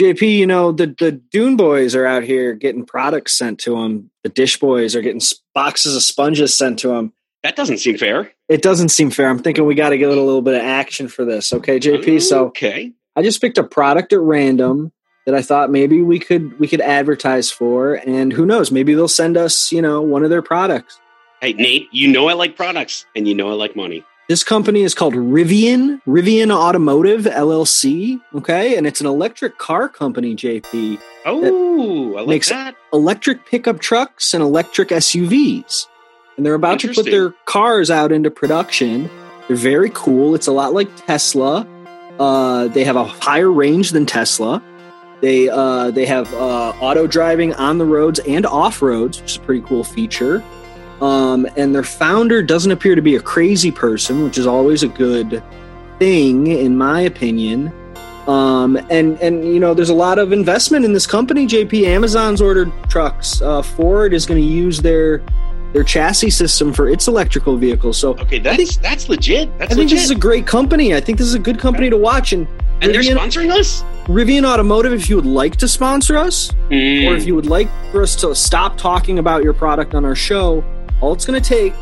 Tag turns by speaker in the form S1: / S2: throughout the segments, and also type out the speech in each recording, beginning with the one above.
S1: JP, you know the the Dune boys are out here getting products sent to them. The Dish boys are getting s- boxes of sponges sent to them.
S2: That doesn't seem fair.
S1: It doesn't seem fair. I'm thinking we got to get a little bit of action for this, okay, JP? So
S2: okay,
S1: I just picked a product at random that I thought maybe we could we could advertise for, and who knows, maybe they'll send us you know one of their products.
S2: hey Nate, you know I like products and you know I like money.
S1: This company is called Rivian, Rivian Automotive LLC, okay, and it's an electric car company, JP.
S2: Oh, I like
S1: makes-
S2: that.
S1: electric pickup trucks and electric SUVs. And they're about to put
S2: Interesting.
S1: their cars out into production. They're very cool. It's a lot like Tesla. Uh, they have a higher range than Tesla. They uh, they have uh, auto driving on the roads and off roads, which is a pretty cool feature. Um, and their founder doesn't appear to be a crazy person, which is always a good thing, in my opinion. Um, and and you know, there's a lot of investment in this company. JP Amazon's ordered trucks. Uh, Ford is going to use their their chassis system for its electrical vehicles. So
S2: Okay, that's that's legit. That's
S1: I think
S2: legit.
S1: this is a great company. I think this is a good company to watch. And
S2: and they're
S1: Rivian,
S2: sponsoring us.
S1: Rivian Automotive, if you would like to sponsor us, or
S2: Mm.
S1: if you would like for us to stop talking about your product on our show, all it's going to take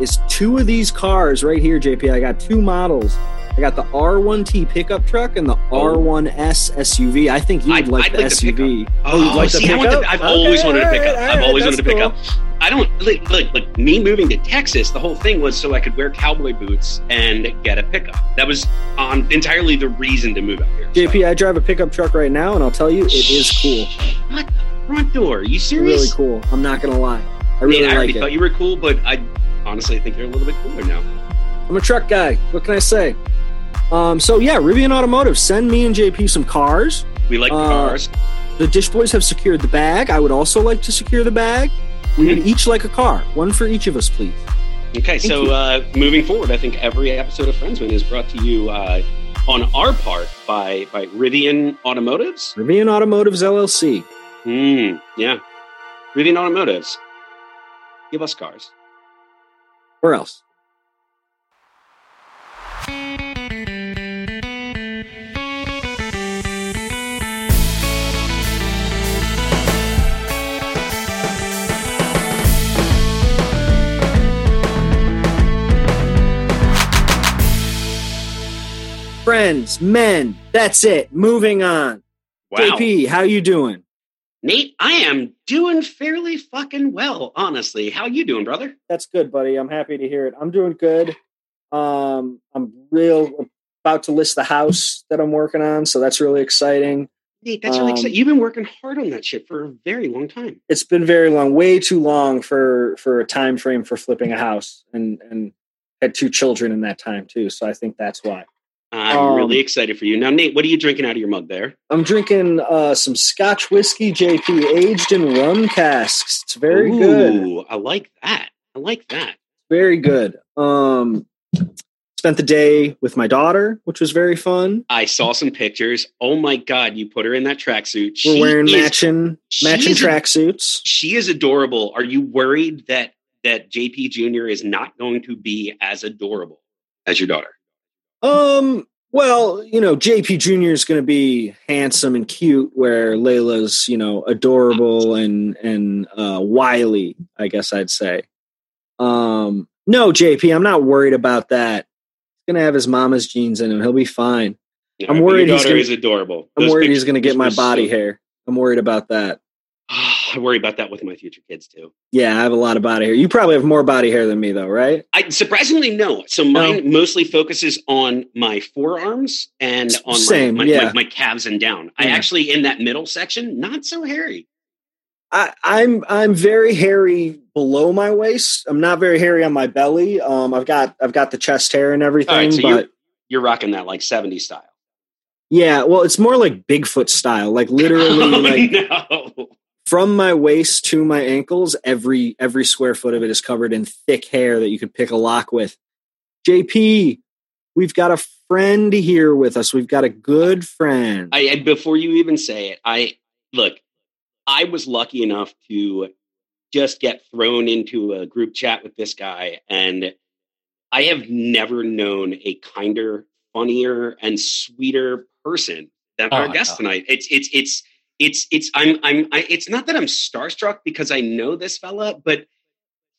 S1: is two of these cars right here, JP. I got two models. I got the R1T pickup truck and the R1S SUV. I think you'd
S2: Oh. I'd-
S1: like
S2: I'd
S1: the
S2: like the
S1: SUV.
S2: Oh, see, I want the- I've always wanted to pick up. I've always wanted to pick up. I don't look, look look me moving to Texas. The whole thing was so I could wear cowboy boots and get a pickup. That was um, entirely the reason to move out here. So-
S1: JP, I drive a pickup truck right now, and I'll tell you, it is cool.
S2: What the front door? Are you serious?
S1: Really cool. I'm not going to lie. I
S2: Nate,
S1: really
S2: I already
S1: like it.
S2: thought you were cool, but I honestly think you're a little bit cooler now.
S1: I'm a truck guy. What can I say? Um, so yeah, Rivian Automotive, send me and JP some cars.
S2: We like
S1: Uh,
S2: cars.
S1: The Dish Boys have secured the bag. I would also like to secure the bag. We would each like a car, one for each of us, please.
S2: Okay, so
S1: you.
S2: uh, moving forward, I think every episode of Friendsman is brought to you uh, on our part by by Rivian Automotives.
S1: Rivian Automotive's LLC.
S2: Mm, yeah, Rivian Automotives. Give us cars.
S1: Where else? Friends, men, that's it. Moving on. JP, how you doing?
S2: Nate, I am doing fairly fucking well, honestly. How you doing, brother?
S1: that's good, buddy. I'm happy to hear it. I'm doing good. Um, I'm real about to list the house that I'm working on, so that's really exciting.
S2: Nate, that's really
S1: Um,
S2: exciting. You've been working hard on that shit for a very long time.
S1: It's been very long, way too long for for a time frame for flipping a house, and and had two children in that time too. So I think that's why
S2: I'm
S1: Um,
S2: really excited for you. Now, Nate, what are you drinking out of your mug there?
S1: I'm drinking uh, some Scotch whiskey, JP, aged in rum casks. It's very good.
S2: Ooh, I like that. I like that.
S1: Very good. Um, spent the day with my daughter, which was very fun.
S2: I saw some pictures. Oh my god, you put her in that tracksuit.
S1: We're wearing
S2: is,
S1: matching
S2: she
S1: matching
S2: is a-
S1: tracksuits.
S2: She is adorable. Are you worried that that JP Jr. is not going to be as adorable as your daughter?
S1: Um. Well, you know, JP Junior is going to be handsome and cute, where Layla's, you know, adorable and and uh, wily. I guess I'd say. Um. No, JP, I'm not worried about that. He's going to have his mama's genes in him. He'll be fine.
S2: No,
S1: I'm
S2: but
S1: worried
S2: your
S1: he's
S2: daughter
S1: gonna-
S2: is adorable.
S1: I'm
S2: Those
S1: worried he's
S2: pictures
S1: going to get my
S2: were so-
S1: body hair. I'm worried about that.
S2: I worry about that with my future kids too.
S1: Yeah, I have a lot of body hair. You probably have more body hair than me, though, right?
S2: I surprisingly no. So mine mostly focuses on my forearms and
S1: S-
S2: on
S1: same,
S2: my, my,
S1: yeah.
S2: my, my calves and down. I
S1: Yeah.
S2: actually in that middle section, not so hairy.
S1: I, I'm I'm very hairy below my waist. I'm not very hairy on my belly. Um, I've got I've got the chest hair and everything,
S2: All right, so
S1: but
S2: you're you're rocking that like 70s style.
S1: yeah, well, it's more like Bigfoot style, like literally
S2: Oh,
S1: like
S2: no.
S1: from my waist to my ankles. Every every square foot of it is covered in thick hair that you could pick a lock with. JP, we've got a friend here with us. We've got a good friend.
S2: I and before you even say it, I look, I was lucky enough to just get thrown into a group chat with this guy, and I have never known a kinder, funnier, and sweeter person that oh, our guest God. tonight. It's it's it's it's it's I'm I'm I, it's not that I'm starstruck because I know this fella, but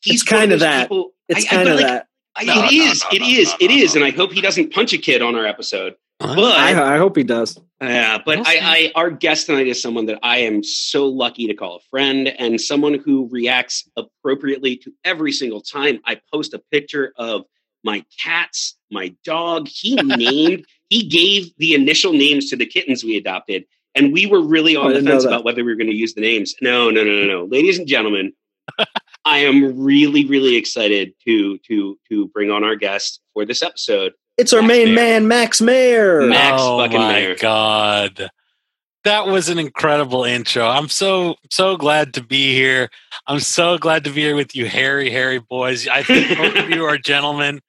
S1: he's kind of that. People, it's kind of like, that.
S2: I, no, it is, no, no, it is, it is, and I hope he doesn't punch a kid on our episode. But
S1: I, I hope he does.
S2: Yeah, uh, but we'll I, I, our guest tonight is someone that I am so lucky to call a friend, and someone who reacts appropriately to every single time I post a picture of my cats, my dog. He named, he gave the initial names to the kittens we adopted, and we were really on the fence about whether we were going to use the names. No, no, no, no, no, ladies and gentlemen, I am really, really excited to to to bring on our guest for this episode.
S1: It's our Max main Mayer. man, Max Mayer.
S2: Max
S3: oh
S2: my
S3: Mayer. god, that was an incredible intro. I'm so so glad to be here. I'm so glad to be here with you, hairy hairy boys. I think both of you are gentlemen.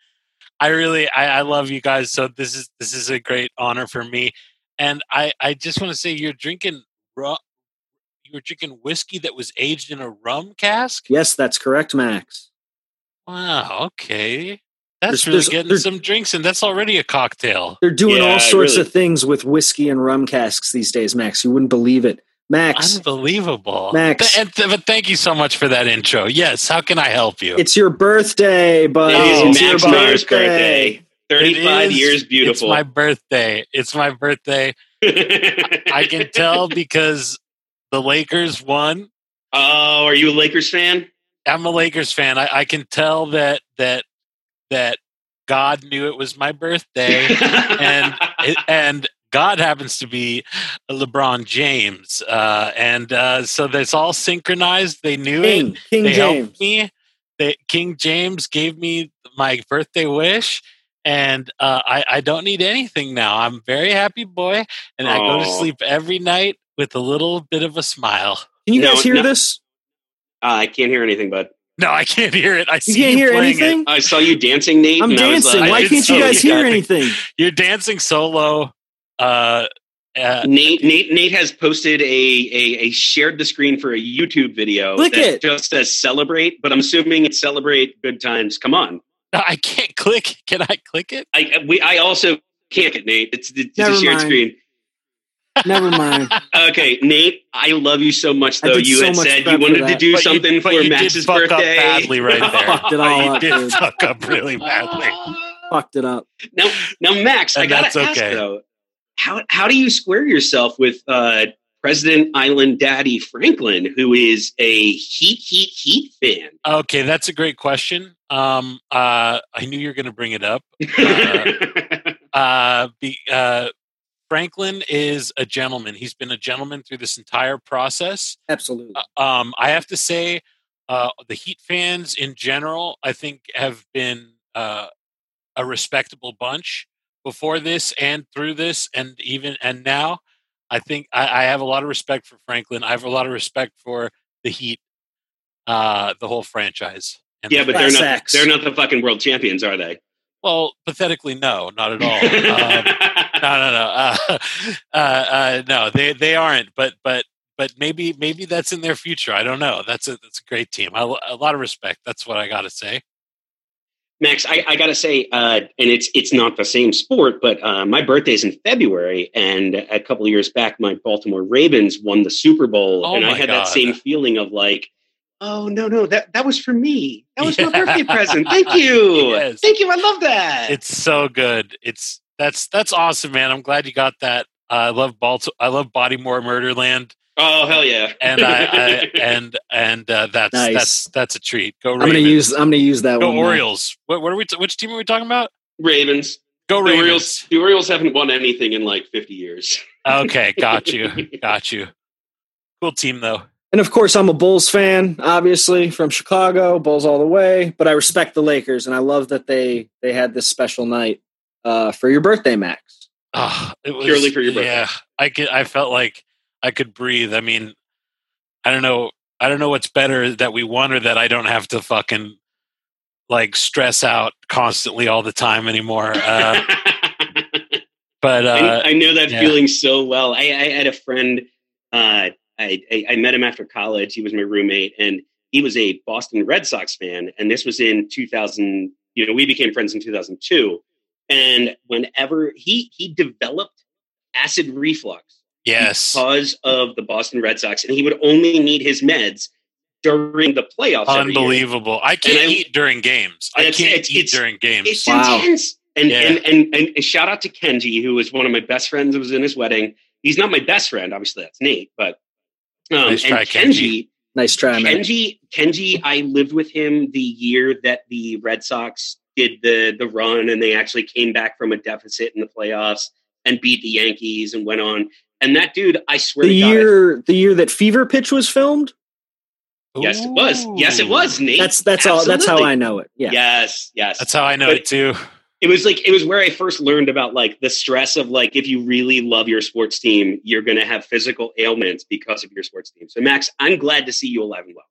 S3: I really I, I love you guys. So this is this is a great honor for me. And I I just want to say you're drinking raw. You were drinking whiskey that was aged in a rum cask.
S1: Yes, that's correct, Max.
S3: Wow. Okay. That's there's, really there's, getting there's, some drinks, and that's already a cocktail.
S1: They're doing yeah, all sorts really. of things with whiskey and rum casks these days, Max. You wouldn't believe it, Max.
S3: Unbelievable,
S1: Max.
S3: Th- th- but thank you so much for that intro. Yes, how can I help you?
S1: It's your birthday, but it
S2: is it's Max your Myers birthday. birthday. Thirty-five is, years, beautiful.
S3: It's my birthday. It's my birthday. I, I can tell because the Lakers won.
S2: Oh, are you a Lakers fan?
S3: I'm a Lakers fan. I, I can tell that that that God knew it was my birthday, and and God happens to be LeBron James, uh, and uh, so that's all synchronized. They knew
S1: King,
S3: it.
S1: King
S3: they
S1: James.
S3: helped me. They, King James gave me my birthday wish, and uh, I, I don't need anything now. I'm very happy boy, and Aww. I go to sleep every night with a little bit of a smile.
S1: Can you no, guys hear no. this?
S2: Ah, I can't hear anything, bud.
S3: No, I can't hear it. I
S1: you can't
S3: you
S1: hear anything.
S2: It. I saw you dancing, Nate.
S1: I'm dancing.
S2: uh,
S1: Like, Why can't so you guys hear anything?
S3: You're dancing solo. Uh,
S2: uh, Nate, Nate, Nate has posted a, a, a shared the screen for a YouTube video
S1: click that it.
S2: just says celebrate, but I'm assuming it's celebrate good times. Come on,
S3: no, I can't click. Can I click it?
S2: I we I also can't get Nate. It's, it's a shared mind. screen.
S1: Never mind.
S2: okay, Nate, I love you so much. Though you so had said you wanted to do but something you, for Max's birthday.
S3: badly, right there.
S1: fucked it all
S3: up.
S1: Dude.
S3: fuck up really badly.
S1: fucked it up.
S2: Now, now, Max, and I gotta ask okay. though, how how do you square yourself with uh, President Island Daddy Franklin, who is a Heat Heat Heat fan?
S3: Okay, that's a great question. Um, uh, I knew you were going to bring it up. Uh, be, Franklin is a gentleman. He's been a gentleman through this entire process.
S1: Absolutely.
S3: Uh, um, I have to say, uh, the Heat fans in general, I think, have been uh, a respectable bunch before this and through this, and even and now. I think I, I, have a lot of respect for Franklin. I have a lot of respect for the Heat, uh, the whole franchise.
S2: yeah, but they're not acts. they're not the fucking world champions, are they?
S3: Well, pathetically, no, not at all. um, no, no, no, uh, uh, uh, no. They they aren't. But but but maybe maybe that's in their future. I don't know. That's a that's a great team. I, a lot of respect. That's what I got to say.
S2: Max, I, I got to say, uh, and it's it's not the same sport, but uh, my birthday's in February, and a couple of years back, my Baltimore Ravens won the Super Bowl,
S3: oh
S2: and I had
S3: God.
S2: that same feeling of like, oh no no that that was for me, that was yeah. my birthday present. Thank you, yes. thank you, I love that.
S3: It's so good. It's that's that's awesome, man. I'm glad you got that. Uh, I love Baltimore. I love Bodymore Murderland.
S2: Oh hell yeah!
S3: and I, I, and and uh, that's
S1: nice.
S3: that's that's a treat. Go
S1: Ravens. I'm gonna use I'm gonna use that.
S3: Go
S1: one,
S3: Orioles. What, what, are we? T- which team are we talking about?
S2: Ravens.
S3: Go
S2: the
S3: Ravens.
S2: Orioles, the Orioles haven't won anything in like 50 years.
S3: okay, got you, got you. Cool team though.
S1: And of course, I'm a Bulls fan, obviously from Chicago, Bulls all the way. But I respect the Lakers, and I love that they they had this special night uh, for your birthday, Max.
S3: Oh, it was,
S2: Purely for your birthday.
S3: Yeah, I could, I felt like I could breathe. I mean, I don't know. I don't know what's better that we won or that I don't have to fucking like stress out constantly all the time anymore. Uh, but uh,
S2: I, I, know that yeah. feeling so well. I, I had a friend. I, I I met him after college. He was my roommate, and he was a Boston Red Sox fan. And this was in 2000. You know, we became friends in 2002 and whenever he he developed acid reflux
S3: Yes.
S2: because of the Boston Red Sox, and he would only need his meds during the playoffs. every year.
S3: Unbelievable. I can't
S2: And I-
S3: eat during games. I
S2: It's-
S3: can't
S2: it's-
S3: eat
S2: it's-
S3: during games.
S2: It's
S1: Wow.
S2: intense. And,
S3: Yeah.
S2: and, and, and, and shout out to Kenji, who was one of my best friends. I was in his wedding. He's not my best friend, obviously. That's Nate, but um,
S3: Nice
S2: and
S3: try,
S2: Kenji,
S1: Nice try, man.
S2: Kenji, Kenji. I lived with him the year that the Red Sox did the the run, and they actually came back from a deficit in the playoffs and beat the Yankees and went on. And that dude, I swear
S1: The
S2: to God, I-
S1: year, the year that Fever Pitch was filmed.
S2: yes, it was. Yes, it
S3: Ooh.
S2: was. Nate.
S1: That's that's all. That's how
S2: Absolutely.
S1: I know it. Yeah.
S2: Yes, yes.
S3: That's how I know
S2: But-
S3: it too.
S2: it was like it was where I first learned about like the stress of like if you really love your sports team, you're gonna have physical ailments because of your sports team. So Max, I'm glad to see you alive and well.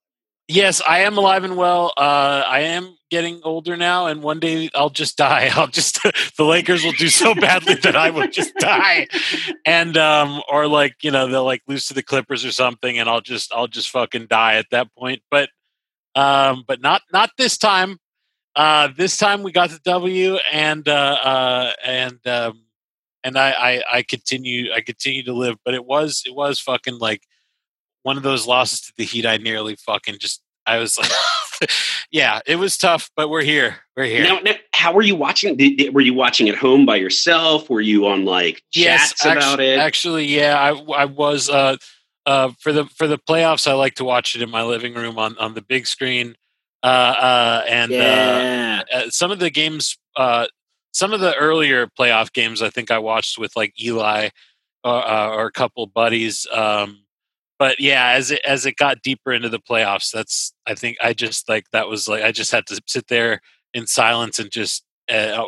S3: Yes, I am alive and well. Uh, I am getting older now, and one day I'll just die. I'll just the Lakers will do so badly that I will just die, and um, or like you know they'll like lose to the Clippers or something, and I'll just I'll just fucking die at that point. But um, but not not this time. Uh, this time we got the W, and uh, uh, and um, and I, I I continue I continue to live. But it was it was fucking like one of those losses to the Heat. I nearly fucking just I was like, yeah, it was tough, but we're here. We're here.
S2: Now, now, how were you watching? Did, did- were you watching at home by yourself? Were you on like
S3: yes,
S2: chats
S3: actu-
S2: about it?
S3: Actually, yeah, I, I was uh, uh, for the for the playoffs. I like to watch it in my living room on on the big screen, uh, uh, and
S1: yeah.
S3: uh, uh, some of the games, uh, some of the earlier playoff games, I think I watched with like Eli or, uh, or a couple buddies. Um, but yeah, as it as it got deeper into the playoffs, that's I think I just like that was like I just had to sit there in silence and just uh,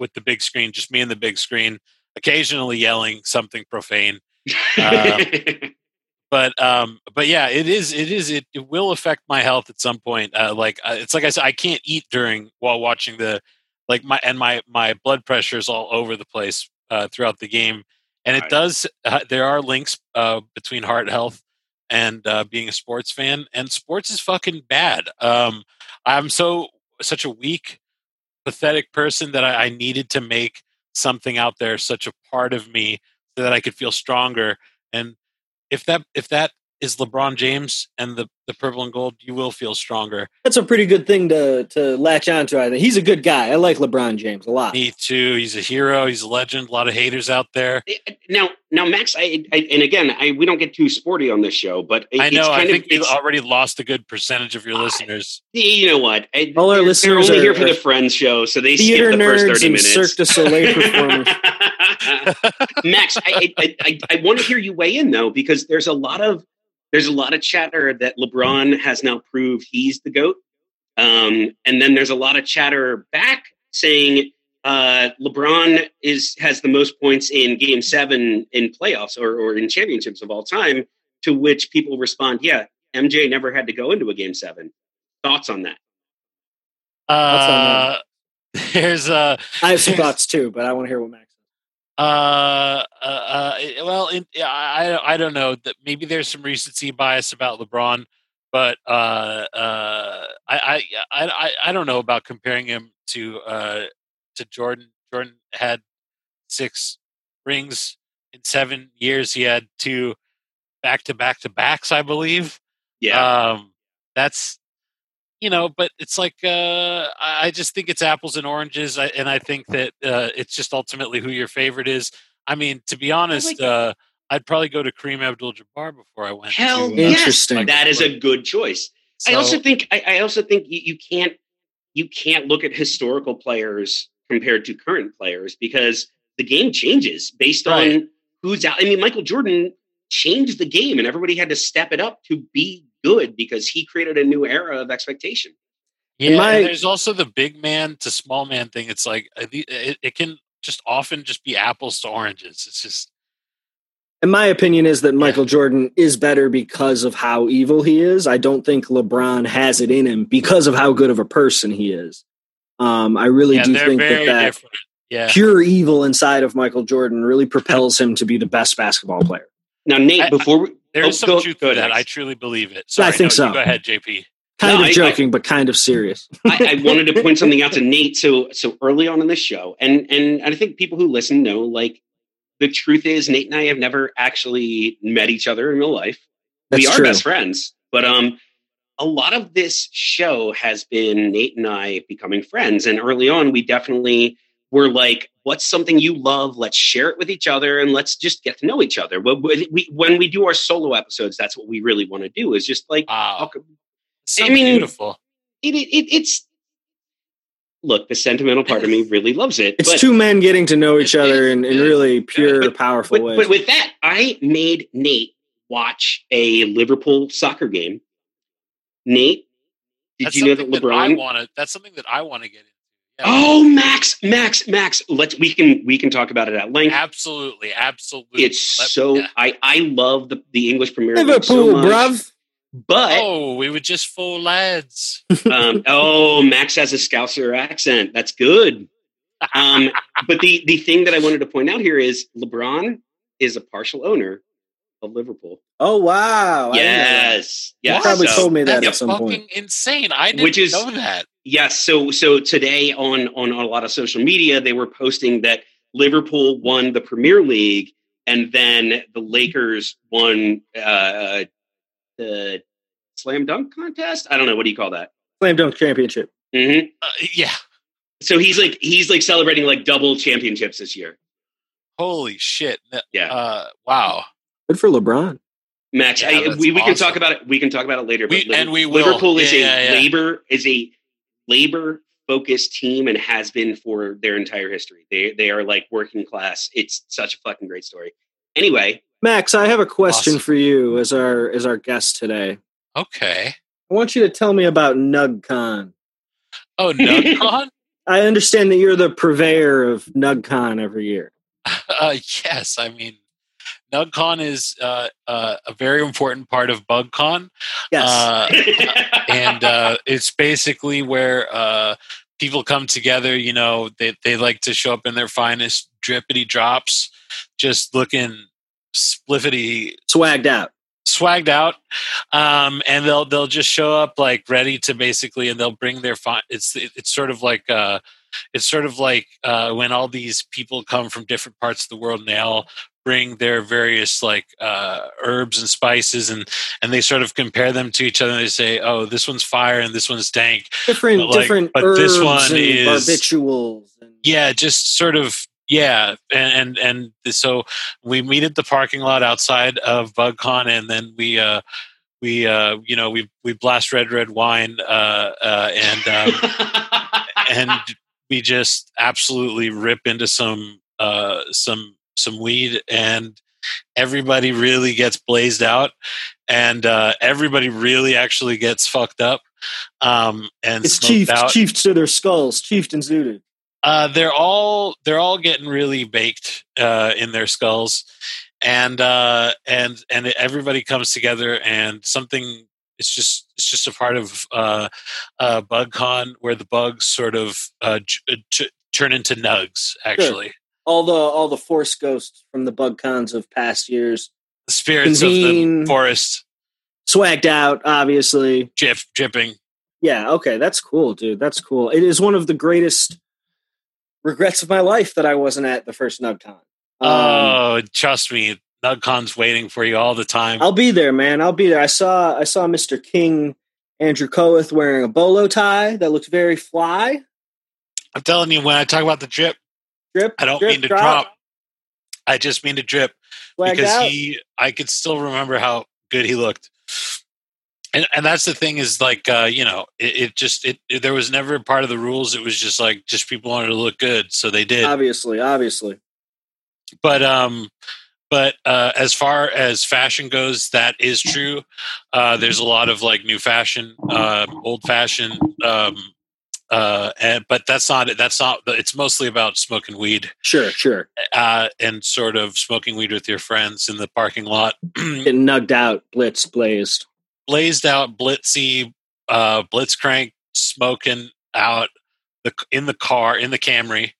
S3: with the big screen, just me and the big screen, occasionally yelling something profane um, but um but yeah it is it is it, it will affect my health at some point uh, like uh, it's like i said i can't eat during while watching the like my and my my blood pressure is all over the place uh, throughout the game and it
S2: Right.
S3: does uh, there are links uh, between heart health and uh, being a sports fan and sports is fucking bad um i'm so such a weak pathetic person that I, I needed to make something out there such a part of me so that i could feel stronger and if that if that is LeBron James and the the purple and gold, you will feel stronger.
S1: That's a pretty good thing to to latch onto. I think he's a good guy. I like LeBron James a
S2: Uh,
S1: lot.
S3: Me too. He's a hero. He's a legend. A lot of haters out there.
S1: Uh,
S2: now, now, Max, I, I and again, I we don't get too sporty on this show, but it-
S3: I know.
S2: It's
S3: I
S2: kind
S3: think
S2: of,
S3: you
S2: it's-
S3: already lost a good percentage of your listeners.
S2: you know what? I-
S1: All our
S2: they're, they're
S1: listeners
S2: only
S1: are-
S2: here for
S1: are
S2: the Friends show, so they skip
S1: Theater
S2: the first
S1: nerds
S2: thirty
S1: and
S2: minutes.
S1: Cirque du Soleil performers.
S2: Max, I, I, I, I want to hear you weigh in though, because there's a lot of there's a lot of chatter that LeBron has now proved he's the goat, um, and then there's a lot of chatter back saying uh, LeBron is has the most points in Game Seven in playoffs or, or in championships of all time. To which people respond, "Yeah, MJ never had to go into a Game Seven. Thoughts on that?
S3: Uh, there's a
S1: I have some thoughts too, but I want to hear what Max.
S3: uh, uh, uh, well, in, I I don't know that maybe there's some recency bias about LeBron, but uh, uh, I, I I I- I don't know about comparing him to uh, to Jordan. Jordan had six rings in seven years. He had two back to back to backs, I believe.
S2: Yeah,
S3: Um, that's you know, but it's like uh, I I just think it's apples and oranges, I- and I think that uh, it's just ultimately who your favorite is. I mean, to be honest, uh, I'd probably go to Kareem Abdul-Jabbar before I went.
S2: hell
S3: to, uh,
S2: yes.
S1: Interesting.
S2: That is a good choice. I
S3: so-
S2: also think I, I also think you, you can't you can't look at historical players compared to current players because the game changes based
S3: Right.
S2: on who's out. I mean, Michael Jordan changed the game, and everybody had to step it up to be good because he created a new era of expectation.
S3: Yeah,
S1: In my-
S3: and there's also the big man to small man thing. It's like uh, the- it, it can just often just be apples to oranges. It's just
S1: And my opinion is that Michael Jordan is better because of how evil he is. I don't think LeBron has it in him because of how good of a person he is. Um, I really
S3: yeah,
S1: do
S3: they're
S1: think that
S3: very
S1: that
S3: different. Yeah,
S1: pure evil inside of Michael Jordan really propels him to be the best basketball player.
S2: Now, Nate,
S3: I-
S2: before we,
S3: there's
S2: Oh,
S3: some
S2: go-
S3: truth
S2: go
S3: to that.
S2: next.
S3: I truly believe it.
S1: I
S3: Sorry,
S1: think
S3: no,
S1: so.
S3: you Go ahead, JP.
S1: Kind
S2: No,
S1: of
S2: I-
S1: joking, but kind of serious.
S2: I, I wanted to point something out to Nate so so early on in the show, and and I think people who listen know like. the- the truth is, Nate and I have never actually met each other in real life.
S1: That's
S2: we are
S1: true.
S2: best friends, but um, a lot of this show has been Nate and I becoming friends. And early on, we definitely were like, "What's something you love? Let's share it with each other, and let's just get to know each other." When we when we do our solo episodes, that's what we really want to do is just like
S3: Wow.
S2: talk
S3: So
S2: I mean-
S3: beautiful.
S2: it, it, it- it's look the sentimental part of me really loves it
S1: It's
S2: but,
S1: two men getting to know each other in, in really pure, powerful
S2: but,
S1: ways.
S2: but with that i made nate watch a liverpool soccer game nate did
S3: That's
S2: you know that
S3: something I
S2: lebron
S3: want to. That's something that I want to get into. Yeah.
S2: oh max max max let's we can we can talk about it at length
S3: absolutely, absolutely.
S2: it's
S3: Let-
S2: so
S3: yeah.
S2: I I love the, the English Premier League so
S1: Liverpool,
S2: much,
S1: bruv.
S2: but
S3: Oh, we were just four lads.
S2: um, oh, Max has a Scouser accent. That's good. Um, but the the thing that I wanted to point out here is LeBron is a partial owner of Liverpool.
S1: Oh wow! I didn't know that.
S2: Yes, yes.
S1: You probably
S2: so,
S1: told me that
S3: That's
S1: at some
S3: fucking
S1: point.
S3: insane. I didn't
S2: Which is-
S3: know that.
S2: Yes. So so today on on a lot of social media, they were posting that Liverpool won the Premier League, and then the Lakers won uh, the slam dunk contest. I don't know what do you call that.
S1: Slam dunk championship.
S2: hmm
S3: Uh, yeah.
S2: So he's like he's like celebrating like double championships this year.
S3: Holy shit. That-
S2: Yeah.
S3: Uh, wow.
S1: Good for LeBron.
S2: Max,
S3: Yeah,
S2: I,
S3: that's
S2: we, we can talk
S3: awesome.
S2: about it. We can talk about it later.
S3: We-
S2: Liver-
S3: and we will.
S2: Liverpool is
S3: Yeah,
S2: a
S3: yeah, yeah.
S2: labor is a labor focused team and has been for their entire history. They they are like working class. It's such a fucking great story. Anyway,
S1: Max, I have a question
S3: Awesome.
S1: for you as our as our guest today.
S3: Okay.
S1: I want you to tell me about NugCon.
S3: Oh, Nugcon?
S1: I understand that you're the purveyor of NugCon every year.
S3: uh, yes. I mean, Nugcon is uh, uh, a very important part of BugCon.
S1: Yes.
S3: Uh, and uh, it's basically where uh, people come together. You know, they they like to show up in their finest drippity drops, just looking spliffity
S1: Swagged out.
S3: swagged out, um, and they'll they'll just show up like ready to basically, and they'll bring their fine. It's it's sort of like uh, it's sort of like uh, when all these people come from different parts of the world and they all bring their various like uh, herbs and spices and and they sort of compare them to each other and they say oh this one's fire and this one's dank
S1: Different
S3: But, like,
S1: different
S3: but
S1: herbs
S3: this one
S1: and
S3: is-
S1: barbituals. And,
S3: yeah just sort of yeah and and, and so we meet at the parking lot outside of bugcon and then we uh we uh you know we we blast red red wine uh uh and um and we just absolutely rip into some uh some some weed and everybody really gets blazed out and uh everybody really actually gets fucked up um and
S1: It's
S3: smoked
S1: chiefs,
S3: out
S1: chiefs to their skulls, chieftains zooted.
S3: uh, they're all they're all getting really baked uh, in their skulls, and uh, and and everybody comes together and something. It's just it's just a part of uh, uh, BugCon where the bugs sort of uh, j- j- turn into nugs. Actually,
S1: All the all the force ghosts from the bug cons of past years.
S3: the spirits of
S1: Convene.
S3: the forest
S1: Swagged out, obviously.
S3: drip, dripping.
S1: Yeah, okay, that's cool, dude. That's cool. It is one of the greatest regrets of my life that I wasn't at the first NugCon. Um,
S3: oh, trust me, NugCon's waiting for you all the time.
S1: I'll be there, man. I'll be there. I saw I saw Mr. King Andrew Coeth wearing a bolo tie that looked very fly.
S3: I'm telling you, when I talk about the drip,
S1: Drip.
S3: I don't
S1: drip,
S3: mean to drop. I just mean to drip.
S1: Swagged
S3: because
S1: out.
S3: he I could still remember how good he looked. And and that's the thing is like uh, you know, it, it just it, it- there was never a part of the rules. It was just like just people wanted to look good, so they did.
S1: obviously, obviously.
S3: but um but uh, as far as fashion goes, that is true. Uh, there's a lot of like new fashion, um, old fashioned, um, uh, and, but that's not it. That's not. It's mostly about smoking weed
S1: Sure, sure.
S3: uh, and sort of smoking weed with your friends in the parking lot.
S1: Getting nugged out, blitz blazed.
S3: blazed out blitzy uh blitzcrank smoking out the in the car in the camry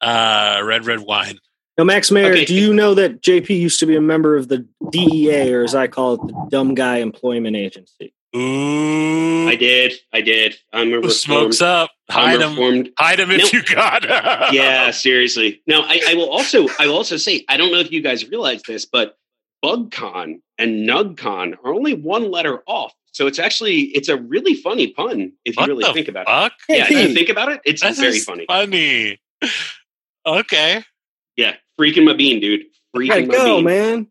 S3: uh red red wine
S1: Now, Max Mayer,
S2: Okay.
S1: do you know that E JP used to be a member of the DEA, or as I call it, the Dumb Guy Employment Agency?
S3: Ooh,
S2: I did. I did. I'm a
S3: Who
S2: reformed.
S3: smokes up?
S2: I'm
S3: Hide
S2: a
S3: them.
S2: reformed.
S3: Hide them if
S2: No.
S3: you got 'em.
S2: Yeah, seriously. Now, I, I will also. I will also say. I don't know if you guys realize this, but BugCon and NugCon are only one letter off. So it's actually it's a really funny pun if you
S3: What
S2: really
S3: the
S2: think about it.
S3: Fuck.
S2: Yeah, if you
S1: Hey,
S2: think about it, it's
S3: That's
S2: very funny.
S3: Funny. Okay,
S2: Yeah, freaking my bean, dude.
S1: gotta
S2: Freaking my
S1: go,
S2: bean.
S1: man.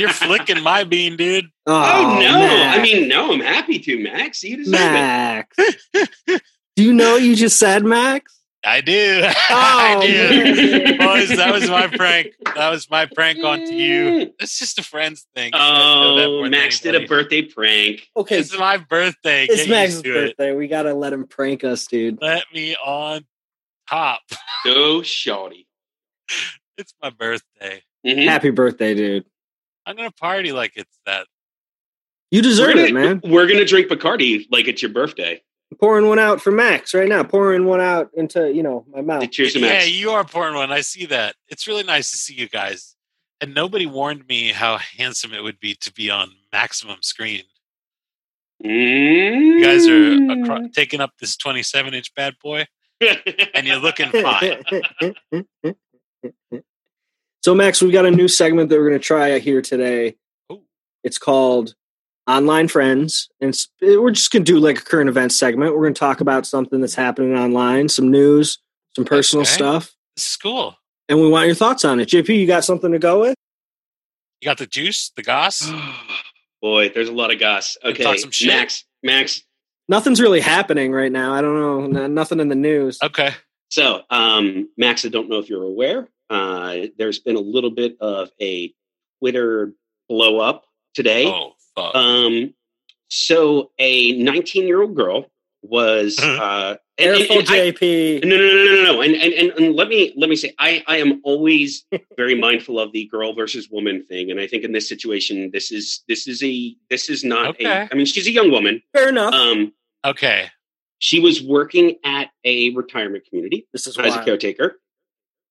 S3: you're flicking my bean, dude.
S1: Oh,
S2: Oh, no!
S1: Max.
S2: I mean, no. I'm happy to Max. You deserve it.
S1: Max. Do you know what you just said, Max?
S3: I do.
S1: Oh,
S3: I do.
S1: man.
S3: Boys, that was my prank. That was my prank onto you. It's just a friends thing. You guys know that more
S2: Oh,
S3: than
S2: Max did a
S3: anybody.
S2: birthday prank.
S1: Okay,
S3: It's my birthday.
S1: it's
S3: It's
S1: Max's
S3: Max's It.
S1: birthday. We gotta let him prank us, dude.
S2: Uh,
S3: Let me on top.
S2: So shawty.
S3: It's my birthday.
S2: Mhm.
S1: Happy birthday, dude.
S3: I'm gonna party like it's that.
S1: You
S2: We're
S1: deserve
S2: gonna,
S1: it, man.
S2: We're gonna drink Bacardi like it's your birthday.
S1: Pouring one out for Max right now. Pouring one out into you know my mouth.
S2: Cheers to
S3: yeah,
S2: Max.
S3: you are pouring one. I see that. It's really nice to see you guys. And nobody warned me how handsome it would be to be on maximum screen.
S2: Mm.
S3: You guys are
S2: Hmm.
S3: acro- taking up this 27 inch bad boy, and you're looking fine.
S1: so Max, we got a new segment that we're gonna try here today.
S3: Ooh.
S1: It's called Online Friends, and it's- we're just gonna do like a current event segment. We're gonna talk about something that's happening online, some news, some personal
S3: Okay.
S1: stuff,
S3: This is cool.
S1: and we want your thoughts on it. JP, you got something to go with?
S3: You got the juice, the goss.
S2: Boy, there's a lot of goss.
S3: Can
S2: Okay,
S3: talk some shit.
S2: Max, Max.
S1: Nothing's really happening right now. I don't know. N- nothing in the news.
S3: Okay.
S2: So, um, Max, I don't know if you're aware. Uh, there's been a little bit of a Twitter blow up today.
S3: Oh fuck.
S2: Um, so a 19 year old girl was uh, and- and-
S1: Careful,
S2: and I-
S1: JP.
S2: no, no, no, no, no, no. And, and and and let me let me say, I I am always very mindful of the girl versus woman thing, and I think in this situation, this is this is a this is not
S3: Okay.
S2: a. I mean, she's a young woman.
S1: Fair enough.
S2: Um,
S3: okay.
S2: she was working at a retirement community
S1: this is
S2: as a
S1: wild.
S2: caretaker,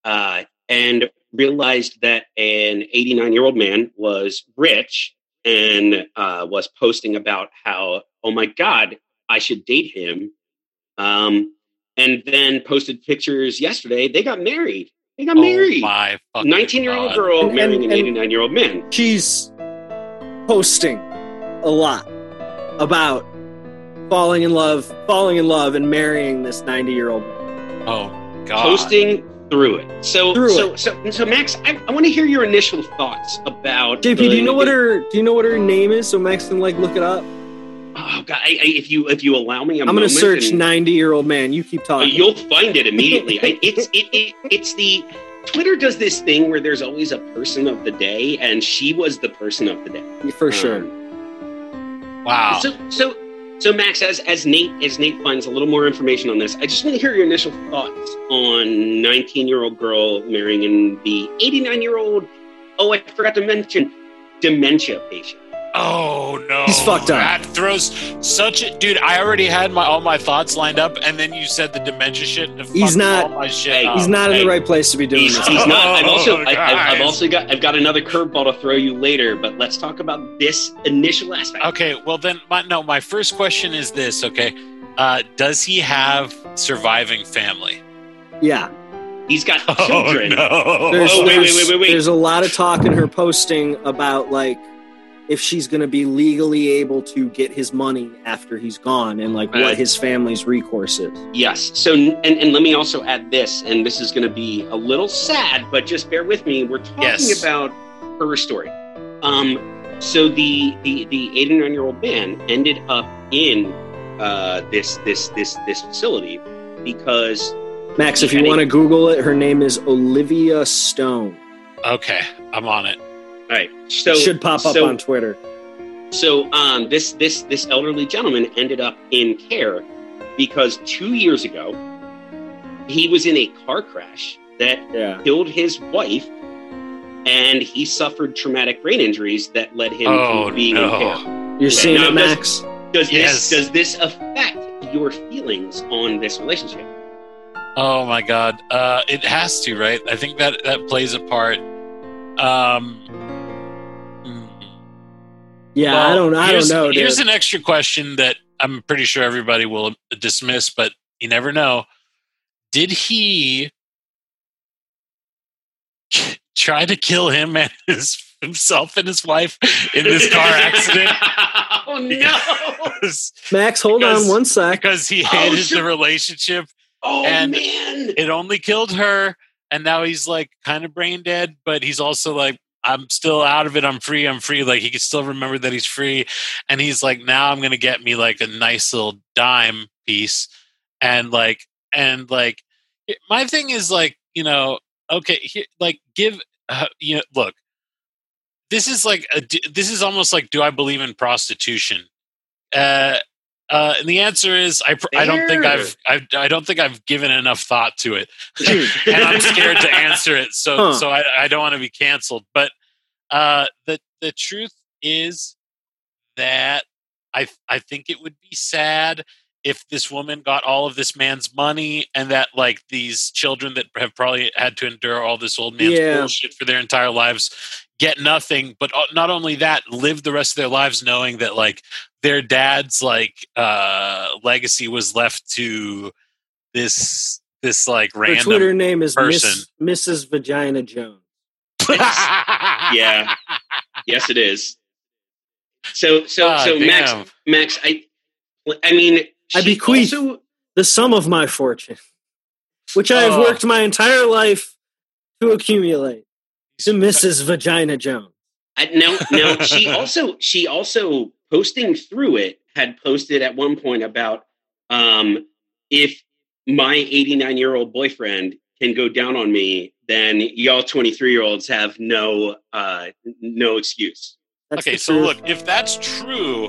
S2: uh, and realized that an 89 year old man was rich and uh, was posting about how, oh my God, I should date him. Um, and then posted pictures yesterday. They got married. They got married.
S3: Oh my fucking
S2: 19 year old
S3: God.
S2: girl
S1: And-
S2: marrying
S1: and-
S2: an
S1: and-
S2: 89 year old man.
S1: She's posting a lot about falling in love, falling in love, and marrying this 90 year old.
S3: Oh god.
S2: Posting through it. So,
S1: Through
S2: so, so, so, Max, I, I want to hear your initial thoughts about.
S1: JP, do
S2: the-
S1: you know what her do you know what her name is so Max can like look it up?
S2: Oh God! I, I, if you if you allow me, a
S1: I'm gonna
S2: moment
S1: search
S2: and-
S1: 90 year old man. You keep
S2: Uh,
S1: talking.
S2: You'll find it immediately. I, it's it, it it's the Twitter does this thing where there's always a person of the day, and she was the person of the day
S1: for sure.
S2: Um,
S3: Wow.
S2: So so so Max, as as Nate as Nate finds a little more information on this, I just want to hear your initial thoughts on 19 year old girl marrying in the 89 year old. Oh, I forgot to mention dementia patient.
S3: Oh no.
S1: He's fucked up.
S3: That throws such a dude. I already had my all my thoughts lined up, and then you said the dementia shit. And it
S1: He's
S3: fucked
S1: not-
S3: All my shit.
S2: Hey,
S3: up.
S1: He's not in
S2: uh, hey,
S1: the right place to be doing
S2: He's,
S1: this.
S2: he's not. I've also,
S3: Oh,
S2: I, I've, I've
S3: guys.
S2: also got, I've got another curveball to throw you later. But let's talk about this initial aspect.
S3: Okay. Well, then, my, no. My first question is this. Okay. Uh, does he have surviving family?
S1: Yeah.
S2: He's got children.
S3: Oh, no.
S1: There's,
S2: Oh, wait, wait,
S1: there's-
S2: wait, wait, wait.
S1: There's a lot of talk in her posting about like if she's going to be legally able to get his money after he's gone and like what
S2: Right.
S1: his family's recourse is.
S2: Yes. So, and, and let me also add this, and this is going to be a little sad, but just bear with me. We're talking
S3: Yes.
S2: about her story. Um, so the the the 89 year old man ended up in uh, this this this this facility because
S1: Max, if
S2: Yeah,
S1: you
S2: they-
S1: want to Google it, her name is Olivia Stone.
S3: Okay, I'm on it.
S2: all right. So
S1: it should pop up
S2: so-
S1: on Twitter.
S2: So um, this this this elderly gentleman ended up in care because two years ago he was in a car crash that
S1: Yeah.
S2: killed his wife, and he suffered traumatic brain injuries that led him
S3: Oh,
S2: to being
S3: no.
S2: in care.
S1: You're seeing
S2: now
S1: it,
S2: it
S1: Max?
S2: Does
S3: Yes.
S2: this does this affect your feelings on this relationship?
S3: Oh my god. Uh it has to, right? I think that that plays a part. Um hmm.
S1: Yeah,
S3: Well,
S1: I don't. I don't
S3: here's-
S1: know. dude.
S3: Here's an extra question that I'm pretty sure everybody will dismiss, but you never know. Did he try to kill him and his, himself and his wife in this car accident?
S2: oh no!
S3: Because-
S1: Max, hold
S3: because-
S1: on one sec.
S3: because he
S2: Oh,
S3: hated
S2: sure.
S3: the relationship.
S2: Oh
S3: And-
S2: man!
S3: It only killed her, and now he's like kind of brain dead, but he's also like, I'm still out of it. I'm free. I'm free. Like he can still remember that he's free, and he's like, now I'm gonna get me like a nice little dime piece, and like, and like, it- my thing is like, you know, okay, here, like give, uh, you know, look. This is like a, d- this is almost like do I believe in prostitution? Uh, uh, and the answer is I pr- I don't think
S2: Fair.
S3: I've, I've I don't think I've given enough thought to it and I'm scared to answer it. So
S1: Huh.
S3: so I, I don't want to be canceled. But uh, the the truth is that I I think it would be sad if this woman got all of this man's money and that like these children that have probably had to endure all this old man's
S1: Yeah.
S3: bullshit for their entire lives get nothing but uh, not only that live the rest of their lives knowing that like their dad's like uh legacy was left to this this like
S1: Her
S3: random
S1: Twitter name is
S3: person.
S1: Miss, Mrs. Vagina Jones.
S2: Yeah. yes, it is. So so
S3: God
S2: so Max
S3: Ah, damn.
S2: Max I I mean
S1: I
S2: she
S1: bequeath.
S2: also-
S1: The sum of my fortune, which I have
S3: Oh.
S1: worked my entire life to accumulate, to Mrs. Vagina Jones.
S2: I, no, no. She also, she also posting through it had posted at one point about um, if my 89 year old boyfriend can go down on me, then y'all 23 year olds have no, uh, no excuse.
S1: That's
S3: okay,
S1: the
S3: so
S1: truth.
S3: look, if that's true,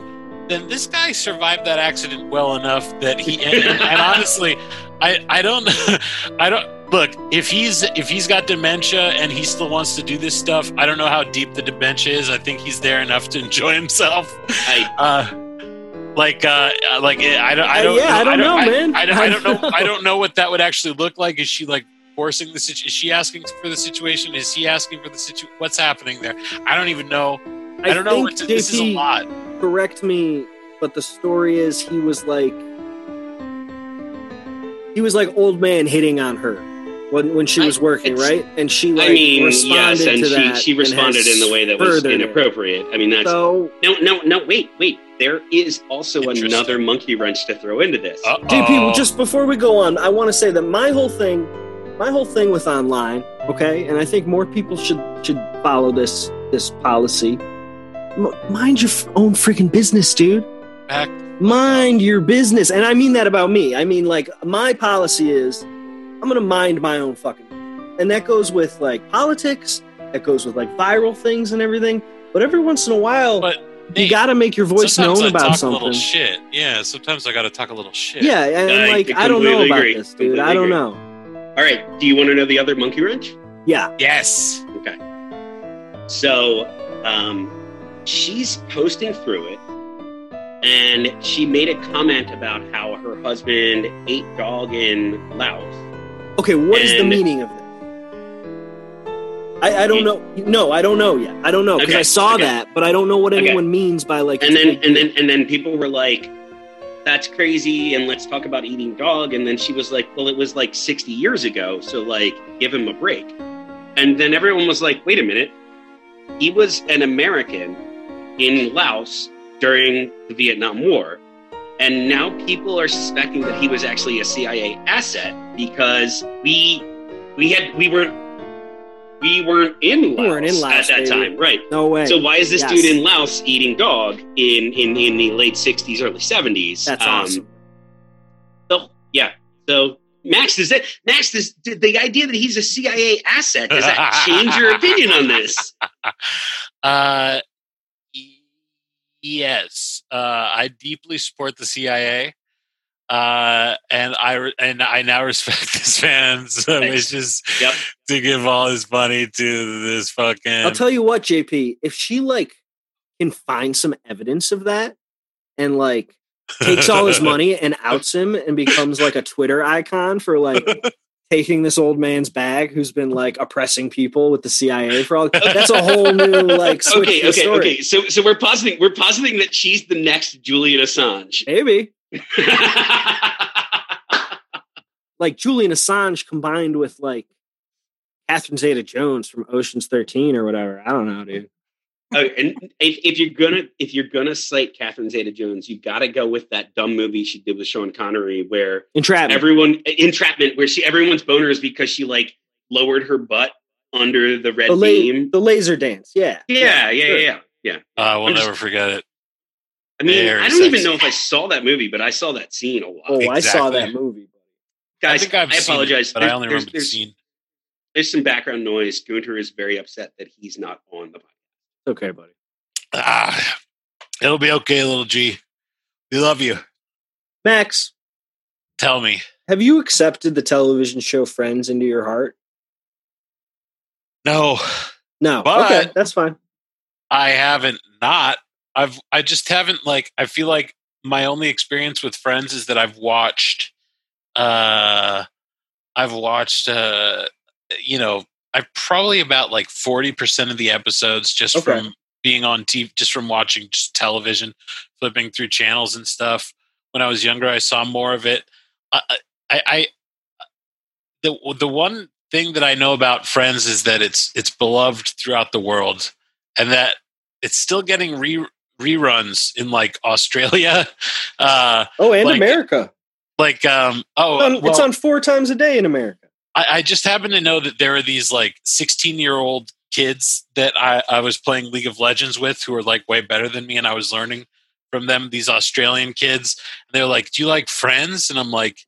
S3: then this guy survived that accident well enough that he and, and honestly, I I don't I don't look, if he's if he's got dementia and he still wants to do this stuff, I don't know how deep the dementia is. I think he's there enough to enjoy himself.
S2: I,
S3: Uh like uh uh, like eh, I don't I
S1: Uh,
S3: don't
S1: yeah, I don't know,
S3: I-
S1: man.
S3: I, don't, I don't know.
S1: I
S3: I don't know what that would actually look like. Is she like forcing the situation? Is she asking for the situation? Is he asking for the situation? What's happening there? I don't even know. I, don't know.
S1: think
S3: What to, this is a
S1: JP
S3: lot.
S1: Correct me, but the story is he was like he was like old man hitting on her when when she
S2: I-
S1: was working,
S2: it's-
S1: right? And she like
S2: I mean,
S1: responded
S2: yes, and
S1: to
S2: she,
S1: that.
S2: she
S1: and has
S2: responded in the way that was
S1: furthered it.
S2: inappropriate. I mean, that's
S1: So
S2: no, no, no. Wait, wait. There is also
S3: Interesting.
S2: another monkey wrench to throw into this.
S1: Oh.
S3: Uh-oh.
S2: Oh.
S1: JP, just before we go on, I want to say that my whole thing, my whole thing with online, okay, and I think more people should should follow this this policy. M- mind your f- own freaking business, dude.
S3: Back-
S1: Mind your business, and I mean that about me. I mean, like my policy is, I'm gonna mind my own fucking, business. and that goes with like politics, that goes with like viral things and everything. But every once in a while,
S3: But,
S1: you
S3: Nate,
S1: gotta make your voice
S3: sometimes
S1: known
S3: I
S1: about
S3: talk A
S1: something.
S3: little shit. Yeah. Sometimes I got to talk a little shit.
S1: Yeah, and
S2: I
S1: like I don't know
S2: completely
S1: about
S2: agree.
S1: this, dude. I don't
S2: Completely
S1: know.
S2: All right. Do you want to know the other monkey wrench?
S1: Yeah,
S3: Yes.
S2: So um, she's posting through it, and she made a comment about how her husband ate dog in Laos.
S1: okay. What is the
S2: And-
S1: meaning of this? I, I don't know. No, I don't know yet. I don't know because
S2: Mm. Okay,
S1: I saw
S2: okay. that,
S1: that, but I don't know what
S2: Okay.
S1: anyone
S2: anyone
S1: means by like.
S2: And then and then and then people were like, "That's crazy," and let's talk about eating dog. And then she was like, "Well, it was like 60 years ago, so like, give him a break." And then everyone was like, "Wait a minute, he was an American in Laos during the Vietnam War. And now people are suspecting that he was actually a CIA asset because we we had we weren't we weren't in Laos,
S1: We weren't in Laos,
S2: at that
S1: baby.
S2: time, right?
S1: no way.
S2: So why is this
S1: Yes.
S2: dude in Laos eating dog in in in the late '60s, early '70s?
S1: That's
S2: Um,
S1: awesome.
S2: So yeah, so. Max, does that Max? Does the idea that he's a CIA asset does that change your opinion on this?
S3: Uh, y- yes, uh, I deeply support the CIA, uh, and I re- and I now respect this man's uh,
S2: Thanks.
S3: wishes
S2: Yep.
S3: to give all his money to this fucking.
S1: I'll tell you what, JP. If she like can find some evidence of that, and like takes all his money and outs him and becomes like a Twitter icon for like taking this old man's bag who's been like oppressing people with the CIA for all that's a whole new like switch
S2: okay,
S1: to the
S2: okay,
S1: story.
S2: okay. So, so we're positing we're positing that she's the next Julian Assange.
S1: Maybe like Julian Assange combined with like Catherine Zeta Jones from Ocean's 13 or whatever. I don't know, dude.
S2: Oh, and if, if you're gonna if you're gonna cite Catherine Zeta Jones, you got to go with that dumb movie she did with Sean Connery, where
S1: Entrapment.
S2: everyone entrapment, where she everyone's boner is because she like lowered her butt under the red
S1: the, la-
S2: beam.
S1: the laser dance. Yeah.
S2: Yeah, yeah,
S1: sure.
S2: yeah, yeah, yeah.
S3: I will
S2: I'm just-
S3: uh, never forget it.
S2: I mean,
S3: Very
S2: I don't even
S3: sexy.
S2: know if I saw that movie, but I saw that scene a lot.
S1: Oh, I saw
S3: Exactly.
S1: that movie.
S3: I
S2: Guys, I,
S3: think I've seen it,
S2: apologize,
S3: but I
S2: There's-
S3: only
S2: there's-
S3: remember the
S2: there's-
S3: scene.
S2: There's some background noise. Gunter is very upset that he's not on the podcast.
S1: Okay, buddy.
S3: Ah, it'll be okay, little G. We love you.
S1: Max,
S3: Tell me.
S1: have you accepted the television show Friends into your heart?
S3: No,
S1: No.
S3: But-
S1: okay, that's fine.
S3: I haven't not. I've I just haven't like I feel like my only experience with friends is that I've watched uh I've watched uh you know, I've probably about like 40% of the episodes just
S1: Okay.
S3: from being on TV just from watching just television, flipping through channels and stuff. When I was younger, I saw more of it. I I, I the the one thing that I know about Friends is that it's it's beloved throughout the world and that it's still getting re- reruns in like Australia. Uh,
S1: Oh, and
S3: Like-
S1: America.
S3: like, um, oh,
S1: It's on,
S3: well,
S1: it's on four times a day in America.
S3: I, I just happen to know that there are these like 16 year old kids that I, I was playing League of Legends with who are like way better than me, and I was learning from them. These Australian kids, and they're like, "Do you like Friends?" And I'm like,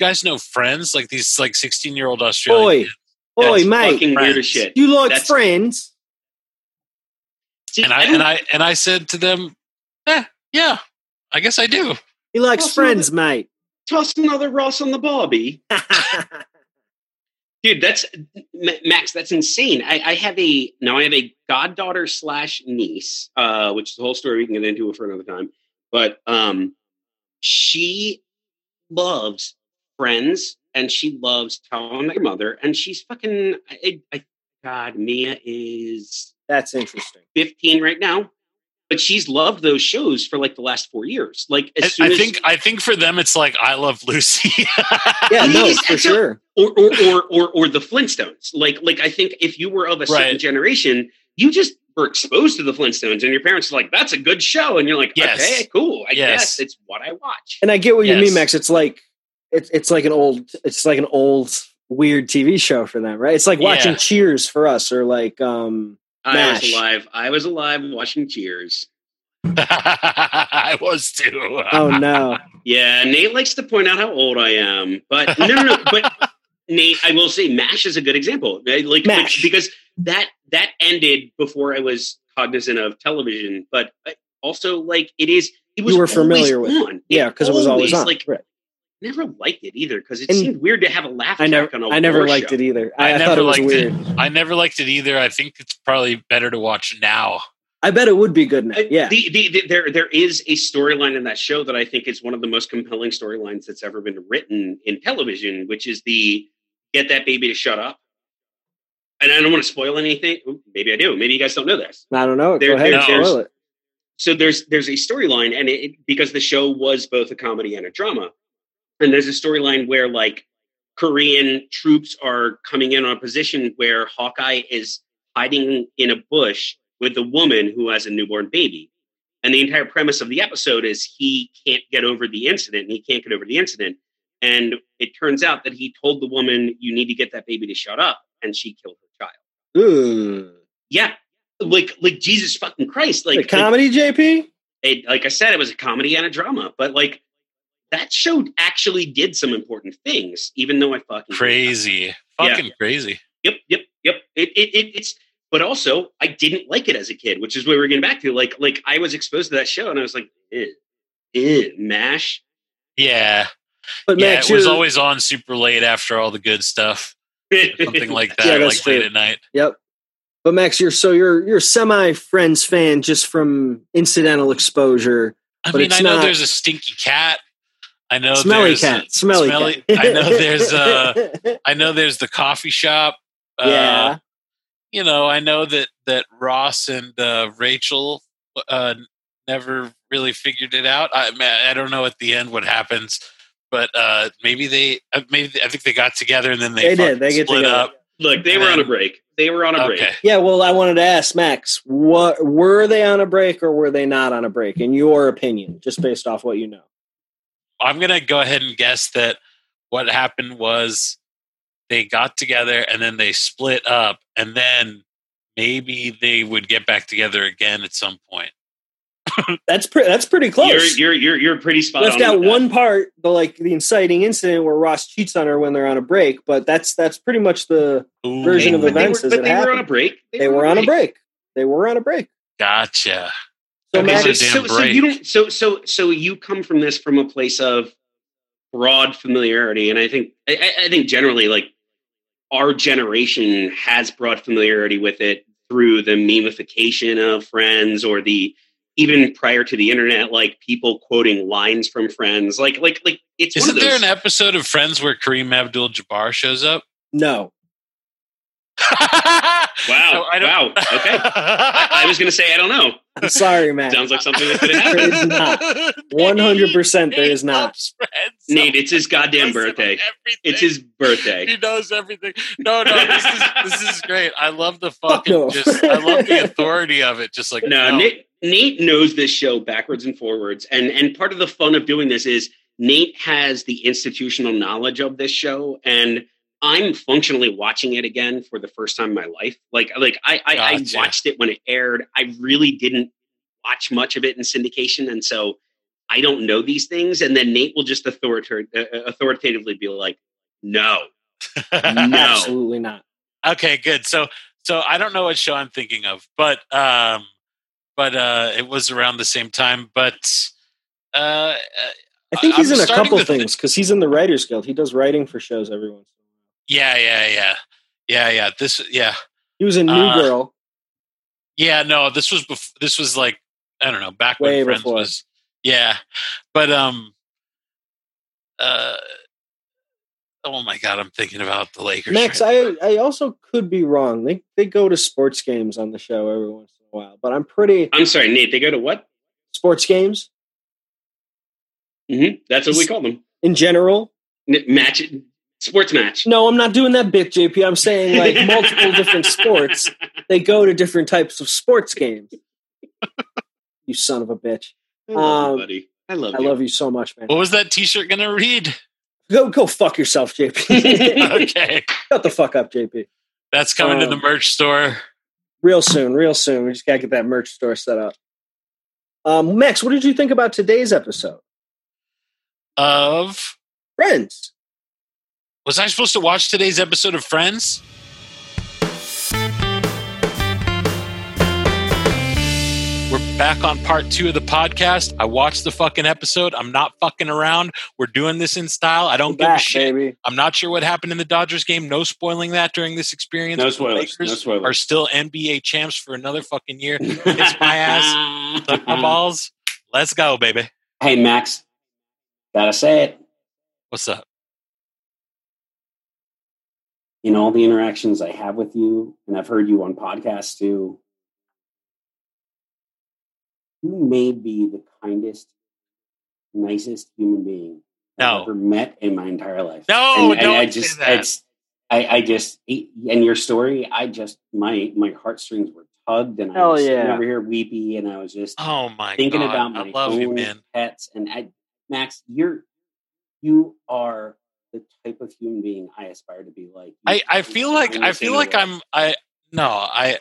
S3: "You guys know Friends?" Like these like 16 year old Australian.
S1: Oi,
S3: kids.
S1: oi,
S2: That's
S1: mate.
S2: fucking weird as
S3: Friends.
S2: shit.
S1: you like
S2: that's-
S1: Friends?
S2: See,
S3: And I
S2: don't-
S3: and I and I said to them, eh, "Yeah, I guess I do."
S1: He likes
S2: Well, some
S1: Friends, mate.
S2: toss another Ross on the Bobby. Dude, that's Ma- Max. That's insane. I, I have a now. I have a goddaughter slash niece, uh, which is a whole story we can get into for another time. But um, she loves Friends, and she loves How I Met Your Mother, and she's fucking. I, I, God, Mia is
S1: That's interesting.
S2: 15 right now, but she's loved those shows for like the last four years. Like as
S3: I,
S2: soon
S3: I
S2: as
S3: think I think for them it's like I love Lucy.
S1: Yeah, no,
S2: Yes,
S1: for
S2: so-
S1: sure.
S2: or or or or, or the Flintstones. Like like I think if you were of a certain
S3: Right.
S2: generation, you just were exposed to the Flintstones, and your parents were like, "That's a good show," and you're like,
S3: Yes.
S2: "Okay, cool. I
S3: Yes.
S2: guess it's what I watch."
S1: And I get what you
S3: Yes.
S1: mean, Max. It's like it's it's like an old it's like an old weird TV show for them, right? It's like watching
S3: Yeah.
S1: Cheers for us, or like um
S2: I was
S1: Mash.
S2: alive. I was alive watching Cheers.
S3: I was too.
S1: oh no,
S2: Yeah, Nate likes to point out how old I am, but no, no, no. but Nate, I will say, Mash is a good example. Right? Like,
S1: MASH.
S2: like, because that that ended before I was cognizant of television, but uh, also like it is. It was
S1: You were
S2: always
S1: familiar with it.
S2: on.
S1: yeah, because it was always on.
S2: Like,
S1: Right.
S2: never liked it either because it
S1: And
S2: seemed weird to have a laugh
S1: I never
S2: track on a
S1: I never
S2: war
S1: liked
S2: show.
S1: it either. I,
S3: I
S1: I
S3: never
S1: thought it was
S3: liked it.
S1: weird.
S3: I never liked it either. I think it's probably better to watch now.
S1: I bet it would be good now.
S2: Uh,
S1: e-, Yeah,
S2: the, the, the, there there is a storyline in that show that I think is one of the most compelling storylines that's ever been written in television, which is the get that baby to shut up. And I don't want to spoil anything. Ooh, maybe I do. Maybe you guys don't know this.
S1: I don't know. it. Go
S2: There-
S1: ahead, and
S3: there's-
S1: spoil it.
S2: so there's there's a storyline and it because the show was both a comedy and a drama and there's a storyline where like korean troops are coming in on a position where hawkeye is hiding in a bush with a woman who has a newborn baby and the entire premise of the episode is he can't get over the incident and he can't get over the incident and it turns out that he told the woman you need to get that baby to shut up and she killed her child
S1: Ooh.
S2: yeah like like jesus fucking christ like
S1: the
S2: like,
S1: comedy, JP.
S2: it, like I said, it was a comedy and a drama, but like that show actually did some important things, even though I fucking
S3: Crazy. Fucking crazy.
S2: Yep, yep, yep. It, it, it, it's, but also I didn't like it as a kid, which is what we were getting back to. Like, like I was exposed to that show, and I was like, eh, eh, mash.
S3: Yeah.
S1: But
S3: yeah.
S1: Max,
S3: it was
S1: you're-
S3: always on super late after all the good stuff. Something like that.
S1: Yeah, that's
S3: like late
S1: true.
S3: at night.
S1: Yep. But Max, you're so you're you're semi Friends fan just from incidental exposure.
S3: I
S1: But
S3: mean,
S1: it's
S3: I know
S1: not-
S3: there's a stinky cat. I know
S1: smelly
S3: there's
S1: cat. Smelly,
S3: smelly-
S1: cat.
S3: I know there's, uh, I know there's the coffee shop. Uh,
S1: yeah.
S3: you know, I know that that Ross and uh, Rachel uh, never really figured it out. I I don't know at the end what happens, but uh, maybe they uh, maybe I think they got together and then
S1: They
S3: they,
S1: did.
S3: fucking
S1: They get
S3: split
S1: together.
S3: up.
S2: Look, they were on a break. They were on a break.
S3: Okay,
S1: Yeah, well, I wanted to ask Max, what were they on a break or were they not on a break? In your opinion, just based off what you know.
S3: I'm gonna go ahead and guess that what happened was they got together and then they split up, and then maybe they would get back together again at some point.
S1: That's pretty. That's pretty close.
S2: You're, you're you're you're pretty spot
S1: Left
S2: on.
S1: out
S2: with that.
S1: one part, the like the inciting incident where Ross cheats on her when they're on a break, but that's that's pretty much the
S3: Ooh,
S1: Version of
S2: But they were,
S1: events as
S2: but
S1: it
S2: they were on a
S1: happened.
S2: break.
S1: they were on a break. They were on a break.
S3: Gotcha.
S1: So
S3: Okay,
S1: Max,
S2: so,
S3: Imagine a
S2: so,
S3: damn
S2: so you
S3: break.
S2: don't so so so you come from this from a place of broad familiarity and i think i, I- I think generally like our generation has broad familiarity with it through the memification of friends or the even prior to the internet like people quoting lines from friends like like like it's one
S3: Isn't
S2: of
S3: there
S2: those
S3: an episode of Friends where Kareem Abdul-Jabbar shows up?
S1: no,
S2: wow
S3: No, I
S2: wow okay i was gonna say i don't know
S1: I'm sorry, Max.
S2: sounds like something that could happen
S1: There is not. 100% there is
S3: He
S1: not.
S3: loves Friends so
S2: nate it's his goddamn
S3: much. He knows
S2: birthday
S3: everything.
S2: it's his birthday
S3: He knows everything. No, no, this is this is great. I love the fucking.
S1: no.
S3: Just I love the authority of it. Just like
S2: no, Nate, Nate knows this show backwards and forwards, and and part of the fun of doing this is Nate has the institutional knowledge of this show, and I'm functionally watching it again for the first time in my life. Like like I I,
S3: Gotcha.
S2: I watched it when it aired. I really didn't watch much of it in syndication, and so I don't know these things. And then Nate will just authorita- uh, authoritatively be like, "No, no."
S1: absolutely not.
S3: okay, good. So so I don't know what show I'm thinking of, but um, but uh, it was around the same time. But
S1: I
S3: uh,
S1: think
S3: I-
S1: he's
S3: I'm
S1: in a
S3: starting
S1: couple
S3: to think-
S1: things because he's in the Writers Guild. He does writing for shows every once. in a while.
S3: yeah, yeah, yeah, yeah, yeah. This yeah.
S1: He was in New
S3: Uh,
S1: Girl.
S3: Yeah, no, this was bef- this was like I don't know, back
S1: Way
S3: when Friends
S1: before.
S3: was. Yeah, but um, uh, oh my god, I'm thinking about the Lakers.
S1: Max,
S3: right
S1: I, I also could be wrong. They they go to sports games on the show every once in a while, but I'm pretty
S2: I'm sorry, Nate. They go to what?
S1: sports games
S2: hmm That's what we call them.
S1: in general.
S2: N- match sports match.
S1: No, I'm not doing that bit, JP. I'm saying like multiple different sports. They go to different types of sports games. you son of a bitch.
S2: I love
S1: Um,
S2: you, buddy. I love
S1: I
S2: you.
S1: love you so much, man.
S3: what was that T-shirt gonna read?
S1: Go go fuck yourself, JP.
S3: okay,
S1: Shut the fuck up, JP.
S3: that's coming to the
S1: Um,
S3: merch store.
S1: Real soon, real soon. We just gotta get that merch store set up. Um, Max, what did you think about today's episode?
S3: Of
S1: Friends.
S3: was I supposed to watch today's episode of Friends? We're back on part two of the podcast. I watched the fucking episode. I'm not fucking around. We're doing this in style. I don't
S1: We're
S3: give a
S1: back,
S3: shit.
S1: baby.
S3: I'm not sure what happened in the Dodgers game. No spoiling that during this experience.
S2: No
S3: The
S2: spoilers. No
S3: Lakers
S2: spoilers.
S3: Are still NBA champs for another fucking year. It's my ass. Suck
S2: Mm-hmm.
S3: my balls. Let's go, baby.
S2: Hey, Max. Gotta say it.
S3: What's up?
S2: In all the interactions I have with you, and I've heard you on podcasts too, you may be the kindest, nicest human being I've
S3: No.
S2: ever met in my entire life.
S3: No,
S2: and, and
S3: don't
S2: I
S3: say
S2: just,
S3: that.
S2: It's, I, I just, and your story, I just, my my heartstrings were tugged, and I
S1: Hell
S2: was sitting
S1: yeah.
S2: over here weepy, and I was just,
S3: Oh my
S2: thinking
S3: god.
S2: about my
S3: I love
S2: own
S3: you, man.
S2: pets and I, max you're you are the type of human being i aspire to be like
S3: I, I feel like I feel like I'm I no, I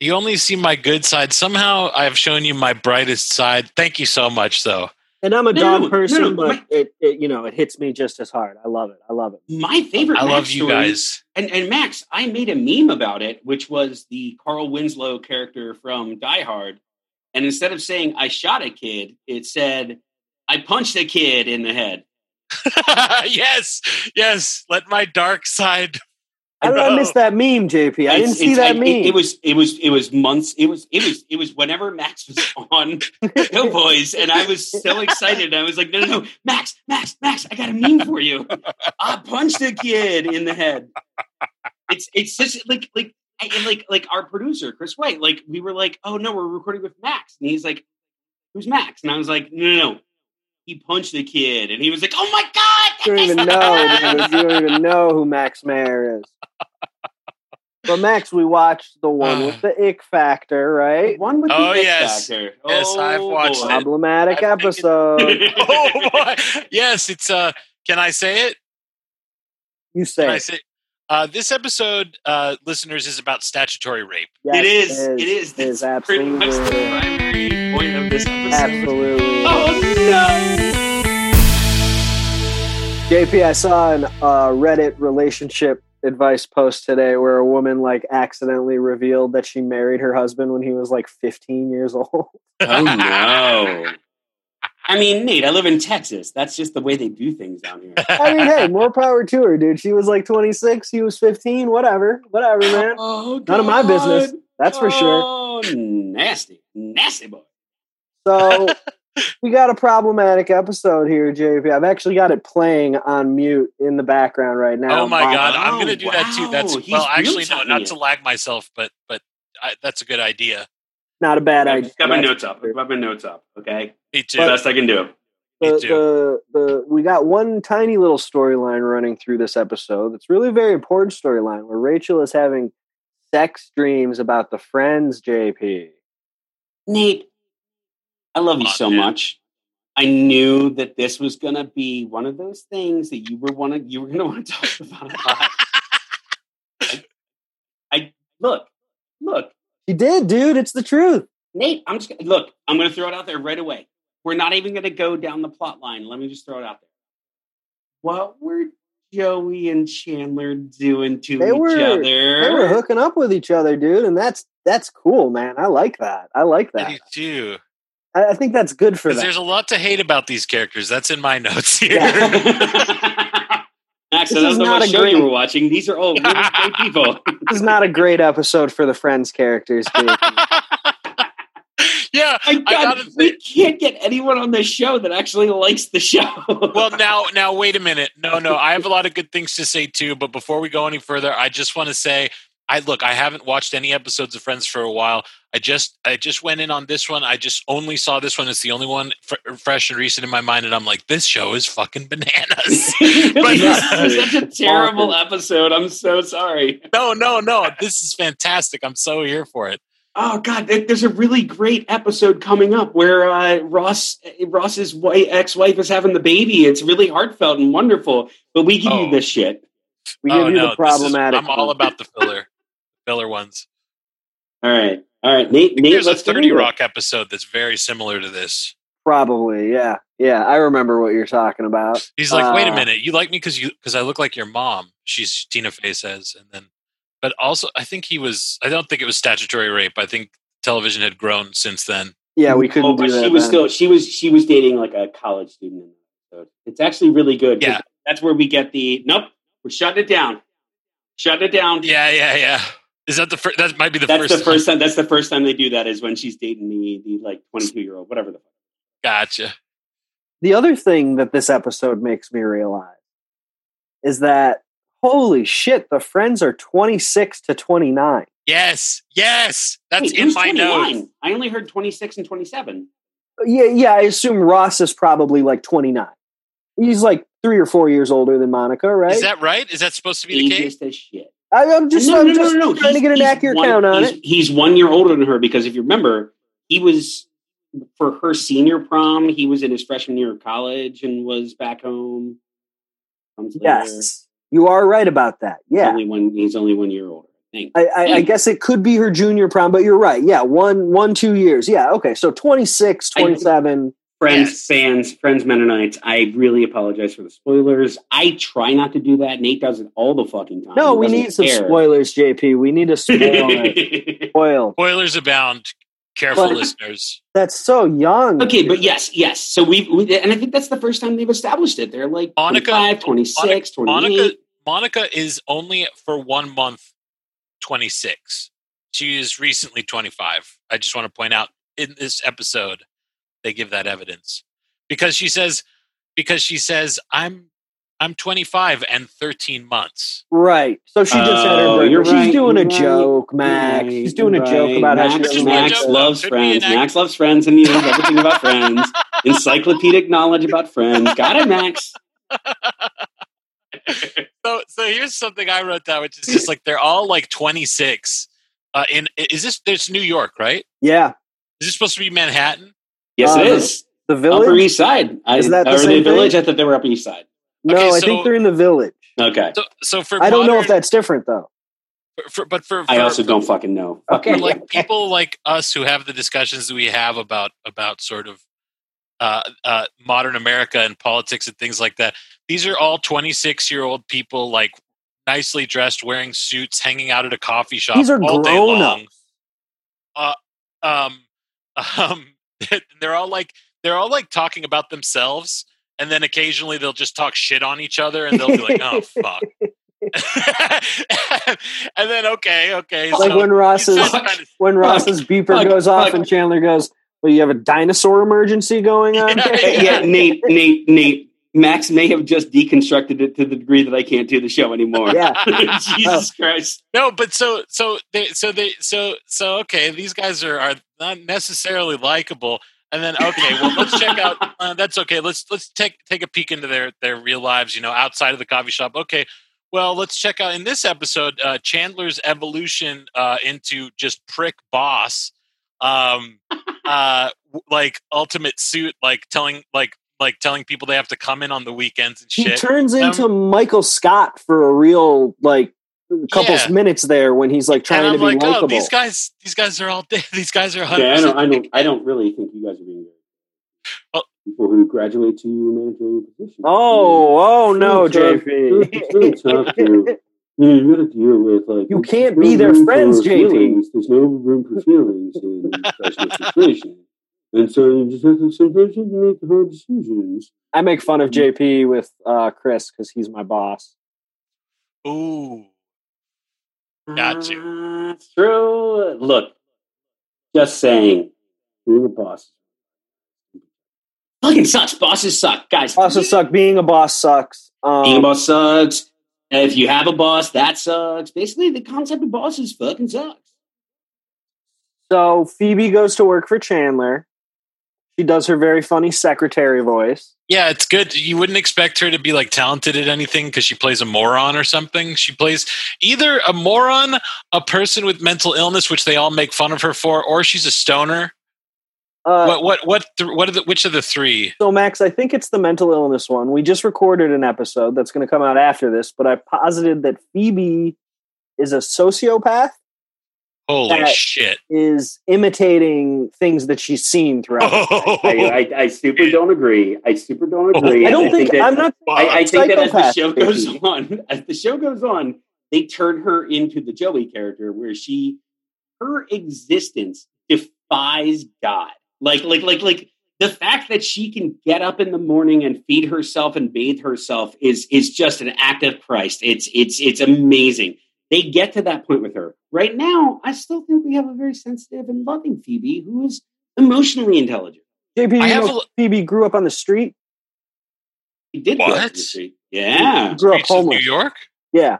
S3: you only see my good side. Somehow I've shown you my brightest side. Thank you so much though.
S1: And I'm a
S2: No, no,
S1: dog
S2: no,
S1: person,
S2: no,
S1: but
S2: my-
S1: it, it you know it hits me just as hard. I love it. I love it.
S2: my favorite
S3: I
S2: Max
S3: love you
S2: story-
S3: guys.
S2: and, and max i made a meme about it which was the carl winslow character from die hard and instead of saying i shot a kid it said i punched a kid in the head
S3: yes. Yes. Let my dark side
S1: How did I miss that meme, JP? I didn't
S2: It's-
S1: see
S2: it's-
S1: that
S2: I-
S1: meme.
S2: It, it was it was it was months. It was it was it was whenever Max was on Boys, and I was so excited. I was like, no, no, no, Max, Max, Max, I got a meme for you. I punched a kid in the head. It's it's just like like I- and like like our producer Chris White. Like we were like, oh no, we're recording with Max, and he's like, who's Max? And I was like, no, no, no. He punched the kid, and he was like, "Oh my god!"
S1: you don't even know. dude. You don't even know who Max Mayer is. But Max, we watched the one with
S2: Uh.
S1: the ick factor, right?
S2: One with
S3: Oh,
S2: the X
S3: yes.
S2: Factor.
S3: Yes, I've watched
S2: Oh, boy.
S3: it.
S1: Problematic
S3: I think it-
S2: Um,
S1: episode.
S3: oh boy! Yes, it's. uh Can I say it?
S1: You
S3: Can
S1: say
S3: I
S1: it.
S3: say? Uh, this episode, uh, listeners, is about statutory rape.
S1: Yes,
S2: it is. It is.
S1: It is
S2: That's pretty
S1: absolutely.
S2: much the primary point of this episode.
S1: Absolutely.
S2: Oh
S1: JP, I saw an uh, Reddit relationship advice post today where a woman like accidentally revealed that she married her husband when he was like 15 years old.
S2: no! Oh no! I mean, Nate, I live in Texas. That's just the way they do things down here.
S1: I mean, hey, more power to her, dude. She was like 26, he was 15, whatever, whatever, man.
S2: Oh,
S1: None of my
S2: God.
S1: business. That's for sure.
S2: Oh, nasty, nasty boy.
S1: So we got a problematic episode here, JP. I've actually got it playing on mute in the background right now.
S3: oh my
S1: Wow.
S3: god! I'm gonna do that too.
S2: wow,
S3: That's
S2: he's
S3: well, actually, no,
S2: mute-topping
S3: not
S2: it.
S3: to lag myself, but but I, that's a good idea.
S1: Not a bad
S2: I've
S1: idea.
S2: just got my notes up. I've got my notes up. Okay,
S3: Me too.
S2: best I can do.
S3: Me
S1: the,
S3: too.
S1: the, the, we got one tiny little storyline running through this episode. It's really a very important storyline where Rachel is having sex dreams about the friends, JP.
S2: Nate, I love you
S3: Come on,
S2: so
S3: man.
S2: much. I knew that this was gonna be one of those things that you were wanna you were gonna want to talk about a
S3: Uh,
S2: lot. I, I- look, look,
S1: She did, dude. It's the truth.
S2: Nate. I'm just gonna- look. I'm gonna throw it out there right away. We're not even gonna go down the plot line. Let me just throw it out there. What were Joey and Chandler doing to
S1: They
S2: each
S1: were-
S2: other?
S1: They were hooking up with each other, dude, and that's that's cool, man. I like that. I like
S3: I
S1: that.
S3: do too.
S1: I, I think that's good for
S3: Because
S1: them.
S3: there's a lot to hate about these characters. That's in my notes here.
S1: Yeah.
S2: Max,
S1: This
S2: I
S1: is
S2: don't know
S1: not
S2: what
S1: a
S2: show you
S1: great-
S2: were watching. These are all really great people.
S1: This is not a great episode for the friends characters, dude.
S3: yeah.
S2: My God,
S3: gotta
S2: we can't get anyone on this show that actually likes the show.
S3: Well, now, now, wait a minute. No, no, I have a lot of good things to say too. But before we go any further, I just want to say, I look, I haven't watched any episodes of Friends for a while. I just, I just went in on this one. I just only saw this one. It's the only one fr- fresh and recent in my mind, and I'm like, this show is fucking bananas.
S2: but this
S3: But-
S2: is such a terrible episode. I'm so sorry.
S3: no, no, no, this is fantastic. I'm so here for it.
S2: Oh God, there- there's a really great episode coming up where uh, Ross Ross's wife, ex-wife is having the baby. It's really heartfelt and wonderful. But we give
S3: Oh.
S2: you this shit.
S1: We give
S3: oh
S1: you the
S3: no, this is-
S1: problematic.
S3: I'm all
S1: one.
S3: about the filler, filler ones.
S2: All right, all right, Nate. Nate
S3: There's a
S2: let's get
S3: 30
S2: into it.
S3: Rock episode that's very similar to this.
S1: Probably, yeah, yeah. I remember what you're talking about.
S3: He's like, wait a
S2: Ah.
S1: Uh,
S3: minute, you like me because you because I look like your mom. She's Tina Fey says, and then, but also I think he was. I don't think it was statutory rape. I think television had grown since then.
S1: Yeah, we couldn't
S2: Oh,
S1: do
S2: but
S1: that.
S2: she was
S1: then.
S2: still she was she was dating like a college student. in the episode. It's actually really good. 'cause
S3: Yeah.
S2: that's where we get the nope. We're shutting it down. Shutting it down.
S3: Yeah, yeah, yeah. Is that the first? That might be the
S2: that's
S3: first.
S2: the first time. That's the first time they do that is when she's dating the the like twenty two year old whatever the fuck.
S3: Gotcha.
S1: the other thing that this episode makes me realize is that holy shit, the friends are 26 to 29.
S3: Yes, yes. That's
S2: Wait,
S3: in
S2: who's
S3: my
S2: 29?
S3: notes.
S2: I only heard twenty six and twenty seven.
S1: Yeah, yeah, I assume Ross is probably like 29. He's like three or four years older than Monica, right?
S3: Is that right? Is that supposed to be the case?
S2: Ageist as shit.
S1: I, I'm just,
S2: no,
S1: I'm
S2: no, no,
S1: just
S2: no, no.
S1: trying to
S2: He's-
S1: get an
S2: he's
S1: accurate
S2: one-
S1: count on
S2: he's-
S1: it.
S2: He's one year older than her because if you remember, he was for her senior prom. He was in his freshman year of college and was back home. Comes later.
S1: Yes, you are right about that.
S2: He's
S1: Yeah.
S2: only one. He's only one year older. I think.
S1: I, I, I guess it could be her junior prom, but you're right. Yeah, one, one, two years. Yeah, okay. So 26,
S2: I-
S1: 27.
S2: Friends,
S3: Yes.
S2: fans, friends, Mennonites. I really apologize for the spoilers. I try not to do that. Nate does it all the fucking time.
S1: No,
S2: He
S1: we
S2: doesn't
S1: need some
S2: care.
S1: spoilers, JP. We need to spoil it. Spoil.
S3: Spoilers abound. Careful,
S1: But-
S3: listeners.
S1: That's so young.
S2: okay, but yes, yes. So we, we and I think that's the first time they've established it. They're like
S3: Monica-
S2: 25, 26,
S3: Monica
S2: 28.
S3: Monica is only for one month 26. She is recently 25. I just want to point out in this episode, they give that evidence because she says, because she says, I'm. I'm 25 and 13 months.
S1: Right. So she just had her
S2: Oh,
S1: birthday.
S2: you're
S1: She's
S2: right,
S1: doing a
S2: you're right,
S1: joke, Max.
S2: Right,
S1: She's doing a
S2: right.
S1: joke about how she
S2: Max,
S1: doesn't
S3: Max
S1: like
S2: Max
S3: joke.
S2: loves
S3: Could be an
S2: friends.
S3: act-
S2: Max loves friends and he knows everything about friends. Encyclopedic knowledge about friends. Got it, Max.
S3: So, so here's something I wrote down, which is just like they're all like 26. Uh, in is this? There's New York, right?
S1: Yeah,
S3: Is this supposed to be Manhattan?
S2: Yes, it
S1: Uh,
S2: is.
S1: the
S2: Upper
S1: village.
S2: East Side. I,
S1: Is that the
S2: or
S1: same thing?
S2: Village? I thought they were Upper East Side.
S1: No,
S3: Okay,
S1: I
S3: so-
S1: think they're in the village.
S2: Okay.
S3: So, so for
S1: I don't know if
S3: modern-
S1: that's different though.
S3: for- but for,
S2: I
S3: for-
S2: also don't fucking know.
S1: Okay.
S3: for like people like us who have the discussions that we have about about sort of uh, uh, modern America and politics and things like that. These are all 26 year old people, like nicely dressed, wearing suits, hanging out at a coffee shop.
S1: These are
S3: all day
S1: grown
S3: long. Uh, um, um, they're all like they're all like talking about themselves, and then occasionally they'll just talk shit on each other, and they'll be like, "Oh fuck." and then okay, okay.
S1: Like
S3: so
S1: when Ross
S3: you
S1: is
S3: said kinda
S1: when Ross's beeper
S2: fuck,
S1: goes off
S2: fuck.
S1: and Chandler goes, "Well, you have a dinosaur emergency going on."
S3: Yeah,
S2: yeah, Nate, Nate, Nate. Max may have just deconstructed it to the degree that I can't do the show anymore.
S1: Yeah.
S2: Jesus Christ.
S3: No, but so so they so they so so okay. These guys are are not necessarily likable. And then okay, well let's check out. Uh, that's okay. Let's let's take take a peek into their their real lives. You know, outside of the coffee shop. Okay, well let's check out in this episode uh, Chandler's evolution uh, into just prick boss, um, uh, w- like ultimate suit, like telling like like telling people they have to come in on the weekends and
S1: he
S3: shit. Um,
S1: turns into Michael Scott for a real like couple
S3: Yeah.
S1: minutes there when he's like
S3: and
S1: trying to
S3: I'm
S1: be
S3: like, oh,
S1: likable.
S3: these guys, these guys are all dead. These guys are
S2: Yeah, I
S3: 100
S2: don't, I don't, I don't really think you guys are being
S3: Oh.
S2: very people who graduate to managerial positions.
S1: oh, oh no,
S2: Sure,
S1: JP.
S2: It's tough to- you know, you got to deal with like
S1: You can't
S2: there's
S1: be
S2: no
S1: their
S2: room
S1: friends,
S2: for
S1: JP.
S2: feelings. There's no room for feelings in a professional situation, and so you just have to sometimes you have to make hard decisions.
S1: I make fun of JP with uh, Chris because he's my boss.
S3: Ooh. Got you.
S2: That's Ah, true. Look, just saying, you're the boss. Fucking sucks. Bosses suck, guys.
S1: Bosses suck. Being a boss sucks. Um,
S2: Being a boss sucks. If you have a boss, that sucks. Basically, the concept of bosses fucking sucks.
S1: So Phoebe goes to work for Chandler. She does her very funny secretary voice.
S3: Yeah, it's good. You wouldn't expect her to be like talented at anything because she plays a moron or something. She plays either a moron, a person with mental illness, which they all make fun of her for, or she's a stoner.
S1: Uh,
S3: what? What? What? Th- what are the? Which of the three?
S1: So, Max, I think it's the mental illness one. We just recorded an episode that's going to come out after this, but I posited that Phoebe is a sociopath,
S3: Holy
S1: That-
S3: shit!
S1: is imitating things that she's seen throughout.
S3: Oh,
S2: I, I, I super don't agree. I super don't agree.
S1: I don't
S2: And
S1: think,
S2: that,
S1: I'm not.
S2: I, I think that as the
S1: Psychopath,
S2: show
S1: baby.
S2: goes on, as the show goes on, they turn her into the Joey character, where she, her existence defies God. Like, like, like, like the fact that she can get up in the morning and feed herself and bathe herself is is just an act of Christ. It's it's it's amazing. They get to that point with her. Right now, I still think we have a very sensitive and loving Phoebe who is emotionally intelligent.
S1: JP, you
S3: I have
S1: know,
S3: a-
S1: Phoebe grew up on the street,
S2: He did go up to
S3: What?
S2: the street. Yeah.
S1: grew up
S3: Streets of New
S1: homeless.
S3: York?
S1: Yeah.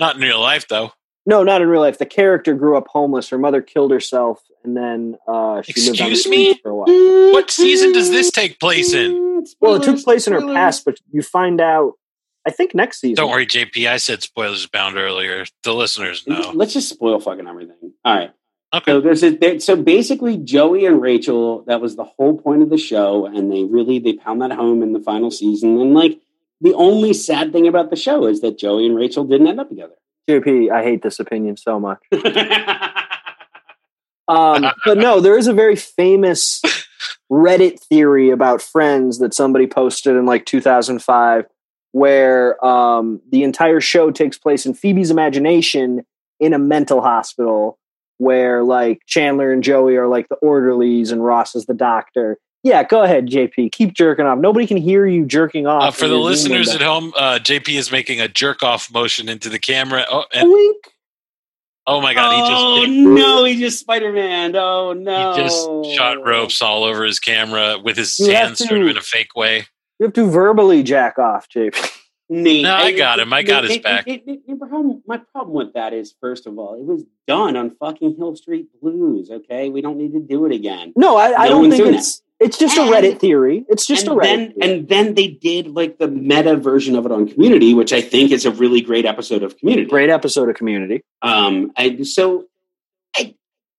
S3: Not in real life though.
S1: No, not in real life. The character grew up homeless. Her mother killed herself, and then uh, she lived on the
S3: Excuse
S1: streets
S3: me?
S1: for a while.
S3: What
S2: What
S3: season does this take place in?
S1: Well, it took place in her past, but you find out, I think, next season.
S3: Don't worry, JP. I said spoilers bound earlier. The listeners know.
S2: Let's just spoil fucking everything. All right.
S3: Oh. Okay.
S2: So there's a, there, so basically Joey and Rachel. That was the whole point of the show, and they really they pound that home in the final season. And like the only sad thing about the show is that Joey and Rachel didn't end up together.
S1: JP, I hate this opinion so much.
S3: Oh,
S1: Um, but no, there is a very famous Reddit theory about friends that somebody posted in like 2005, where um, the entire show takes place in Phoebe's imagination in a mental hospital, where like Chandler and Joey are like the orderlies and Ross is the doctor. Yeah, go ahead, JP. Keep jerking off. Nobody can hear you jerking off.
S3: Uh, for
S1: in
S3: the
S1: your Zoom
S3: listeners
S1: window.
S3: at home, uh, JP is making a jerk off motion into the camera. Oh, and,
S1: Wink.
S3: oh my God,
S2: oh
S3: he just
S2: no, he just Spider Man. Oh no,
S3: he just shot ropes all over his camera with his
S1: You have
S3: hands sort of
S1: to-
S3: in a fake way.
S1: You have to verbally jack off, JP.
S2: Nate,
S3: No, I got him. I got his back.
S2: Nate, Nate, Nate, problem- my problem with that is, first of all, it was done on fucking Hill Street Blues. Okay, we don't need to do it again.
S1: No, I, I
S2: No
S1: don't
S2: one's
S1: think
S2: doing
S1: it's it's just a
S2: And-
S1: Reddit theory. It's just
S2: and
S1: a Reddit.
S2: then
S1: theory.
S2: and then they did like the meta version of it on Community, which I think is a really great episode of Community.
S1: great episode of Community.
S2: Um, I, so, I,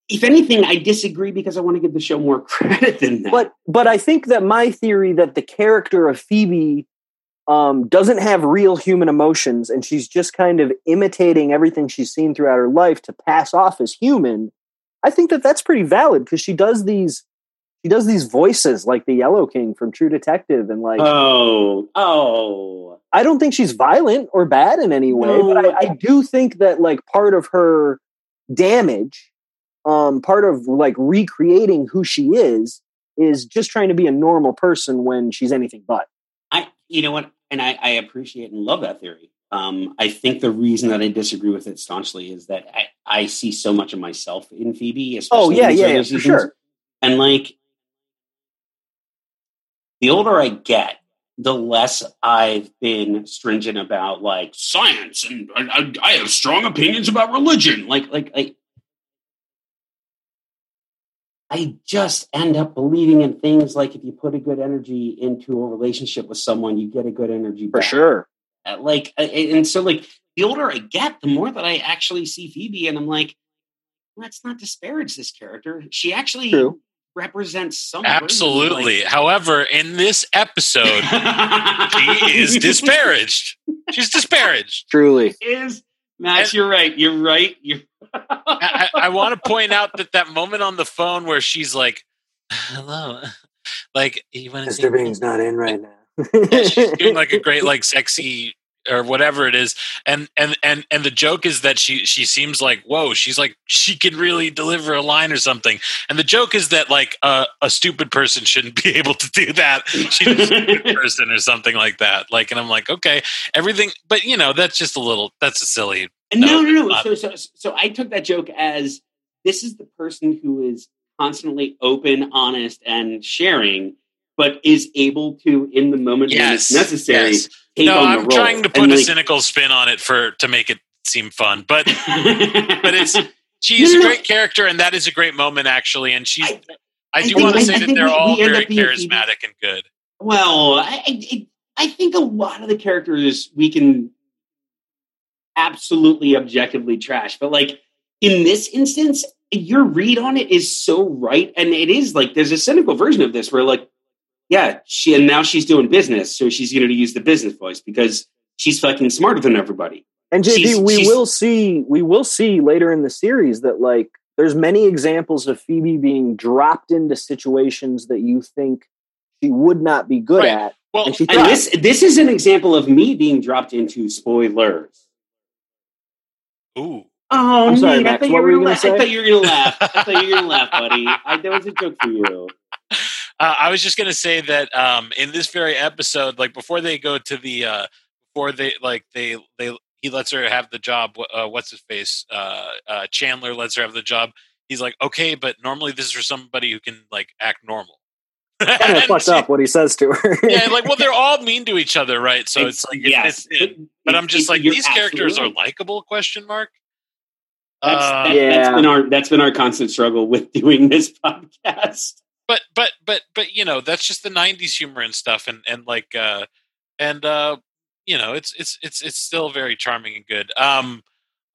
S2: if anything, I disagree because I want to give the show more credit than that.
S1: But but I think that my theory that the character of Phoebe um, doesn't have real human emotions and she's just kind of imitating everything she's seen throughout her life to pass off as human. I think that that's pretty valid because she does these she does these voices like the Yellow King from True Detective and like
S2: oh, oh,
S1: I don't think she's violent or bad in any way,
S2: No.
S1: but I, I do think that like part of her damage, um, part of like recreating who she is, is just trying to be a normal person when she's anything but.
S2: I, you know what? And I, I appreciate and love that theory. Um, I think the reason that I disagree with it staunchly is that I, I see so much of myself in Phoebe. Especially
S1: Oh yeah,
S2: in these
S1: yeah,
S2: early
S1: yeah for
S2: seasons.
S1: sure.
S2: And like, the older I get, the less I've been stringent about like science, and I, I, I have strong opinions about religion. Like, like, I, I just end up believing in things like if you put a good energy into a relationship with someone, you get a good energy
S1: For
S2: back.
S1: sure.
S2: Uh, Like, I- I- and so like the older I get, the more that I actually see Phoebe, and I'm like, let's not disparage this character. She actually
S1: True.
S2: represents
S1: Oh,
S2: some
S3: Absolutely. However, in this episode, she is disparaged. She's disparaged.
S1: Truly.
S2: Is Max? You're right. You're right. You're.
S3: I, I, I want to point out that that moment on the phone where she's like, "Hello," like you want to
S1: not in right now.
S3: Yeah, she's doing like a great like sexy or whatever it is and and and and the joke is that she she seems like whoa she's like she can really deliver a line or something and the joke is that like uh, a stupid person shouldn't be able to do that she's a stupid person or something like that like and i'm like okay everything but you know that's just a little that's a silly
S2: No,
S3: No,
S2: no, no.
S3: not.
S2: So, so, so I took that joke as this is the person who is constantly open, honest, and sharing, but is able to, in the moment when it's
S3: yes
S2: necessary,
S3: yes.
S2: take
S3: no
S2: on the
S3: i'm
S2: role.
S3: trying to
S2: And,
S3: put a
S2: like-
S3: cynical spin on it for to make it seem fun but
S2: but
S3: it's- she is
S2: No,
S3: a
S2: no, no.
S3: great character and that is a great moment actually and she's
S2: I-
S3: I
S2: I
S3: do
S2: think-
S3: want
S2: I-
S3: to say
S2: I
S3: that
S2: think
S3: they're
S2: we-
S3: all
S2: we end
S3: very
S2: up being people-
S3: charismatic and good.
S2: Well, I, I, it- I think a lot of the characters we can absolutely objectively trash, but like in this instance, your read on it is so right, and it is like there's a cynical version of this where like, yeah, she and now she's doing business, so she's going to use the business voice because she's fucking smarter than everybody.
S1: And JD,
S2: She's-
S1: we
S2: she's-
S1: will see we will see later in the series that like there's many examples of Phoebe being dropped into situations that you think she would not be good
S3: Right.
S1: at.
S3: Well,
S1: And she
S2: And
S1: thrives.
S2: this this is an example of me being dropped into spoilers.
S3: ooh,
S2: Oh,
S1: I'm sorry,
S2: Nate,
S1: Max,
S2: I thought
S1: what
S2: you
S1: were
S2: were
S1: you
S2: gonna
S1: gonna
S2: laugh. I
S1: say?
S2: thought you were gonna laugh. I thought you were gonna laugh, buddy. I, that was a joke for you.
S3: uh, I was just gonna say that um, in this very episode, like before they go to the, uh, before they like they they he lets her have the job. wh- Uh, what's his face? Uh, uh, Chandler lets her have the job. He's like, okay, but normally this is for somebody who can like act normal.
S1: kind of
S3: And
S1: fucked
S3: she-
S1: up what he says to her.
S3: Yeah, like well, they're all mean to each other, right? So it's, like,
S2: yes,
S3: it's, it's, but I'm just like
S2: you're
S3: these characters are
S2: absolutely right.
S3: likable? Question mark.
S2: That's,
S3: Uh,
S2: that,
S1: Yeah.
S2: that's been our that's been our constant struggle with doing this podcast.
S3: but but but but you know that's just the 90s humor and stuff and and like uh and uh you know it's it's it's it's still very charming and good um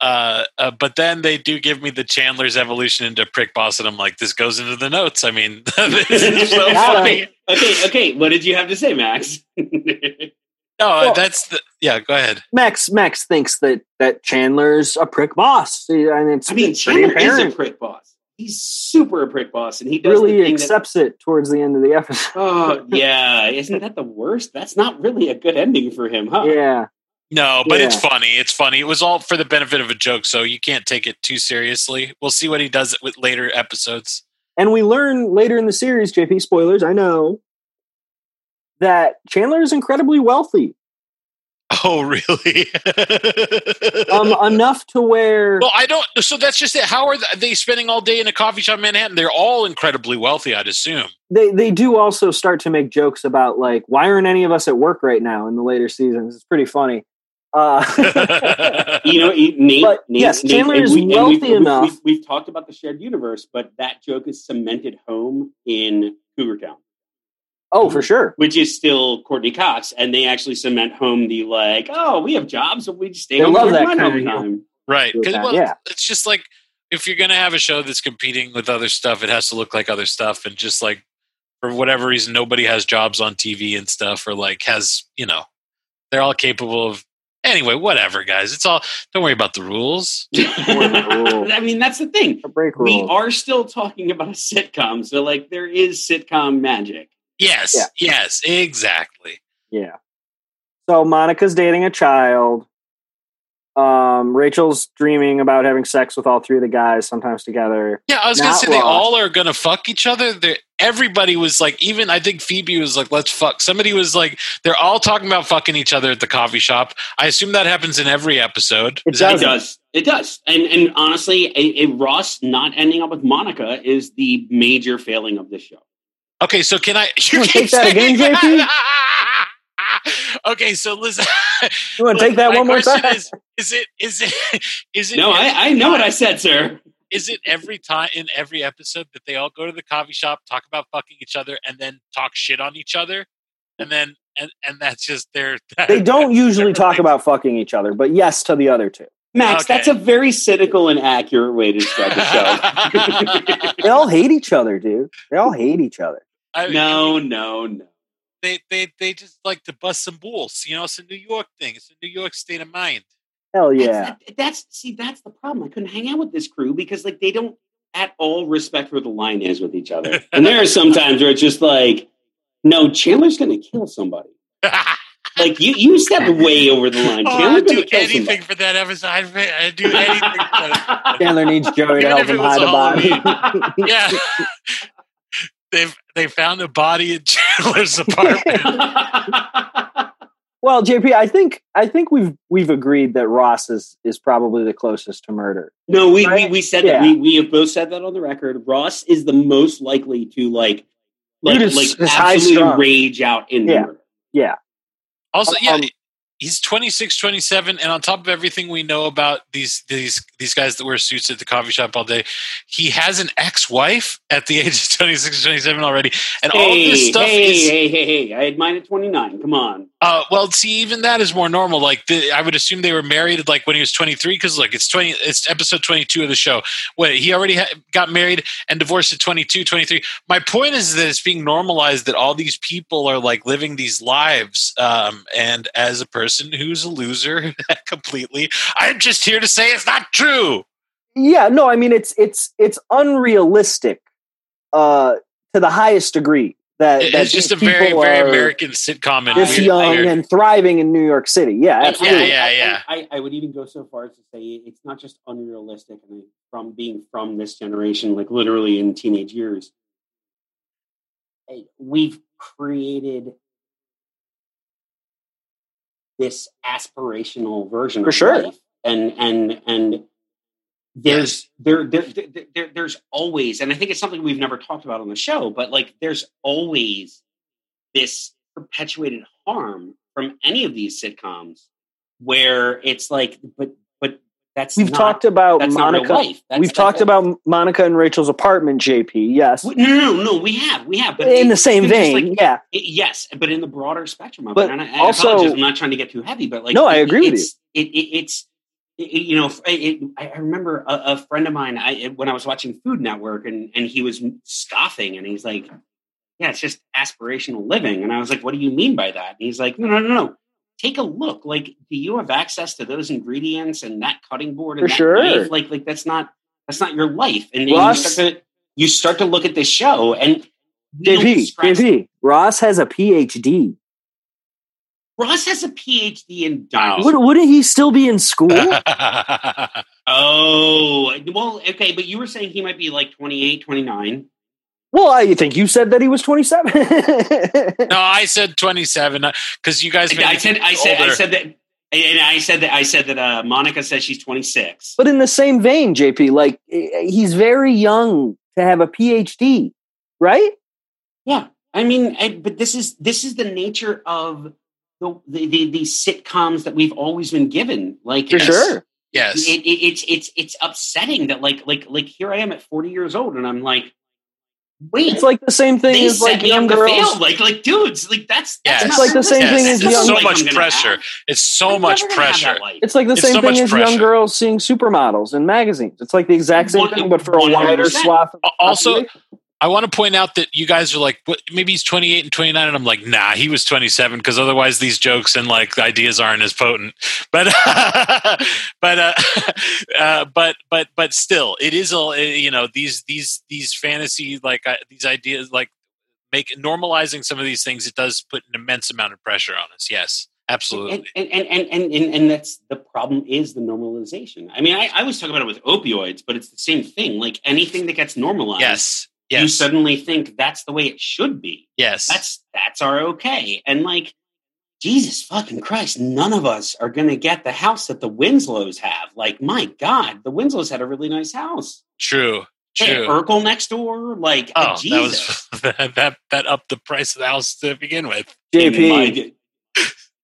S3: uh, uh but then they do give me the chandler's evolution into prick boss and i'm like this goes into the notes i mean this is so
S2: Got
S3: funny
S2: Okay, okay. What did you have to say, Max?
S3: no
S1: Well-
S3: that's the yeah go ahead
S1: Max Max thinks that that Chandler's a prick boss, and it's
S2: I mean,
S1: it's pretty
S2: Chandler is a
S1: apparent.
S2: prick boss. He's super a prick boss, and he does the
S1: really
S2: thing that-
S1: accepts it towards the end of the episode.
S2: Oh yeah, isn't that the worst? That's not really a good ending for him, huh?
S1: Yeah,
S3: no but it's
S1: Yeah.
S3: funny it's funny it was all for the benefit of a joke so you can't take it too seriously we'll see what he does with later episodes
S1: And we learn later in the series, JP spoilers, I know, that Chandler is incredibly wealthy.
S3: Oh, really?
S1: Um, enough to where
S3: well, I don't. So that's just it. How are they spending all day in a coffee shop in Manhattan? They're all incredibly wealthy, I'd assume.
S1: they, they do also start to make jokes about like, why aren't any of us at work right now in the later seasons? It's pretty funny. Uh,
S2: you know, it- Nate,
S1: But,
S2: Nate,
S1: yes,
S2: Nate,
S1: Chandler
S2: and
S1: is
S2: we- and
S1: wealthy
S2: we've- we've-
S1: enough.
S2: We've, we've talked about the shared universe, but that joke is cemented home in Cougar Town,
S1: oh, for sure.
S2: which is still Courtney Cox, and they actually cement home the like, oh, we have jobs, and we just stay
S1: They
S2: home
S1: love
S2: and
S1: that
S2: run
S1: kind
S2: all the
S1: of
S2: time.
S3: right? 'Cause,
S1: Yeah.
S3: well, it's just like if you're going to have a show that's competing with other stuff, it has to look like other stuff, and just like for whatever reason, nobody has jobs on TV and stuff, or like has you know, they're all capable of. Anyway, whatever, guys. It's all. Don't worry about the rules.
S1: Wonderful.
S2: I mean, that's the thing.
S1: A break
S2: We
S1: rule.
S2: are still talking about a sitcom, so like there is sitcom magic.
S3: Yes,
S1: Yeah.
S3: yes, exactly.
S1: Yeah. So Monica's dating a child. Um, Rachel's dreaming about having sex with all three of the guys, sometimes together.
S3: Yeah, I was gonna
S1: Not
S3: say they
S1: Ross.
S3: all are gonna fuck each other. They're, everybody was like, even I think Phoebe was like, "Let's fuck." Somebody was like, "They're all talking about fucking each other at the coffee shop." I assume that happens in every episode.
S1: It
S3: Is that-
S2: It does. It does. And and honestly, a, a Ross not ending up with Monica is the major failing of this show.
S3: okay, so can I?
S1: wanna
S3: keep
S1: take that again,
S3: saying
S1: JP?
S3: that. okay, so listen.
S1: You want to take that
S3: my
S1: one more
S3: question
S1: time?
S3: Is, is it? Is it? Is it?
S2: No, I, I know what I said, sir.
S3: Is it every time in every episode that they all go to the coffee shop, talk about fucking each other, and then talk shit on each other, and then and and that's just their.
S1: they don't usually talk about fucking each other, but yes to the other two.
S2: Max,
S3: Okay.
S2: that's a very cynical and accurate way to describe the show.
S1: They all hate each other, dude. They all hate each other.
S3: I-
S2: no, no, no.
S3: they, they they just like to bust some bulls. You know, it's a New York thing. It's a New York state of mind.
S1: Hell
S2: That's-
S1: yeah.
S2: that- that's see, that's the problem. I couldn't hang out with this crew because like they don't at all respect where the line is with each other. And there are some times where it's just like, no, Chandler's gonna kill somebody. Like you, you stepped way over the line.
S3: Oh,
S2: Chandler's
S3: I'd do
S2: gonna kill
S3: anything
S2: somebody.
S3: for that episode. I'd, I'd do anything for that.
S1: Chandler needs Joey to
S3: Even
S1: help
S3: if it
S1: him
S3: was
S1: hide a body.
S2: Halloween.
S3: Yeah. They've they found a body in Chandler's apartment.
S1: Well, JP, I think I think we've we've agreed that Ross is is probably the closest to murder.
S2: no, we, we
S1: Right?
S2: we said
S1: Yeah.
S2: that we we have both said that on the record. Ross is the most likely to like like
S1: Dude, it's-
S2: like
S1: it's high
S2: absolutely
S1: strung.
S2: rage out in
S1: Yeah.
S2: the murder.
S3: also, yeah,
S1: Um,
S3: he's 26, 27, and on top of everything we know about these these these guys that wear suits at the coffee shop all day, he has an ex-wife at the age of 26, 27 already. And all
S2: hey,
S3: of this stuff
S2: hey,
S3: is
S2: hey, hey, hey! I had mine at twenty nine. Come on.
S3: Uh, well, see, even that is more normal. Like, the, I would assume they were married like when he was 23, because look, it's 20, it's episode 22 of the show. What he already ha- got married and divorced at 22, 23. My point is that it's being normalized that all these people are like living these lives. Um, and as a person who's a loser completely, I'm just here to say it's not true.
S1: Yeah, no, I mean it's it's it's unrealistic uh to the highest degree that,
S3: It-
S1: that
S3: it's just a
S1: these
S3: very,
S1: people
S3: very
S1: are
S3: American sitcom. And
S1: this
S3: weird-
S1: young
S3: weird.
S1: and thriving in New York City. Yeah,
S2: I-
S1: absolutely.
S3: yeah,
S2: I-
S3: yeah.
S2: I, I, I would even go so far as to say it's not just unrealistic. I mean, from being from this generation, like literally in teenage years, eh, we've created this aspirational version
S1: For
S2: of
S1: sure.
S2: life, and and and there's there, there, there, there there's always, and I think it's something we've never talked about on the show, but like there's always this perpetuated harm from any of these sitcoms where it's like, but but that's
S1: We've
S2: not,
S1: talked about
S2: that's not real
S1: Monica.
S2: life. That's-
S1: We've
S2: that's-
S1: talked about Monica and Rachel's apartment, JP. Yes.
S2: no, no, no, no, we have, we have, but
S1: in the
S2: it's
S1: same
S2: just like-
S1: vein. yeah.
S2: It- yes, but in the broader spectrum of
S1: But
S2: it. And I, I
S1: also-
S2: apologize, I'm not trying to get too heavy, but like,
S1: No, I
S2: it-
S1: agree with
S2: it's, you. It, it, it's, it, it- you know, it, it- I I remember a, a friend of mine I, when I was watching Food Network, and and he was scoffing, and he's like, "Yeah, it's just aspirational living," and I was like, "What do you mean by that?" And he's like, "No, no, no, no." Take a look. Like, do you have access to those ingredients and that cutting board and
S1: For
S2: that
S1: sure.
S2: knife? Like, like that's not that's not your life. And, and you
S1: Ross-
S2: start to you start to look at this show and we don't
S1: JP,
S2: scratch
S1: JP, Ross has a PhD.
S2: Ross has a PhD in dinosaurs.
S1: Would, wouldn't he still be in school?
S2: Oh, well, okay, but you were saying he might be like 28, 29.
S1: Well, I think you said that he was 27.
S3: No, I said 27 because you guys.
S2: And
S3: made
S2: I
S3: me
S2: said,
S3: think
S2: I said, I
S3: older.
S2: said that, and I said that, I said that uh, Monica says she's 26.
S1: but in the same vein, JP, like eh, he's very young to have a PhD, right?
S2: Yeah, I mean, I, but this is this is the nature of the the, the the sitcoms that we've always been given. Like
S1: For
S2: it's-
S1: sure.
S3: yes.
S2: it, it, it's it's it's upsetting that like like like here I am at 40 years old, and I'm like, wait,
S1: It's like the same thing
S2: they
S1: as
S2: set
S1: like
S2: me up
S1: young
S2: to fail.
S1: girls.
S2: Like like dudes, like that's that's
S3: Yes.
S2: not
S3: It's like
S1: the same
S2: realistic.
S1: thing as
S2: That's
S1: young-
S2: not
S1: So
S2: life
S3: much
S2: I'm gonna have.
S3: pressure. it's so
S2: I'm
S3: much
S2: never gonna have
S3: pressure.
S2: that life.
S1: It's like the
S3: It's
S1: same
S3: so
S1: thing
S3: much
S1: as young
S3: pressure.
S1: girls seeing supermodels in magazines. It's like the exact same
S2: One-
S1: thing, but for a
S2: 100%.
S1: wider swath. Of
S3: A- Also,
S1: population.
S3: I want to point out that you guys are like, what, maybe he's 28 and 29, and I'm like, nah, he was 27 because otherwise these jokes and like ideas aren't as potent. But, but, uh, uh, but, but, but still, it is a eh, you know these these these fantasy like uh, these ideas like make normalizing some of these things. It does put an immense amount of pressure on us. Yes, absolutely.
S2: and and, and, and, and, and and that's the problem is the normalization. I mean, I, I was talking about it with opioids, but it's the same thing. Like anything that gets normalized,
S3: yes,
S2: you
S3: yes,
S2: suddenly think that's the way it should be.
S3: yes.
S2: That's that's our okay. And like, Jesus fucking Christ, none of us are gonna get the house that the Winslows have. Like, my God, the Winslows had a really nice house.
S3: true.
S2: They had
S3: True.
S2: Urkel next door, like
S3: Oh, that
S2: Jesus.
S3: was that, that that upped the price of the house to begin with.
S1: JP,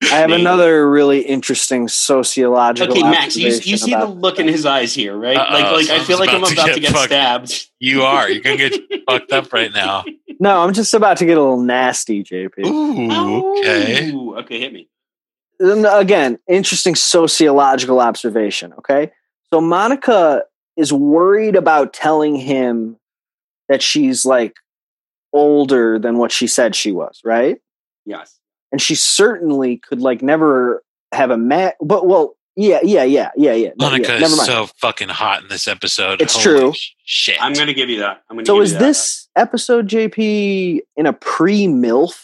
S1: I have
S2: Maybe.
S1: another really interesting sociological.
S2: Okay, Max, you,
S1: observation
S2: you see the
S1: about
S2: look in his eyes here, right?
S3: Uh-oh,
S2: like, like I feel
S3: someone's
S2: like I'm
S3: about to
S2: about
S3: get
S2: to get
S3: fucked.
S2: stabbed.
S3: You are. You're gonna get fucked up right now.
S1: No, I'm just about to get a little nasty, JP.
S3: Ooh. Okay.
S2: Ooh, okay, hit me.
S1: And again, interesting sociological observation. Okay. So Monica is worried about telling him that she's like older than what she said she was, right?
S2: Yes.
S1: And she certainly could like never have a mat, but well, yeah, yeah, yeah, yeah, yeah. No, yeah,
S3: Monica
S1: never
S3: is
S1: mind.
S3: so fucking hot in this episode.
S1: It's
S3: Holy
S1: true.
S3: sh- Shit.
S2: I'm gonna give you that. I'm gonna
S1: So
S2: give
S1: is
S2: you that.
S1: this episode JP in a pre MILF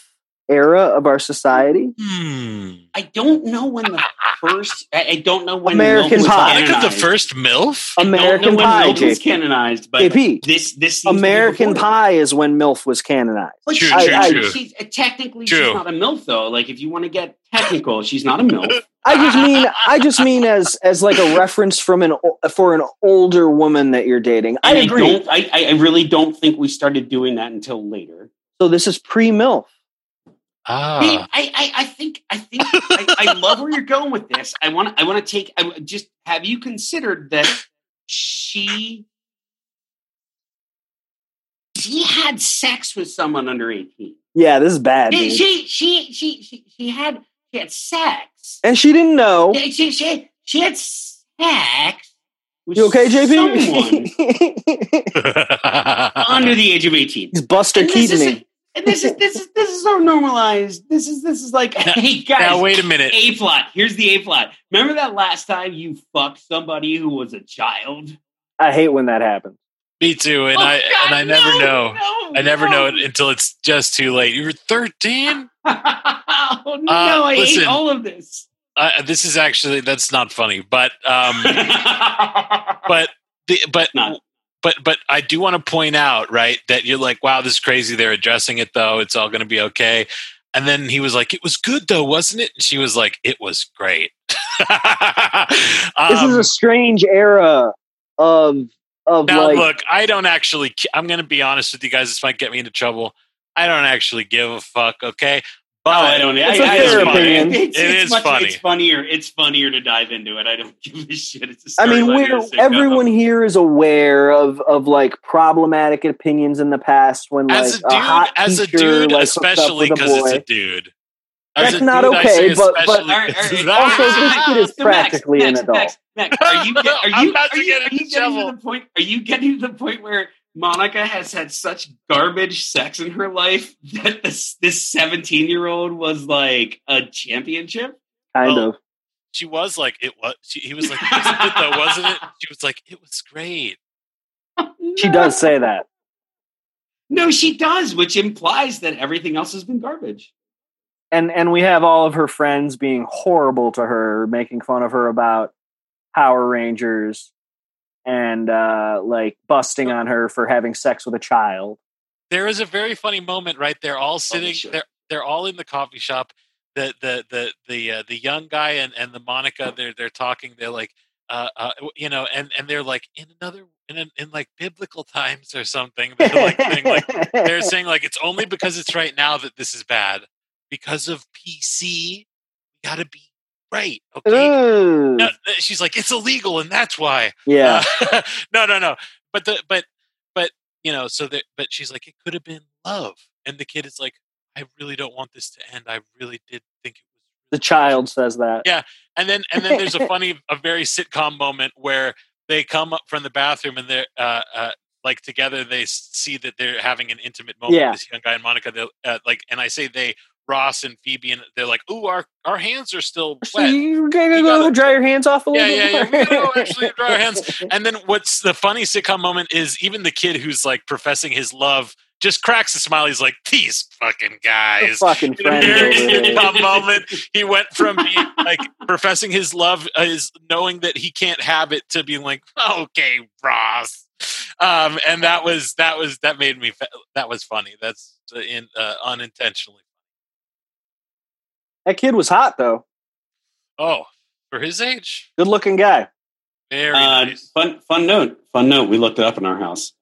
S1: era of our society?
S3: Hmm.
S2: I don't know when the first I, I don't know when
S1: American
S2: Milk was
S1: Pie.
S3: Monica, the
S2: canonized.
S3: first MILF?
S2: I don't know
S1: American
S2: when
S1: Pie,
S2: Milk was
S1: JP.
S2: canonized, but
S1: JP,
S2: this this seems to be
S1: American
S2: before.
S1: Pie is when MILF was canonized.
S2: But
S3: True,
S2: she-
S1: true,
S2: I-
S3: true.
S2: she's- uh, technically
S3: True.
S2: she's not a MILF though. Like if you want to get technical, she's not a MILF.
S1: I just mean, I just mean as as like a reference from an o- for an older woman that you're dating. I
S2: And I,
S1: agree.
S2: don't, I, I I really don't think we started doing that until later.
S1: So this is pre MILF.
S2: Babe,
S3: Ah.
S2: I, I, I think I think I, I love where you're going with this. I want I want to take. I w- just have you considered that she she had sex with someone under eighteen.
S1: Yeah, this is bad.
S2: She
S1: Dude.
S2: she she she she, she had she had sex.
S1: And she didn't know.
S2: She she she, she had sex. With
S1: You okay,
S2: Someone
S1: JP?
S2: under the age of eighteen.
S1: He's Buster
S2: And this is-
S1: Keaton.
S2: And this is this is this is so normalized. This is this is like hey guys.
S3: now, wait a minute.
S2: A plot. Here's the A plot. Remember that last time you fucked somebody who was a child?
S1: I hate when that happens.
S3: Me too. And,
S2: Oh,
S3: I,
S2: God,
S3: and I never
S2: no,
S3: know.
S2: no,
S3: I never know
S2: no.
S3: it until it's just too late. You were 13?
S2: oh no!
S3: Uh,
S2: I
S3: listen.
S2: hate all of this.
S3: Uh, this is actually, that's not funny. But,
S2: Oh,
S3: um, but, the, but
S2: Not.
S3: but but I do want to point out, right, that you're like, wow, this is crazy. They're addressing it though. It's all going to be okay. And then he was like, it was good though, wasn't it? And she was like, it was great.
S1: This is
S3: Um,
S1: a strange era of of
S3: now
S1: like
S3: look, I don't actually. ca- I'm going to be honest with you guys. This might get me into trouble. I don't actually give a fuck. Okay, but
S2: Oh, I don't.
S1: It's
S2: I,
S1: a
S2: I,
S1: fair
S2: it's funny.
S1: opinion.
S2: It's,
S3: It
S2: it's
S3: is
S2: much-
S3: funny.
S2: It's funnier. It's funnier to dive into it. I don't give a shit. It's a
S1: I mean,
S2: storyline
S1: we're
S2: in a sitcom.
S1: everyone here is aware of of like problematic opinions in the past when like
S3: as a dude,
S1: hot
S3: as a
S1: teacher,
S3: dude,
S1: like, hooks up
S3: especially
S1: with a
S3: because it's
S1: boy.
S3: a dude.
S1: That's not okay, but- but-
S2: All right, all right.
S1: Also, this
S2: Ah,
S1: kid is
S2: so Max,
S1: practically
S2: Max,
S1: an adult.
S2: Max, Max, are you, get, are you,
S3: I'm about to
S2: are you, are
S3: get in
S2: you getting
S3: trouble.
S2: to the point? Are you getting to the point where Monica has had such garbage sex in her life that this this seventeen year old was like a championship?
S1: kind
S3: Oh.
S1: of.
S3: she was like, it was. She, he was like, it was good though, wasn't it? She was like, it was great.
S1: She
S2: No.
S1: does say that.
S2: No, she does, which implies that everything else has been garbage.
S1: And and we have all of her friends being horrible to her, making fun of her about Power Rangers and uh like busting on her for having sex with a child.
S3: there is a very funny moment right there. All sitting,
S4: sure.
S3: they're they're all in the coffee shop. The the the the uh, the young guy and, and the Monica, they're they're talking. They're like, uh, uh, you know, and and they're like in another in an, in like biblical times or something. They're like, saying, like they're saying like it's only because it's right now that this is bad because of PC. We gotta be right, okay?
S1: Ooh.
S3: No, she's like, it's illegal, and that's why.
S1: yeah.
S3: Uh, no, no, no. But the but but you know, so that but she's like, it could have been love, and the kid is like, I really don't want this to end. I really did think it was
S1: The child says that.
S3: Yeah. and then and then there's a funny, a very sitcom moment where they come up from the bathroom and they're uh, uh, like together. They s- see that they're having an intimate moment.
S1: Yeah.
S3: with This young guy and Monica, they're uh, like, and I say they, Ross and Phoebe, and they're like, "Ooh, our our hands are still
S1: So
S3: wet."
S1: you gotta
S3: You
S1: go
S3: gotta-
S1: dry your hands off a
S3: Yeah,
S1: little
S3: yeah, yeah.
S1: bit.
S3: We
S1: more.
S3: gotta go actually dry our hands. And then what's the funny sitcom moment is even the kid who's like professing his love just cracks a smile. He's like, "These fucking
S1: The
S3: guys."
S1: fucking
S3: In a
S1: friend.
S3: very
S1: over there.
S3: sitcom moment, he went from being like professing his love, uh, is knowing that he can't have it, to being like, "Okay, Ross." Um, and that was that was that made me fa- that was funny. That's uh, in uh, unintentionally.
S1: That kid was hot though.
S3: Oh, for his age,
S1: Good looking guy.
S3: very
S2: Uh,
S3: nice.
S2: Fun fun note. Fun note. We looked it up in our house.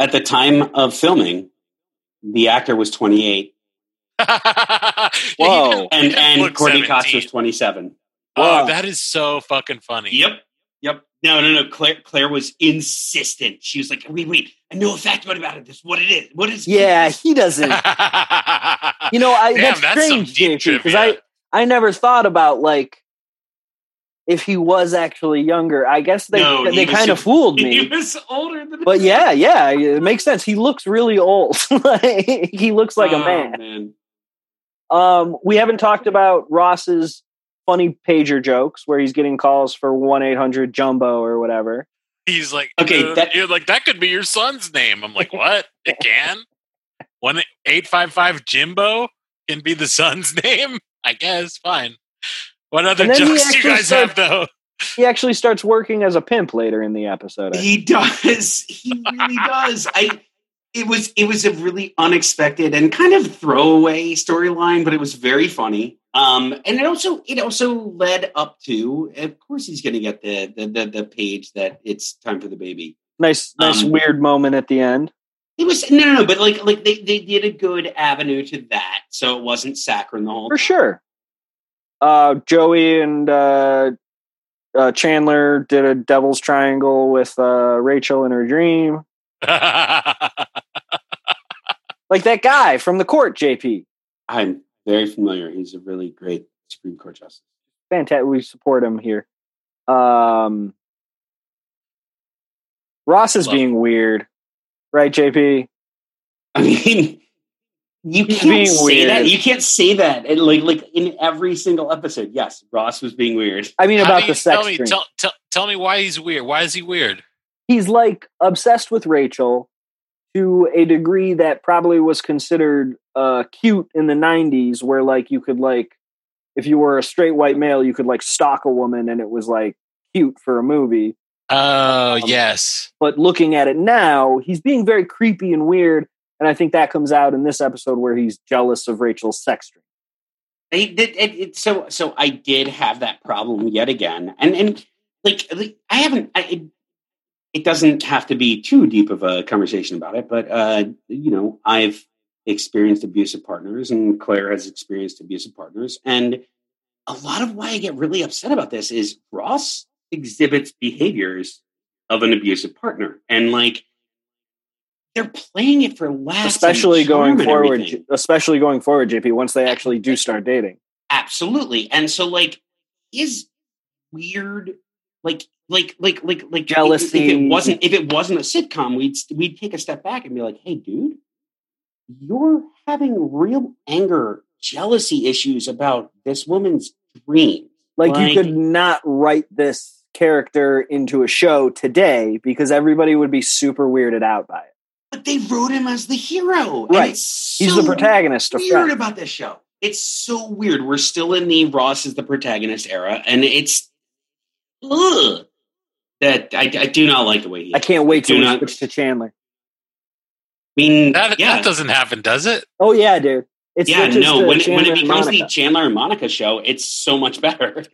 S2: At the time of filming, the actor was 28,
S3: Yeah, he
S1: Whoa.
S3: didn't- he
S2: and
S3: didn't
S2: and
S3: look
S2: Courtney Cox
S3: 17.
S2: was 27.
S3: Oh,
S1: Wow.
S3: that is so fucking funny.
S2: Yep. Yep. No, no, no. Claire, Claire was insistent. She was like, "Wait, wait. I know a fact about it. This is what it is. What is?
S1: Yeah, he doesn't. You know, I
S3: Damn,
S1: that's,
S3: that's some
S1: strange,
S3: deep
S1: because I
S3: trivia.
S1: I never thought about like if he was actually younger. I guess they
S2: No, he
S1: they
S2: was
S1: kind of
S2: super-
S1: fooled me.
S2: He was older than.
S1: But yeah, yeah, it makes sense. He looks really old. like, he looks like a
S2: Oh,
S1: man. Um, we haven't talked about Ross's funny pager jokes where he's getting calls for one eight hundred jumbo or whatever.
S3: He's like,
S2: Okay,
S3: okay,
S2: that-
S3: you're like that could be your son's name. I'm like, what? It can. One eight five five Jimbo can be the son's name. I guess. Fine. What other
S1: And then he
S3: jokes do you
S1: actually
S3: guys
S1: said-
S3: have though?
S1: He actually starts working as a pimp later in the episode. I
S2: He does. He really does. I. It was it was a really unexpected and kind of throwaway storyline, but it was very funny. Um, and it also it also led up to. Of course, he's going to get the, the the the page that it's time for the baby.
S1: Nice, nice
S2: Um,
S1: weird moment at the end.
S2: It was no, no, no. But like like they they did a good avenue to that, so it wasn't saccharine the whole
S1: for sure. Uh, Joey and uh, uh, Chandler did a devil's triangle with uh, Rachel in her dream. Like that guy from the court, JP.
S2: I'm very familiar. He's a really great Supreme Court justice.
S1: Fantastic. We support him here. Um, Ross is
S3: Love
S1: being weird, right, JP?
S2: I mean, you
S1: He's
S2: can't
S1: being
S2: say
S1: weird.
S2: that. You can't say that. And like, like in every single episode, yes, Ross was being weird.
S1: I mean,
S3: How
S1: about
S3: do
S1: the
S3: you-
S1: sex
S3: Tell me,
S1: dream.
S3: tell, tell, tell me why he's weird. Why is he weird?
S1: He's like obsessed with Rachel to a degree that probably was considered uh, cute in the 90s, where like you could like if you were a straight white male, you could like stalk a woman and it was like cute for a movie. Um,
S3: Oh yes.
S1: But looking at it now, he's being very creepy and weird. And I think that comes out in this episode where he's jealous of Rachel's sex dream.
S2: I did, it, it, so, so I did have that problem yet again, and and like, like, I haven't. I, it, it doesn't have to be too deep of a conversation about it, but uh, you know, I've experienced abusive partners, and Claire has experienced abusive partners, and a lot of why I get really upset about this is Ross exhibits behaviors of an abusive partner, and like they're playing it for laughs, and
S1: Especially
S2: charm
S1: going
S2: and
S1: forward,
S2: everything.
S1: especially going forward, JP, once they actually do start dating.
S2: absolutely and so like his weird like like like like like
S1: Jealousy.
S2: if it wasn't if it wasn't a sitcom we'd we'd take a step back and be like hey dude you're having real anger jealousy issues about this woman's dream
S1: Like,
S2: Like-
S1: you could not write this character into a show today because everybody would be super weirded out by it.
S2: but they wrote him as the hero and
S1: Right.
S2: it's
S1: He's
S2: so
S1: the protagonist of
S2: weird
S1: Friends.
S2: about this show it's so weird we're still in the ross is the protagonist era and it's ugh, that I, I do not like the way he
S1: I can't wait
S2: Do
S1: till we
S2: not-
S1: switch to Chandler.
S2: mean,
S3: That,
S2: yeah,
S3: that doesn't happen, does it?
S1: Oh yeah, dude. It's
S2: yeah,
S1: not just
S2: no.
S1: the
S2: When it, when
S1: Chandler
S2: it
S1: and
S2: becomes the
S1: Monica.
S2: Chandler and Monica show, it's so much better.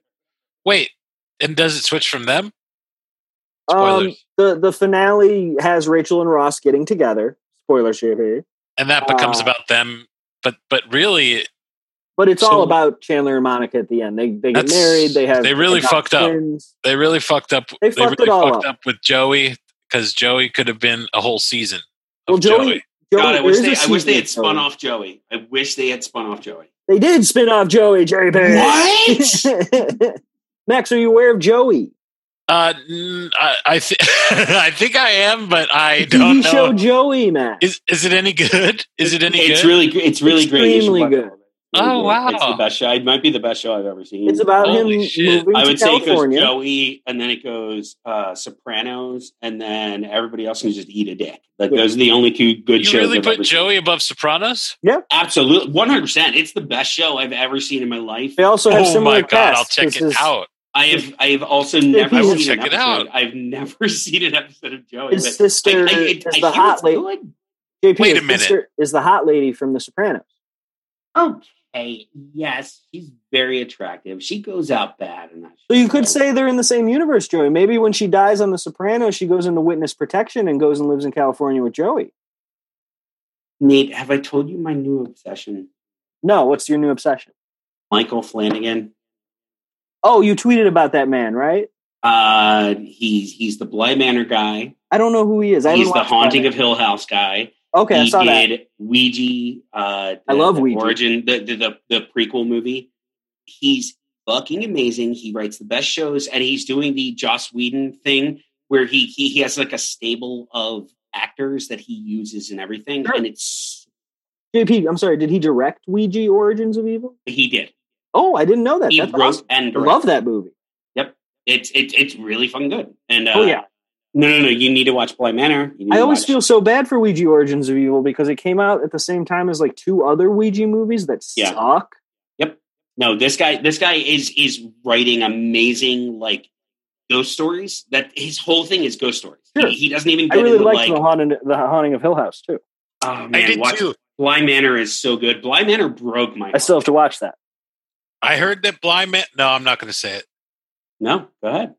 S3: Wait, and does it switch from them?
S1: um,
S3: Spoilers.
S1: the the finale has Rachel and Ross getting together. Spoilers here, here.
S3: and that becomes
S1: uh,
S3: about them. But but really,
S1: But it's
S3: So-
S1: all about Chandler and Monica at the end. They they get
S3: That's-
S1: married. They have
S3: they really
S1: adopt
S3: fucked up.
S1: twins.
S3: they really fucked up.
S1: They fucked it
S3: really
S1: all
S3: fucked
S1: up.
S3: up with Joey because Joey could have been a whole season. Of
S1: Well, Joey-
S3: Joey,
S1: Joey-
S2: God, I
S1: there
S2: wish
S1: is a
S2: they, I wish they had
S1: season,
S2: spun
S1: Joey.
S2: off Joey. I wish they had spun off Joey.
S1: They did spin off Joey Jerry Perry.
S2: What?
S1: Max, are you aware of Joey?
S3: Uh, n- I I, thi- I think I am, but I don't
S1: TV
S3: know.
S1: show Joey, Max.
S3: Is is it any good? Is it any
S2: it's
S3: good?
S2: really good. It's really great. You should
S1: Extremely
S2: watch
S1: good.
S2: all of it. Really
S3: Oh,
S2: good. It's
S3: wow.
S2: the best show. It might be the best show I've ever seen.
S1: it's about him
S3: Holy shit.
S1: moving
S2: Oh, I
S1: to
S2: would say it goes
S1: California.
S2: Joey, and then it goes uh, Sopranos, and then everybody else can just eat a dick. Like
S1: Yeah.
S2: those are the only two good
S3: you
S2: shows.
S3: really
S2: I've
S3: put
S2: ever seen.
S3: Joey above Sopranos?
S2: Absolutely, one hundred percent. It's the best show I've ever seen in my life.
S1: they also have
S3: Oh
S1: similar
S3: my god! I'll
S1: casts.
S3: check
S1: This
S3: it
S1: is-
S3: out.
S2: I have, I have also never
S1: I will
S2: seen an
S3: check it
S2: episode.
S3: out.
S2: I've never seen an episode of Joey.
S1: His
S2: but
S1: sister
S2: I, I,
S1: is
S2: it, I
S1: the
S2: hear
S1: hot
S2: it's
S1: lady.
S2: good.
S1: JP,
S3: Wait a
S1: his
S3: minute.
S1: sister Is the hot lady from The Sopranos?
S2: Okay, yes, she's very attractive. She goes out bad, and that.
S1: So you
S2: show.
S1: could say they're in the same universe, Joey. Maybe when she dies on The Sopranos, she goes into witness protection and goes and lives in California with Joey.
S2: Nate, have I told you my new obsession,
S1: No, what's your new obsession?
S2: Michael Flanagan?
S1: Oh, you tweeted about that man, right?
S2: Uh, he's he's the Bly Manor guy.
S1: I don't know who he is. I haven't
S2: he's the
S1: watched
S2: Haunting
S1: that.
S2: of Hill House guy.
S1: Okay, I
S2: he
S1: saw that.
S2: did Ouija. Uh,
S1: I love
S2: the
S1: Ouija.
S2: Origin, the, the the the prequel movie. He's fucking amazing. He writes the best shows, and he's doing the Joss Whedon thing where he he, he has like a stable of actors that he uses and everything,
S1: Sure.
S2: and it's
S1: JP, I'm sorry. Did he direct Ouija Origins of Evil?
S2: he did.
S1: Oh, I didn't know that.
S2: He
S1: That's
S2: wrote
S1: awesome.
S2: and
S1: I
S2: directed.
S1: love that movie.
S2: It's it's it's really fucking good. And uh,
S1: oh yeah.
S2: no no no, you need to watch Bly Manor. You need
S1: I
S2: to
S1: always
S2: watch-
S1: feel so bad for Ouija Origins of Evil because it came out at the same time as like two other Ouija movies that
S2: Yeah.
S1: suck.
S2: No, this guy, this guy is is writing amazing like ghost stories. That his whole thing is ghost stories.
S1: Sure.
S2: He, he doesn't even
S1: I
S2: get
S1: really
S2: into
S1: liked
S2: like.
S1: the, haunting, the Haunting of Hill House too.
S2: oh man,
S3: I did
S2: watch,
S3: too.
S2: Bly Manor is so good. Bly Manor broke my.
S1: I still have to watch that.
S3: I heard that blind man. No, I'm not going to say it.
S2: no. Go ahead.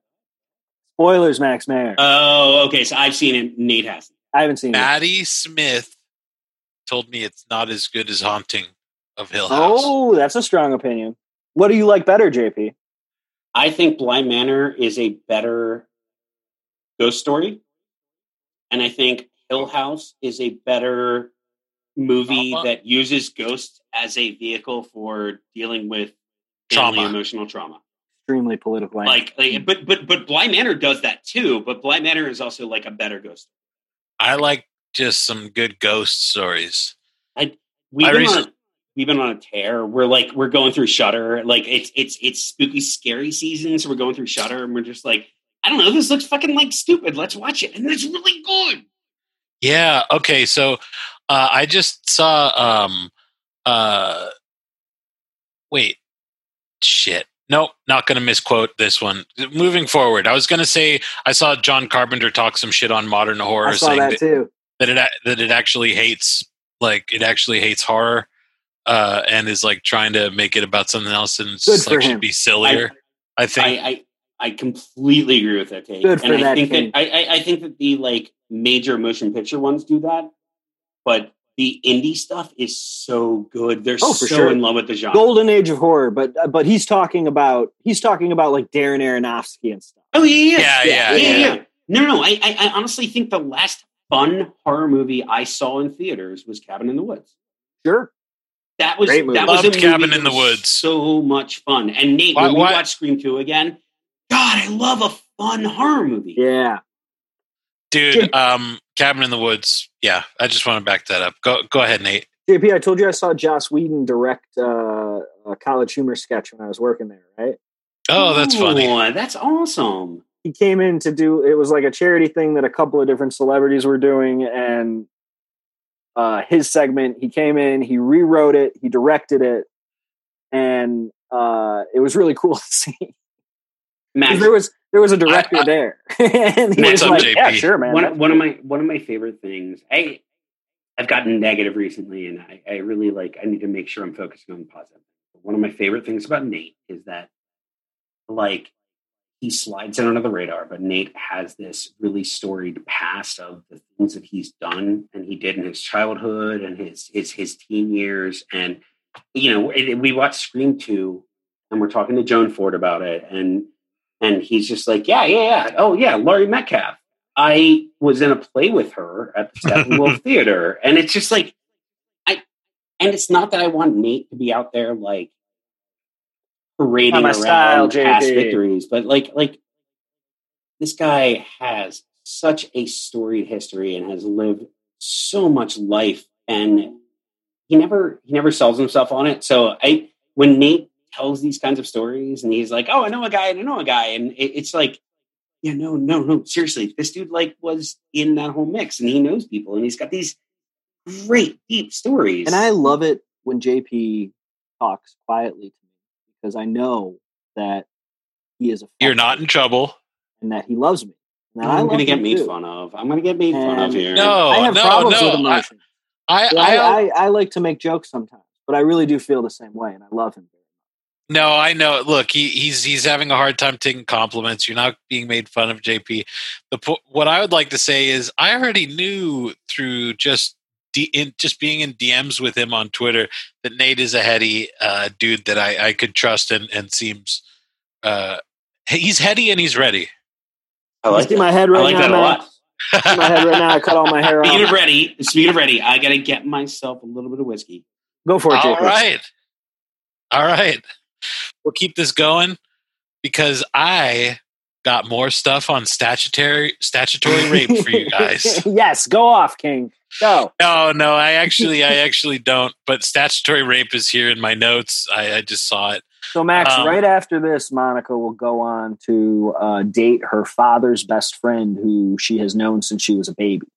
S1: Spoilers, Max Mayer.
S2: Oh, okay. So I've seen it. Nate hasn't.
S1: I haven't seen it.
S3: Maddie Smith told me it's not as good as Haunting of Hill House.
S1: Oh, that's a strong opinion. What do you like better, JP?
S2: I think Bly Manor is a better ghost story, and I think Hill House is a better movie
S3: Trauma?
S2: that uses ghosts as a vehicle for dealing with family
S3: Trauma.
S2: emotional trauma.
S1: Extremely political. angle.
S2: like, like but but but blind manor does that too but blind manor is also like a better ghost
S3: I like just some good ghost stories.
S2: we've
S3: I
S2: been
S3: recent-
S2: on a, we've been on a tear we're like we're going through shutter like it's it's it's spooky scary season so we're going through shutter and we're just like i don't know this looks fucking like stupid let's watch it and it's really good
S3: Yeah. Okay. So uh, I just saw. Um, uh, wait. Shit. Nope. Not going to misquote this one. Moving forward, I was going to say I saw John Carpenter talk some shit on modern horror,
S1: I saw
S3: saying
S1: that
S3: that,
S1: too.
S3: that it a- that it actually hates like it actually hates horror. Uh, and is like trying to make it about something else, and it's
S1: Good
S3: just,
S1: for
S3: like
S1: him.
S3: should be sillier. I, think
S2: I, I I completely agree with that take,
S1: Good for
S2: and I
S1: that
S2: think
S1: take.
S2: that I, I, I think that the like major motion picture ones do that, but the indie stuff is so good. They're
S1: Oh,
S2: so
S1: for sure.
S2: in love with the genre.
S1: Golden Age of Horror, but uh, but he's talking about he's talking about like Darren Aronofsky and stuff.
S2: Oh yeah, yeah,
S3: Yeah, yeah, yeah.
S2: No, no, I, I, I honestly think the last fun horror movie I saw in theaters was Cabin in the Woods.
S1: Sure.
S2: That was
S1: Great movie.
S2: that was a
S3: Loved
S2: movie
S3: Cabin
S2: that
S3: in the
S2: was
S3: Woods.
S2: So much fun. And Nate,
S3: Why-
S2: when we
S3: why-
S2: watch Scream Two again, God, I love a fun horror movie.
S1: Yeah.
S3: dude um cabin in the woods yeah i just want to back that up go go ahead nate
S1: JP, I told you I saw Joss Whedon direct uh, a College Humor sketch when I was working there. Right.
S3: oh that's funny
S2: Oh, That's awesome.
S1: He came in to do it was like a charity thing that a couple of different celebrities were doing, and uh, his segment. He came in, he rewrote it, he directed it, and uh, it was really cool to see. 'Cause
S2: Max,
S1: There was there was a director
S3: I- I-
S1: there, and he
S2: What's
S1: was
S2: up,
S1: like, "Yeah,
S3: JP?
S1: sure, man."
S2: one,
S1: that's
S2: one of my one of my favorite things. I I've gotten negative recently, and I, I really like. I need to make sure I'm focusing on positive. One of my favorite things about Nate is that, like, he slides in under the radar, but Nate has this really storied past of the things that he's done and he did in his childhood and his his his teen years. And you know, it, we watched Scream Two, and we're talking to Joan Ford about it, and and he's just like, yeah, yeah, yeah, oh yeah, Laurie Metcalf. I was in a play with her at the Steppenwolf Theater, and it's just like, I, and it's not that I want Nate to be out there like parading around
S1: style,
S2: past
S1: JD.
S2: victories, but like like this guy has such a storied history and has lived so much life, and he never he never sells himself on it. So I when Nate tells these kinds of stories and he's like, "Oh, I know a guy, and I know a guy," and it, it's like. Yeah, no, no, no. Seriously, this dude like was in that whole mix, and he knows people, and he's got these great deep stories.
S1: And I love it when JP talks quietly to me because I know that he is a
S3: You're not in trouble.
S1: and that he loves me. And that I
S2: I'm
S1: love
S2: gonna get
S1: him
S2: made
S1: too.
S2: fun of. I'm gonna get made fun of
S1: And-
S2: here.
S3: No,
S1: I have
S3: no,
S1: problems
S3: no.
S1: with emotion.
S3: I,
S1: I,
S3: I,
S1: I, I like to make jokes sometimes, but I really do feel the same way, and I love him.
S3: no, I know. Look, he, he's he's having a hard time taking compliments. You're not being made fun of, JP. The po- what I would like to say is, I already knew through just D, in, just being in DMs with him on Twitter that Nate is a heady uh, dude that I, I could trust and and seems uh, he's heady and he's ready.
S2: I
S1: You
S2: like
S1: see
S2: that.
S1: my head
S2: I
S1: right
S2: like
S1: now.
S2: that a
S1: man?
S2: lot.
S1: See my head right now. I cut all my hair
S2: Speaking of
S1: off.
S2: ready, speaking of ready, I gotta get myself a little bit of whiskey.
S1: Go for it,
S3: All
S1: JP.
S3: right. All right. We'll keep this going because I got more stuff on statutory statutory rape for you guys.
S1: yes, go off, King. Go.
S3: No, no, I actually I actually don't, but statutory rape is here in my notes. I, I just saw it.
S1: So, Max,
S3: Um,
S1: right after this, Monica will go on to uh, date her father's best friend, who she has known since she was a baby.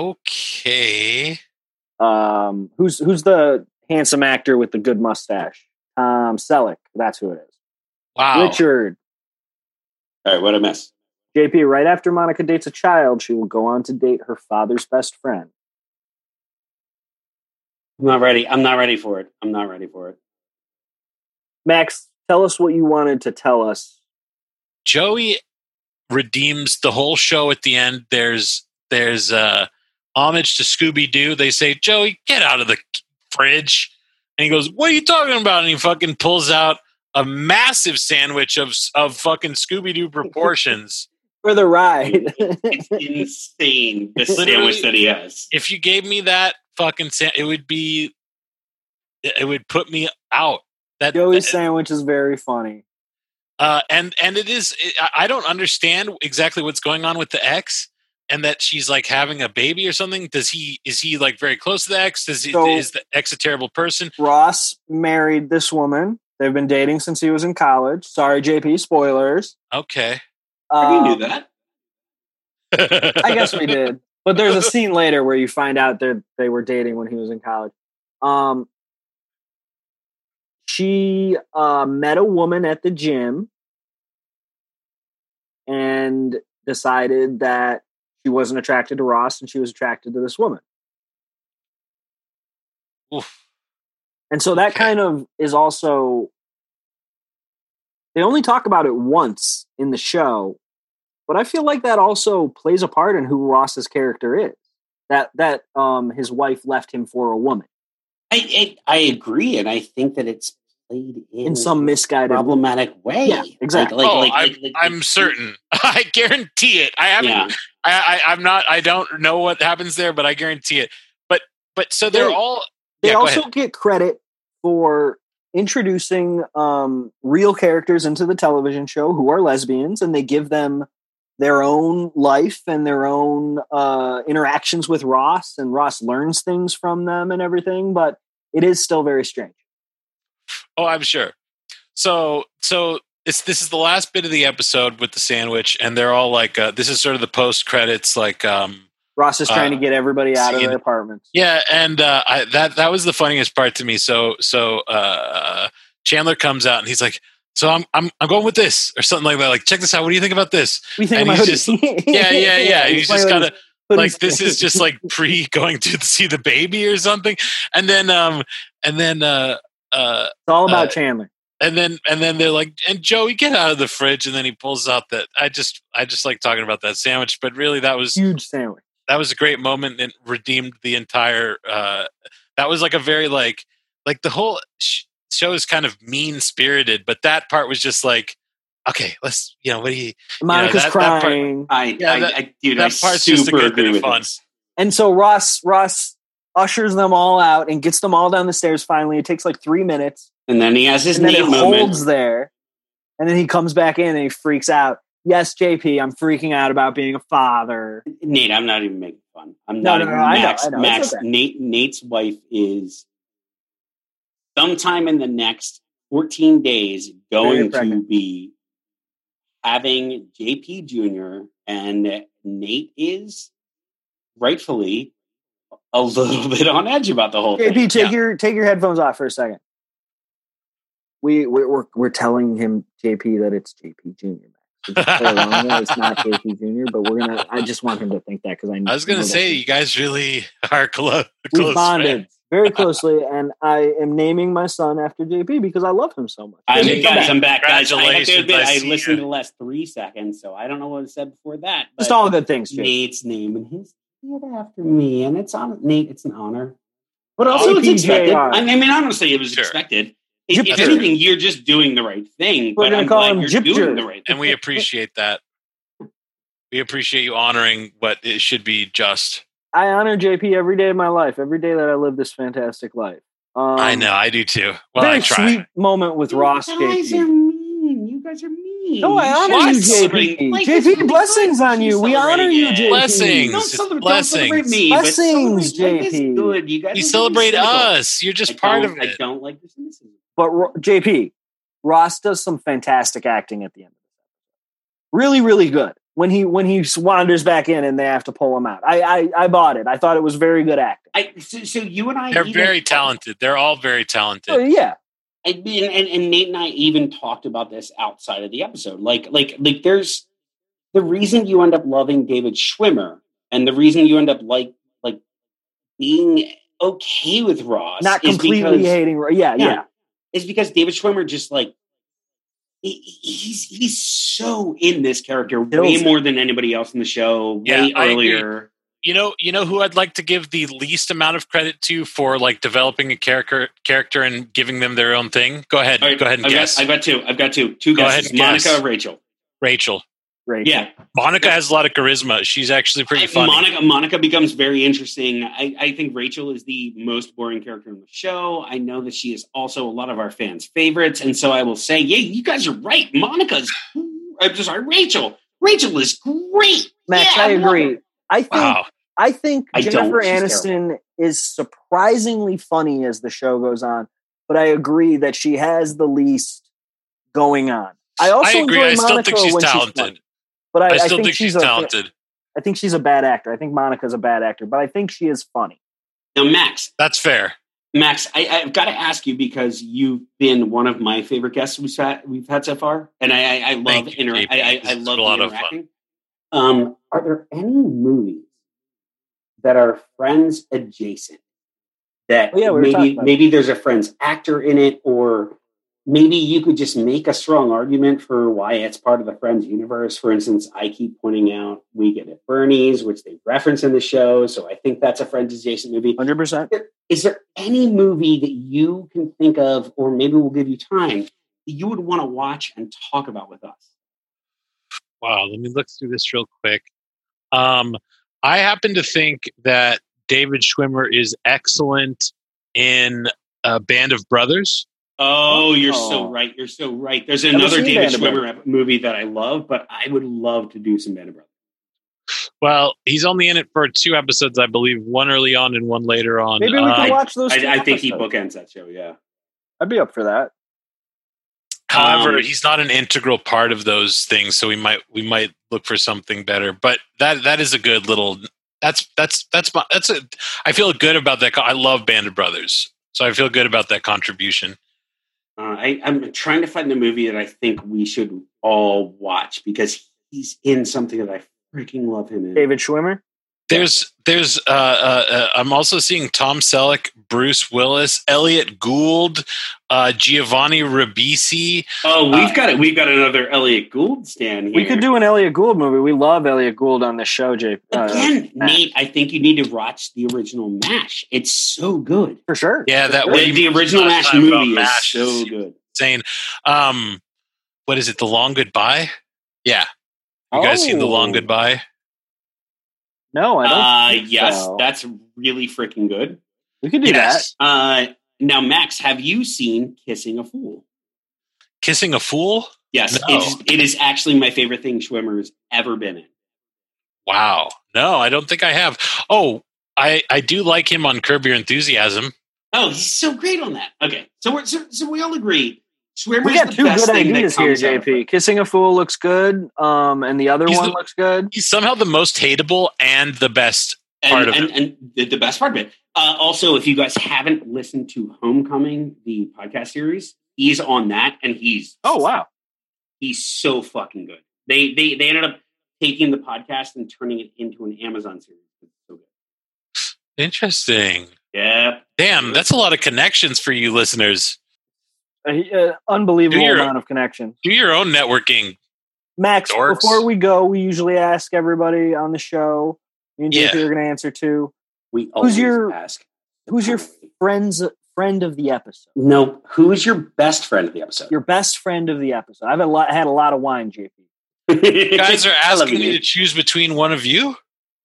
S3: Okay.
S1: Um, who's who's the handsome actor with the good mustache? Um, Selleck. That's who it is.
S2: Oh.
S3: Wow.
S1: Richard.
S2: All right, what a mess.
S1: JP, right after Monica dates a child, she will go on to date her father's best friend.
S2: I'm not ready. I'm not ready for it. I'm not ready for it.
S1: Max, tell us what you wanted to tell us.
S3: Joey redeems the whole show at the end. There's there's uh homage to Scooby Doo. They say, Joey, get out of the fridge. And he goes, What are you talking about? And he fucking pulls out a massive sandwich of of fucking Scooby Doo proportions.
S1: For the ride.
S2: It's insane the
S3: Literally-
S2: sandwich that he has.
S3: if you gave me that fucking sa- it would be it would put me out. That,
S1: Joey's
S3: that-
S1: sandwich is very funny.
S3: uh, and and it is it, I- i don't understand exactly what's going on with the ex and that she's like having a baby or something does he is he like very close to the ex does he
S1: So-
S3: is the ex a terrible person
S1: Ross married this woman. They've been dating since he was in college. Sorry, JP, spoilers.
S3: okay
S2: we
S1: Um,
S2: knew that.
S1: I guess we did. But there's a scene later where you find out that they were dating when he was in college. Um, she uh, met a woman at the gym and decided that she wasn't attracted to Ross and she was attracted to this woman.
S3: Oof.
S1: And so that
S3: Okay.
S1: kind of is also they only talk about it once in the show, but I feel like that also plays a part in who Ross's character is. That that um his wife left him for a woman
S2: I, I I agree, and I think that it's played in,
S1: in some misguided
S2: problematic way.
S1: Yeah, exactly.
S2: Like, like,
S3: oh,
S2: like,
S3: I'm,
S2: like- like-
S3: I'm certain. I guarantee it. I haven't.
S2: Yeah.
S3: I, I, I'm not. I don't know what happens there, but I guarantee it. But but so they're
S1: They-
S3: all.
S1: They
S3: yeah, go
S1: also
S3: ahead.
S1: get credit for introducing um real characters into the television show who are lesbians and they give them their own life and their own uh interactions with Ross and Ross learns things from them and everything, but it is still very strange.
S3: Oh, I'm sure. So so it's this is the last bit of the episode with the sandwich, and they're all like, uh, this is sort of the post credits, like, um,
S1: Ross is trying
S3: Uh,
S1: to get everybody out of
S3: scene.
S1: their apartments.
S3: yeah, and uh, I, that that was the funniest part to me. So so uh, Chandler comes out and he's like, so I'm I'm I'm going with this or something like that. Like, check this out. What do you think about this?
S1: We think
S3: And
S1: about
S3: he's
S1: it.
S3: just- Yeah, yeah, yeah. he's just kind of like this is just like pre going to see the baby or something and then um and then uh uh
S1: It's all about Chandler.
S3: and then and then they're like and joey get out of the fridge and then he pulls out that i just i just like talking about that sandwich but really that was
S1: Huge sandwich.
S3: that was a great moment and redeemed the entire uh that was like a very like like the whole sh- show is kind of mean spirited but that part was just like okay let's you know what do you
S1: Monica's
S3: that- that part-
S1: crying.
S2: I,
S3: Yeah,
S2: I,
S3: that-
S2: I dude,
S3: that
S2: I
S3: part's
S2: super
S3: just a good bit
S2: agree
S3: of
S2: with
S3: fun.
S2: this.
S1: And so Ross Ross ushers them all out and gets them all down the stairs finally. It takes like three minutes.
S2: And then he has his
S1: And then
S2: knee
S1: it
S2: moment.
S1: holds there. And then he comes back in and he freaks out. Yes, JP, I'm freaking out about being a father.
S2: Nate, I'm not even making fun. I'm
S1: No,
S2: not
S1: no,
S2: even
S1: no, I know,
S2: Max.
S1: I know. It's
S2: Max
S1: okay.
S2: Nate Nate's wife is sometime in the next 14 days
S1: Very
S2: going to
S1: pregnant.
S2: be having JP Jr. and Nate is rightfully a little bit on edge about the whole thing.
S1: JP, take
S3: Yeah.
S1: your take your headphones off for a second. We we're we're, we're telling him JP that it's JP Junior. it's not JP Junior, but we're gonna. I just want him to think that because I.
S3: i was gonna
S1: know that
S3: say
S1: he-
S3: you guys really are close
S1: we
S3: close
S1: bonded
S3: friends.
S1: very closely, and I am naming my son after JP because I love him so much.
S2: I'm,
S3: JP,
S2: guys, I'm back. Guys, I, have to
S3: congratulations.
S2: admit,
S3: I
S2: I
S3: see
S2: listened
S3: ya.
S2: to the last three seconds, so I don't know what was said before that. but-
S1: Just all good things, JP.
S2: Nate's name and he's it after me, and it's on Nate. It's an honor, but also it's
S1: RPJR.
S2: expected. I mean, I mean, honestly, it was
S3: Sure.
S2: expected. If, if
S1: Jupiter.
S2: anything, you're just doing the right thing.
S1: We're
S2: but
S1: gonna
S2: I'm
S1: call
S2: glad
S1: him
S2: you're
S1: Jupiter.
S2: doing the right thing.
S3: and we appreciate that we appreciate you honoring what it should be just
S1: I honor JP every day of my life, every day that I live this fantastic life. Um,
S3: i know i do too well
S1: very
S3: i try
S1: sweet moment with
S2: You
S1: Ross
S2: guys
S1: JP.
S2: are mean. You guys are mean.
S1: No, I honor
S3: Why
S1: you,
S3: celebrating-
S1: JP.
S2: like, it's
S1: JP,
S2: really
S1: blessings
S2: good.
S1: on you.
S2: She's
S1: We honor
S2: celebrating
S1: you,
S2: it.
S1: JP.
S3: Blessings.
S2: Don't
S3: It's
S2: celebrate, don't
S3: blessings.
S2: celebrate me.
S1: Blessings,
S2: but celebrate what is
S1: JP.
S2: Good. You guys
S3: you
S2: are being
S3: celebrate
S2: cynical.
S3: us you're
S2: I
S3: just part
S2: don't-
S3: of
S2: I
S3: it
S2: don't like this. cynicism.
S1: But Ro- JP, Ross does some fantastic acting at the end. Really, really good. When he when he wanders back in and they have to pull him out, I I, I bought it. I thought it was very good acting.
S2: I, so, so you and I
S3: they're
S2: even-
S3: very talented they're all very
S1: So,
S3: talented
S1: yeah,
S2: I mean, and, and Nate and I even talked about this outside of the episode. Like, like, like, there's the reason you end up loving David Schwimmer, and the reason you end up like, like, being okay with Ross,
S1: not
S2: is
S1: completely
S2: because-
S1: hating. Ro- Yeah, yeah,
S2: yeah, is because David Schwimmer just like he- he's he's so in this character way
S1: Kills it.
S2: more than anybody else in the show.
S3: Yeah,
S2: way
S3: I agree.
S2: earlier,
S3: you know you know who i'd like to give the least amount of credit to for like developing a character character and giving them their own thing go ahead
S2: All right,
S3: go ahead and
S2: I've
S3: guess
S2: Got, I've got two. I've got two. Two
S3: Go
S2: guesses.
S3: ahead and
S2: Monica,
S3: guess.
S2: Rachel.
S3: rachel
S1: Right.
S2: Yeah,
S3: monica
S2: Yeah.
S3: has a lot of charisma she's actually pretty
S2: I-
S3: funny
S2: Monica Monica becomes very interesting. I, I think Rachel is the most boring character in the show. I know that she is also a lot of our fans' favorites, and so I will say, yeah, you guys are right. Monica's. I'm just sorry, Rachel. Rachel is great.
S1: Max,
S2: Yeah,
S1: I
S2: I love
S1: agree. I think
S3: wow
S1: I think
S2: I don't.
S1: Jennifer
S2: She's
S1: Aniston is surprisingly funny as the show goes on, but I agree that she has the least going on. I also
S3: I agree.
S1: enjoy
S3: I still
S1: Monica
S3: think she's
S1: when
S3: talented.
S1: She's funny, but I,
S3: i still
S1: think,
S3: think she's
S1: a,
S3: talented
S1: I think she's a bad actor. I think Monica's a bad actor, but I think she is funny.
S2: Now, Max,
S3: that's fair
S2: Max, I, I've got to ask you because you've been one of my favorite guests we've had, we've had so far, and I, I, I love
S3: Thank you,
S2: inter- I,
S3: JP.
S2: I,
S3: This
S2: I
S3: is
S2: love
S3: a lot of fun.
S2: interacting. Um, are there any movies that are Friends adjacent? That
S1: Oh, yeah, we were talking
S2: maybe
S1: about
S2: maybe there's a Friends actor in it, or maybe you could just make a strong argument for why it's part of the Friends universe. For instance, I keep pointing out We Get It Bernie's, which they reference in the show, so I think that's a Friends adjacent movie
S1: Hundred percent.
S2: is there any movie that you can think of, or maybe we'll give you time, that you would want to watch and talk about with us?
S3: wow let me look through this real quick um i happen to think that david schwimmer is excellent in a band of brothers
S2: Oh, you're so
S1: Oh.
S2: right. You're so right. There's
S1: Never
S2: another
S1: seen
S2: David
S1: Band of
S2: Schwimmer ep- movie that I love, but I would love to do some Band of Brothers.
S3: well he's only in it for two episodes i believe one early on and one later on
S1: Maybe we
S3: Um,
S1: can watch those. two
S2: I, I think he
S1: episodes.
S2: bookends that show. Yeah.
S1: I'd be up for that.
S3: However,
S2: Um,
S3: he's not an integral part of those things, so we might we might look for something better. But that that is a good little. That's that's that's my that's a. I feel good about that. co- I love Band of Brothers, so I feel good about that contribution.
S2: Uh, I, I'm trying to find the movie that I think we should all watch because he's in something that I freaking love him in.
S1: David Schwimmer.
S3: There's there's uh, uh, uh, I'm also seeing Tom Selleck, Bruce Willis, Elliot Gould, uh, Giovanni Ribisi.
S2: Oh, we've got it. We've got another Elliot Gould stand here.
S1: Uh, We could do an Elliot Gould movie. We love Elliot Gould on this show, Jake. Uh,
S2: again, Nate. I think you need to watch the original Mash. It's so good.
S1: for sure.
S3: Yeah, that
S2: The,
S3: way
S2: the original Mash
S3: Time about
S2: movie
S3: MASH
S2: is
S3: is
S2: so good.
S3: insane. Um, what is it? The Long Goodbye. Yeah, you guys seen The Long
S1: Oh.
S3: Goodbye?
S1: No, I don't.
S2: Uh,
S1: think
S2: yes,
S1: so.
S2: that's really freaking good.
S1: we could do
S3: Yes.
S2: Uh, now, Max, have you seen Kissing a Fool?
S3: Kissing a Fool.
S2: Yes,
S3: No.
S2: it's, it is actually my favorite thing Schwimmer's ever been in.
S3: Wow. No, I don't think I have. Oh, I I do like him on Curb Your Enthusiasm.
S2: Oh, he's so great on that. Okay, so we're, so, so we all agree.
S1: that.
S2: Schwimmer's
S1: We got
S2: the
S1: two
S2: best
S1: good
S2: thing
S1: ideas
S2: that
S1: here,
S2: comes out of
S1: JP. Kissing a Fool looks good, um, and the other
S3: He's
S1: one
S3: the-
S1: looks good.
S3: He's somehow the most hateable and the best.
S2: and,
S3: part of
S2: and, and the, the best part of it. Uh, also, if you guys haven't listened to Homecoming, the podcast series, he's on that, and he's
S1: Oh wow!
S2: he's so fucking good. They they they ended up taking the podcast and turning it into an Amazon series. It's so good.
S3: Interesting.
S2: Yep.
S3: Damn, that's a lot of connections for you listeners.
S1: Uh, he- uh, unbelievable
S3: You're-
S1: amount of connection.
S3: Do your own networking.
S1: Max,
S3: Dorks.
S1: before we go, we usually ask everybody on the show. You and JP
S3: Yeah.
S1: are going to answer to
S2: We always
S1: your-
S2: ask
S1: who's your friends friend of the episode,
S2: no? Who is your best friend of the episode?
S1: your best friend of the episode. I've had a lot, had a lot of wine, JP.
S3: You guys are
S2: I love you,
S3: asking me to
S2: Nate.
S3: choose between one of you?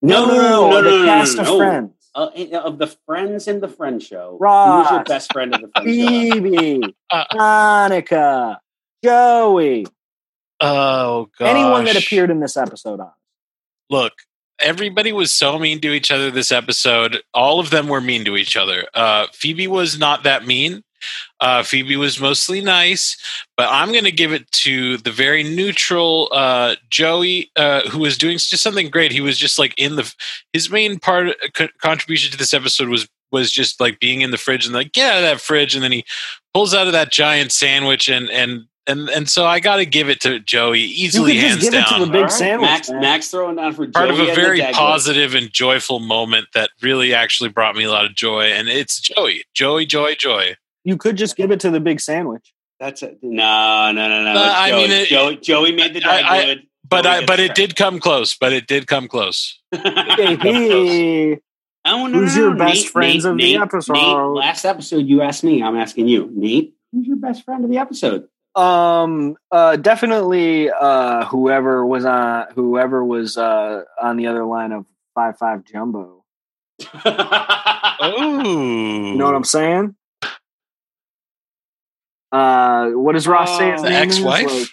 S2: no, no, no, no, no,
S1: the
S2: no, no,
S1: cast
S2: no,
S1: of
S2: no.
S1: friends.
S2: Uh, of the friends in the friend show. Who's your
S1: Ross.
S2: best friend of the friend show?
S1: Phoebe,
S3: Uh,
S1: Monica, Joey,
S3: Oh god.
S1: anyone that appeared in this episode on.
S3: Look, everybody was so mean to each other this episode. All of them were mean to each other. Uh Phoebe was not that mean. Uh, Phoebe was mostly nice, but I'm going to give it to the very neutral uh, Joey, uh, who was doing just something great. He was just like in the his main part uh, co- contribution to this episode was was just like being in the fridge and like get out of that fridge, and then he pulls out of that giant sandwich and and and and so I got to give it to Joey easily
S1: you could just
S3: hands
S1: give
S3: down.
S1: it to the big
S2: All right,
S1: sandwich.
S2: Max,
S1: man.
S2: Max throwing down for
S3: Part
S2: Joey
S3: of a
S2: and the
S3: very
S2: Jaguars.
S3: positive and joyful moment that really actually brought me a lot of joy, and it's Joey, Joey, Joy, Joy.
S1: You could just give it to the big sandwich.
S2: That's a, no, no, no, no.
S3: Uh,
S2: It's
S3: I
S2: Joey.
S3: mean, it-
S2: Joey, Joey made the
S3: I-
S2: dog
S3: I-
S2: good.
S3: But
S2: Joey
S3: I,
S2: gets
S3: but
S2: the
S3: it
S2: credit.
S3: did come close. But it did come close.
S1: JP,
S2: Oh,
S1: Who's your best friends of the episode?
S2: Nate, last episode you asked me. I'm asking you, Nate. Who's your best friend of the episode?
S1: um, uh, definitely, uh, whoever was on, whoever was uh on the other line of five five jumbo.
S3: Oh,
S1: You know what I'm saying? Uh, what does Ross say? His
S2: Oh.
S3: the
S1: name is?
S3: ex-wife.
S1: Like-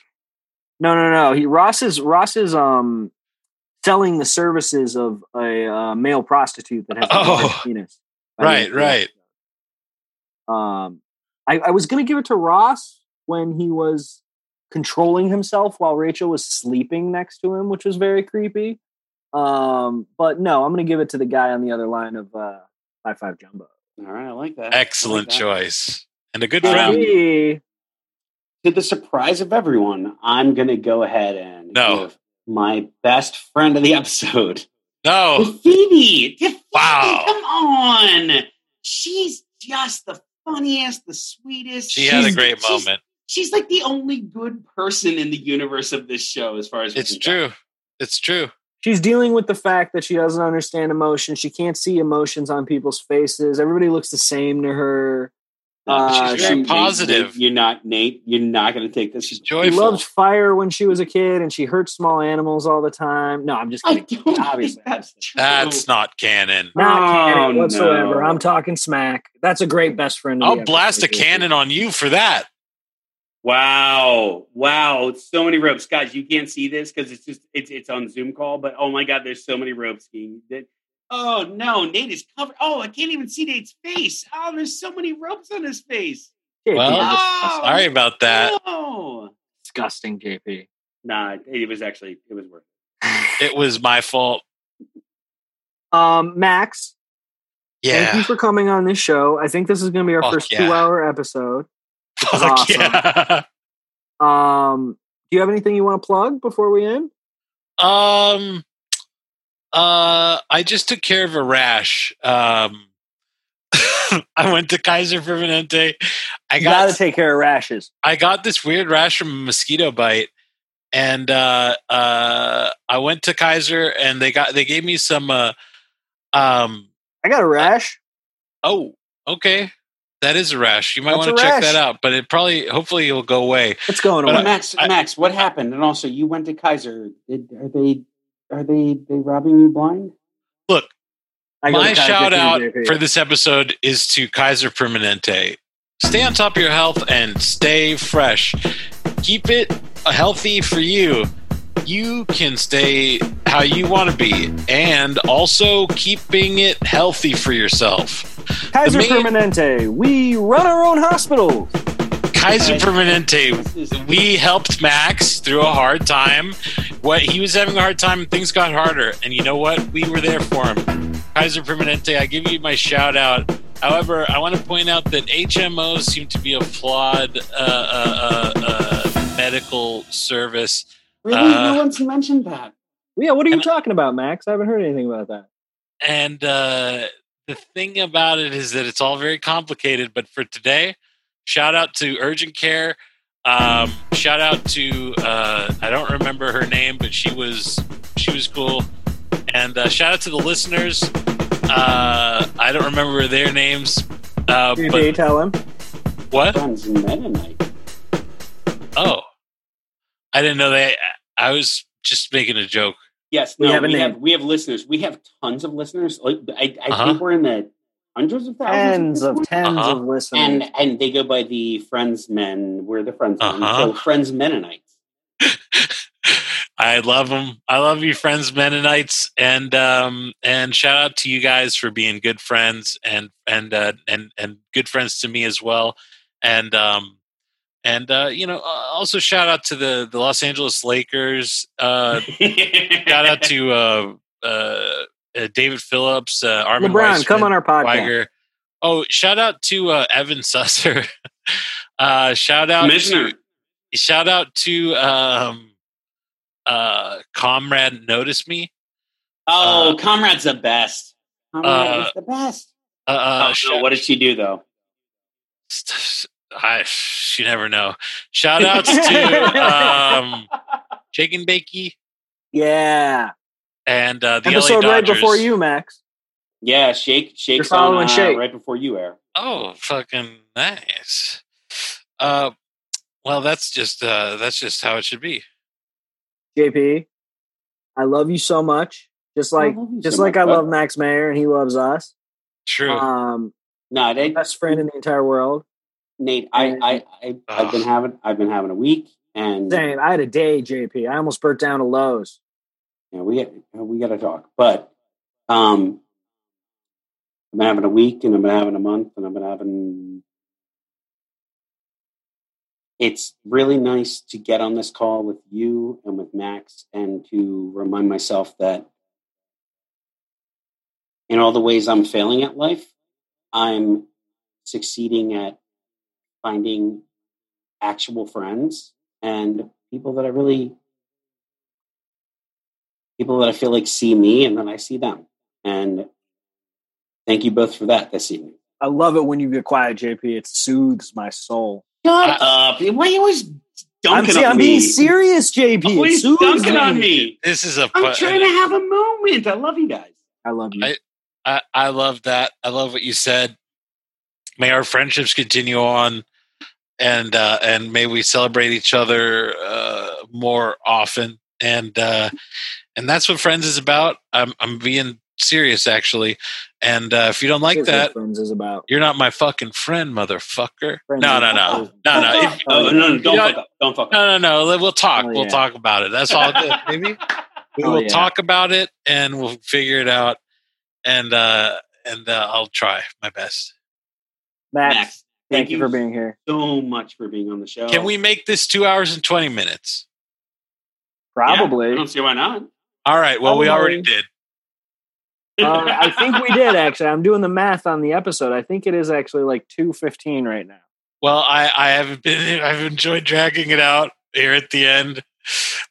S1: no, no, no. He Ross is Ross is um selling the services of a uh, male prostitute that has a
S3: Oh.
S1: large penis.
S3: Right, right.
S1: Um, I, I was gonna give it to Ross when he was controlling himself while Rachel was sleeping next to him, which was very creepy. Um, but no, I'm gonna give it to the guy on the other line of uh, High Five Jumbo.
S2: All right, I like that.
S3: Excellent
S2: I like that.
S3: choice and a good
S2: Um,
S3: friend.
S1: Hey.
S2: To the surprise of everyone, I'm going to go ahead and
S3: No.
S2: give my best friend of the episode To
S3: No,
S2: Phoebe. To Phoebe,
S3: Wow.
S2: Come on. She's just the funniest, the sweetest.
S3: she had a
S2: She's-
S3: great
S2: she's-
S3: moment.
S2: She's like the only good person in the universe of this show, as far as we
S3: It's
S2: can tell.
S3: true. It's true.
S1: she's dealing with the fact that she doesn't understand emotion. She can't see emotions on people's faces. Everybody looks the same to her. Uh,
S3: she's very
S2: Nate,
S3: positive.
S2: Nate, you're not Nate. You're not going to take this.
S3: She's
S1: She
S3: joyful.
S1: loved fire when she was a kid, and she hurt small animals all the time. No, I'm just
S2: I
S1: kidding.
S2: don't
S1: Obviously.
S2: think that's true.
S3: That's not canon.
S1: Not
S2: Oh,
S1: canon whatsoever.
S2: no.
S1: I'm talking smack. That's a great best friend. of the
S3: I'll
S1: episode,
S3: blast a
S1: JP.
S3: cannon on you for that.
S2: wow, wow. So many ropes, guys. You can't see this because it's just it's it's on Zoom call. But oh my god, there's so many ropes. He- That oh no, Nate is covered. Oh, I can't even see Nate's face. Oh, there's so many ropes on his face.
S1: JP,
S3: Well,
S1: you're
S2: Oh,
S3: Sorry about that.
S2: No.
S1: disgusting, JP.
S2: Nah, it was actually it was worth.
S3: It was my fault.
S1: Um, Max, thank you
S3: Yeah.
S1: for coming on this show. I think this is going to be our
S3: Fuck
S1: first
S3: yeah.
S1: two-hour episode.
S3: Fuck
S1: awesome.
S3: yeah.
S1: Um, do you have anything you want to plug before we end?
S3: Um, Uh, I just took care of a rash. Um, I went to Kaiser Permanente. I
S1: You
S3: got
S1: gotta take care of rashes.
S3: I got this weird rash from a mosquito bite, and uh, uh, I went to Kaiser, and they got they gave me some. Uh, um,
S1: I got a rash.
S3: oh, okay, that is a rash. You might
S1: That's
S3: want
S1: a
S3: to check
S1: rash.
S3: that out, but it probably, hopefully, it'll go away.
S1: What's going
S3: But
S2: Well,
S1: on?
S2: Max,
S3: I-
S2: Max, what happened? And also, you went to Kaiser. Did, are they are they they robbing you blind?
S3: Look,
S1: I go to
S3: my
S1: Kaiser
S3: shout out
S1: Permanente.
S3: for this episode is to Kaiser Permanente. Stay on top of your health and stay fresh. Keep it healthy for you. You can stay how you want to be and also keeping it healthy for yourself.
S1: Kaiser
S3: the main-
S1: Permanente. We run our own hospitals.
S3: Kaiser
S2: Okay.
S3: Permanente,
S2: This is
S3: we helped Max through a hard time. What he was having a hard time, things got harder, and you know what? We were there for him. Kaiser Permanente, I give you my shout out. However, I want to point out that HMOs seem to be a flawed uh, uh, uh, uh, medical service.
S2: really
S3: uh,
S2: no one's mentioned that.
S1: Yeah, what are you
S3: And-
S1: talking about, Max? I haven't heard anything about that.
S3: And uh, the thing about it is that it's all very complicated. But for today, shout out to Urgent Care. Um, shout out to uh, I don't remember her name, but she was she was cool. And uh, shout out to the listeners. Uh, I don't remember their names. Uh,
S1: Did they
S3: but
S1: tell him?
S3: what?
S2: Friends Mennonite.
S3: Oh, I didn't know they. I was just making a joke.
S2: Yes,
S1: We
S2: no, we,
S1: have
S2: have,
S1: a
S2: we,
S1: name.
S2: have listeners. We have tons of listeners. Like I, I
S3: Uh-huh.
S2: think we're in the hundreds of
S1: Tens
S2: thousands. at this
S1: of
S2: point.
S1: 10s
S3: Uh-huh.
S1: of listeners.
S2: and and they go by the Friends Men. We're the Friends Men.
S3: Uh-huh.
S2: So Friends Mennonites.
S3: I love them. I love you, friends, Mennonites, and um, and shout out to you guys for being good friends and and uh, and and good friends to me as well, and um, and uh, you know, uh, also shout out to the the Los Angeles Lakers. Uh, shout out to uh, uh, uh, David Phillips, uh, Armin
S1: LeBron, come
S3: Weissman.
S1: on our podcast.
S3: Weiger. Oh, shout out to uh, Evan Susser. uh, shout out
S4: Misner.
S3: To, shout out to um, uh, Comrade Notice Me.
S2: Oh,
S3: Uh,
S2: Comrade's the best. Comrade
S3: uh,
S2: is the best.
S3: Uh, uh,
S2: oh,
S3: shout-
S2: no, what did she do though?
S3: I, you never know. Shout outs to um, Jake and Bakey
S1: Yeah.
S3: and uh, the LA
S1: Episode
S3: Dodgers.
S1: right before you, Max.
S2: Yeah, shake, shake.
S1: You're following
S2: on, uh,
S1: Shake.
S2: right before you air.
S3: Oh, fucking nice. Uh, well, that's just uh, that's just how it should be.
S1: JP, I love you so much. Just like
S2: I love you
S1: just
S2: so
S1: like
S2: much,
S1: I
S2: bud.
S1: love Max Mayer and he loves us.
S3: True.
S2: Uh,
S1: Um
S2: No, they,
S1: best friend in the entire world.
S2: Nate, I, I, I, I've been
S3: Ugh.
S2: having, I've been having a week, and
S1: Dang, I had a day, JP. I almost burnt down to Lowe's.
S2: you know, we got, we got to talk. But um, I've been having a week, and I've been having a month, and I've been having. It's really nice to get on this call with you and with Max, and to remind myself that in all the ways I'm failing at life, I'm succeeding at finding actual friends and people that I really people that I feel like see me and then I see them. And thank you both for that this evening.
S1: I love it when you get quiet, JP. It soothes my soul.
S2: Shut up.
S3: uh,
S2: Why are you always
S1: I'm,
S2: dunking
S1: see,
S2: on
S1: I'm
S2: me?
S1: being serious, JP. It
S2: Always
S1: soothes
S2: dunking
S1: me.
S2: on me.
S3: This is a.
S2: I'm
S3: fu-
S2: trying to have a moment. I love you guys.
S1: I love you.
S3: I- I, I love that. I love what you said. May our friendships continue on, and uh, and may we celebrate each other uh, more often. And uh, and that's what friends is about. I'm I'm being serious actually. And uh, if you don't like
S1: Here's what
S3: that,
S1: Friends is about.
S3: you're not my fucking friend, motherfucker.
S1: Friends
S3: No,
S1: is-
S3: no, no, no, no. If,
S2: Oh, no, no, don't
S3: Yeah.
S2: fuck up. Don't fuck up.
S3: no, no, no. We'll talk.
S1: Oh,
S3: We'll
S1: yeah.
S3: talk about it. That's all good, baby. We
S1: Oh,
S3: will
S1: yeah.
S3: talk about it and we'll figure it out. And uh and uh, I'll try my best.
S1: Max,
S2: Max,
S1: thank
S2: thank
S1: you
S2: you.
S1: for being here.
S2: so much for being on the show.
S3: Can we make this two hours and twenty minutes?
S2: Yeah,
S1: Probably.
S2: I don't see why not.
S3: All right. Well,
S2: Oh.
S3: we
S1: Probably.
S3: already did.
S1: Uh, I think we did actually. I'm doing the math on the episode. I think it is actually like two fifteen right now.
S3: Well, I I haven't been. I've enjoyed dragging it out here at the end.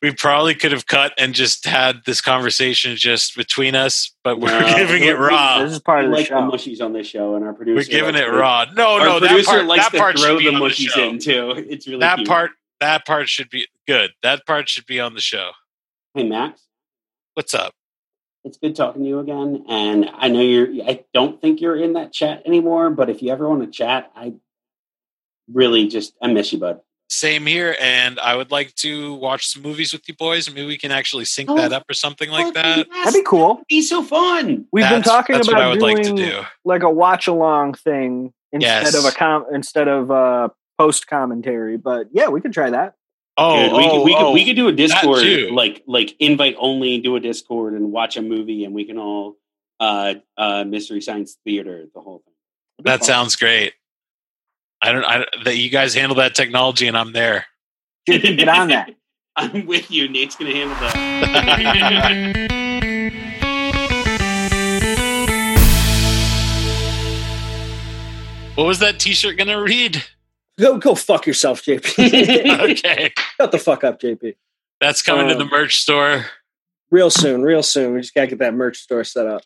S3: we probably could have cut and just had this conversation just between us, but we're
S2: No.
S3: giving it raw.
S1: This is part
S2: I
S1: of the
S2: like the
S1: show.
S2: mushies on this show, and our producer.
S3: We're giving
S2: likes
S3: it
S2: to-
S3: raw. No,
S2: Our
S3: no, that
S2: producer
S3: part,
S2: likes
S3: that
S2: to
S3: part
S2: throw
S3: should be
S2: the
S3: on the
S2: mushies
S3: show.
S2: in too. It's really
S3: that
S2: cute.
S3: part, that part should be good. That part should be on the show.
S2: Hey Max,
S3: What's up?
S2: it's good talking to you again. And I know you're. I don't think you're in that chat anymore. But if you ever want to chat, I really just I miss you, bud.
S3: Same here, and I would like to watch some movies with you boys. Maybe we can actually sync
S2: Oh,
S3: that up or something like that.
S1: That'd be cool.
S2: be so fun.
S1: We've been
S3: That's-
S1: talking
S3: that's
S1: about
S3: what I would
S1: doing
S3: like to do.
S1: like a watch along thing instead
S3: Yes.
S1: of a com- instead of uh post commentary. But yeah, we could try that.
S3: Oh,
S2: Dude, we,
S3: oh,
S2: could, we,
S3: oh.
S2: could, we could do a Discord,
S3: too.
S2: like like invite only, do a Discord and watch a movie, and we can all uh, uh, mystery science theater the whole thing.
S3: that sounds great. I don't, I don't- that you guys handle that technology, and I'm there.
S1: JP, get on that.
S2: I'm with you. Nate's gonna handle that.
S3: what was that T-shirt gonna read?
S5: Go go fuck yourself, JP.
S3: Okay,
S5: Shut the fuck up, JP.
S3: that's coming to the
S5: Um,
S3: merch store.
S5: Real soon, real soon. We just gotta get that merch store set up.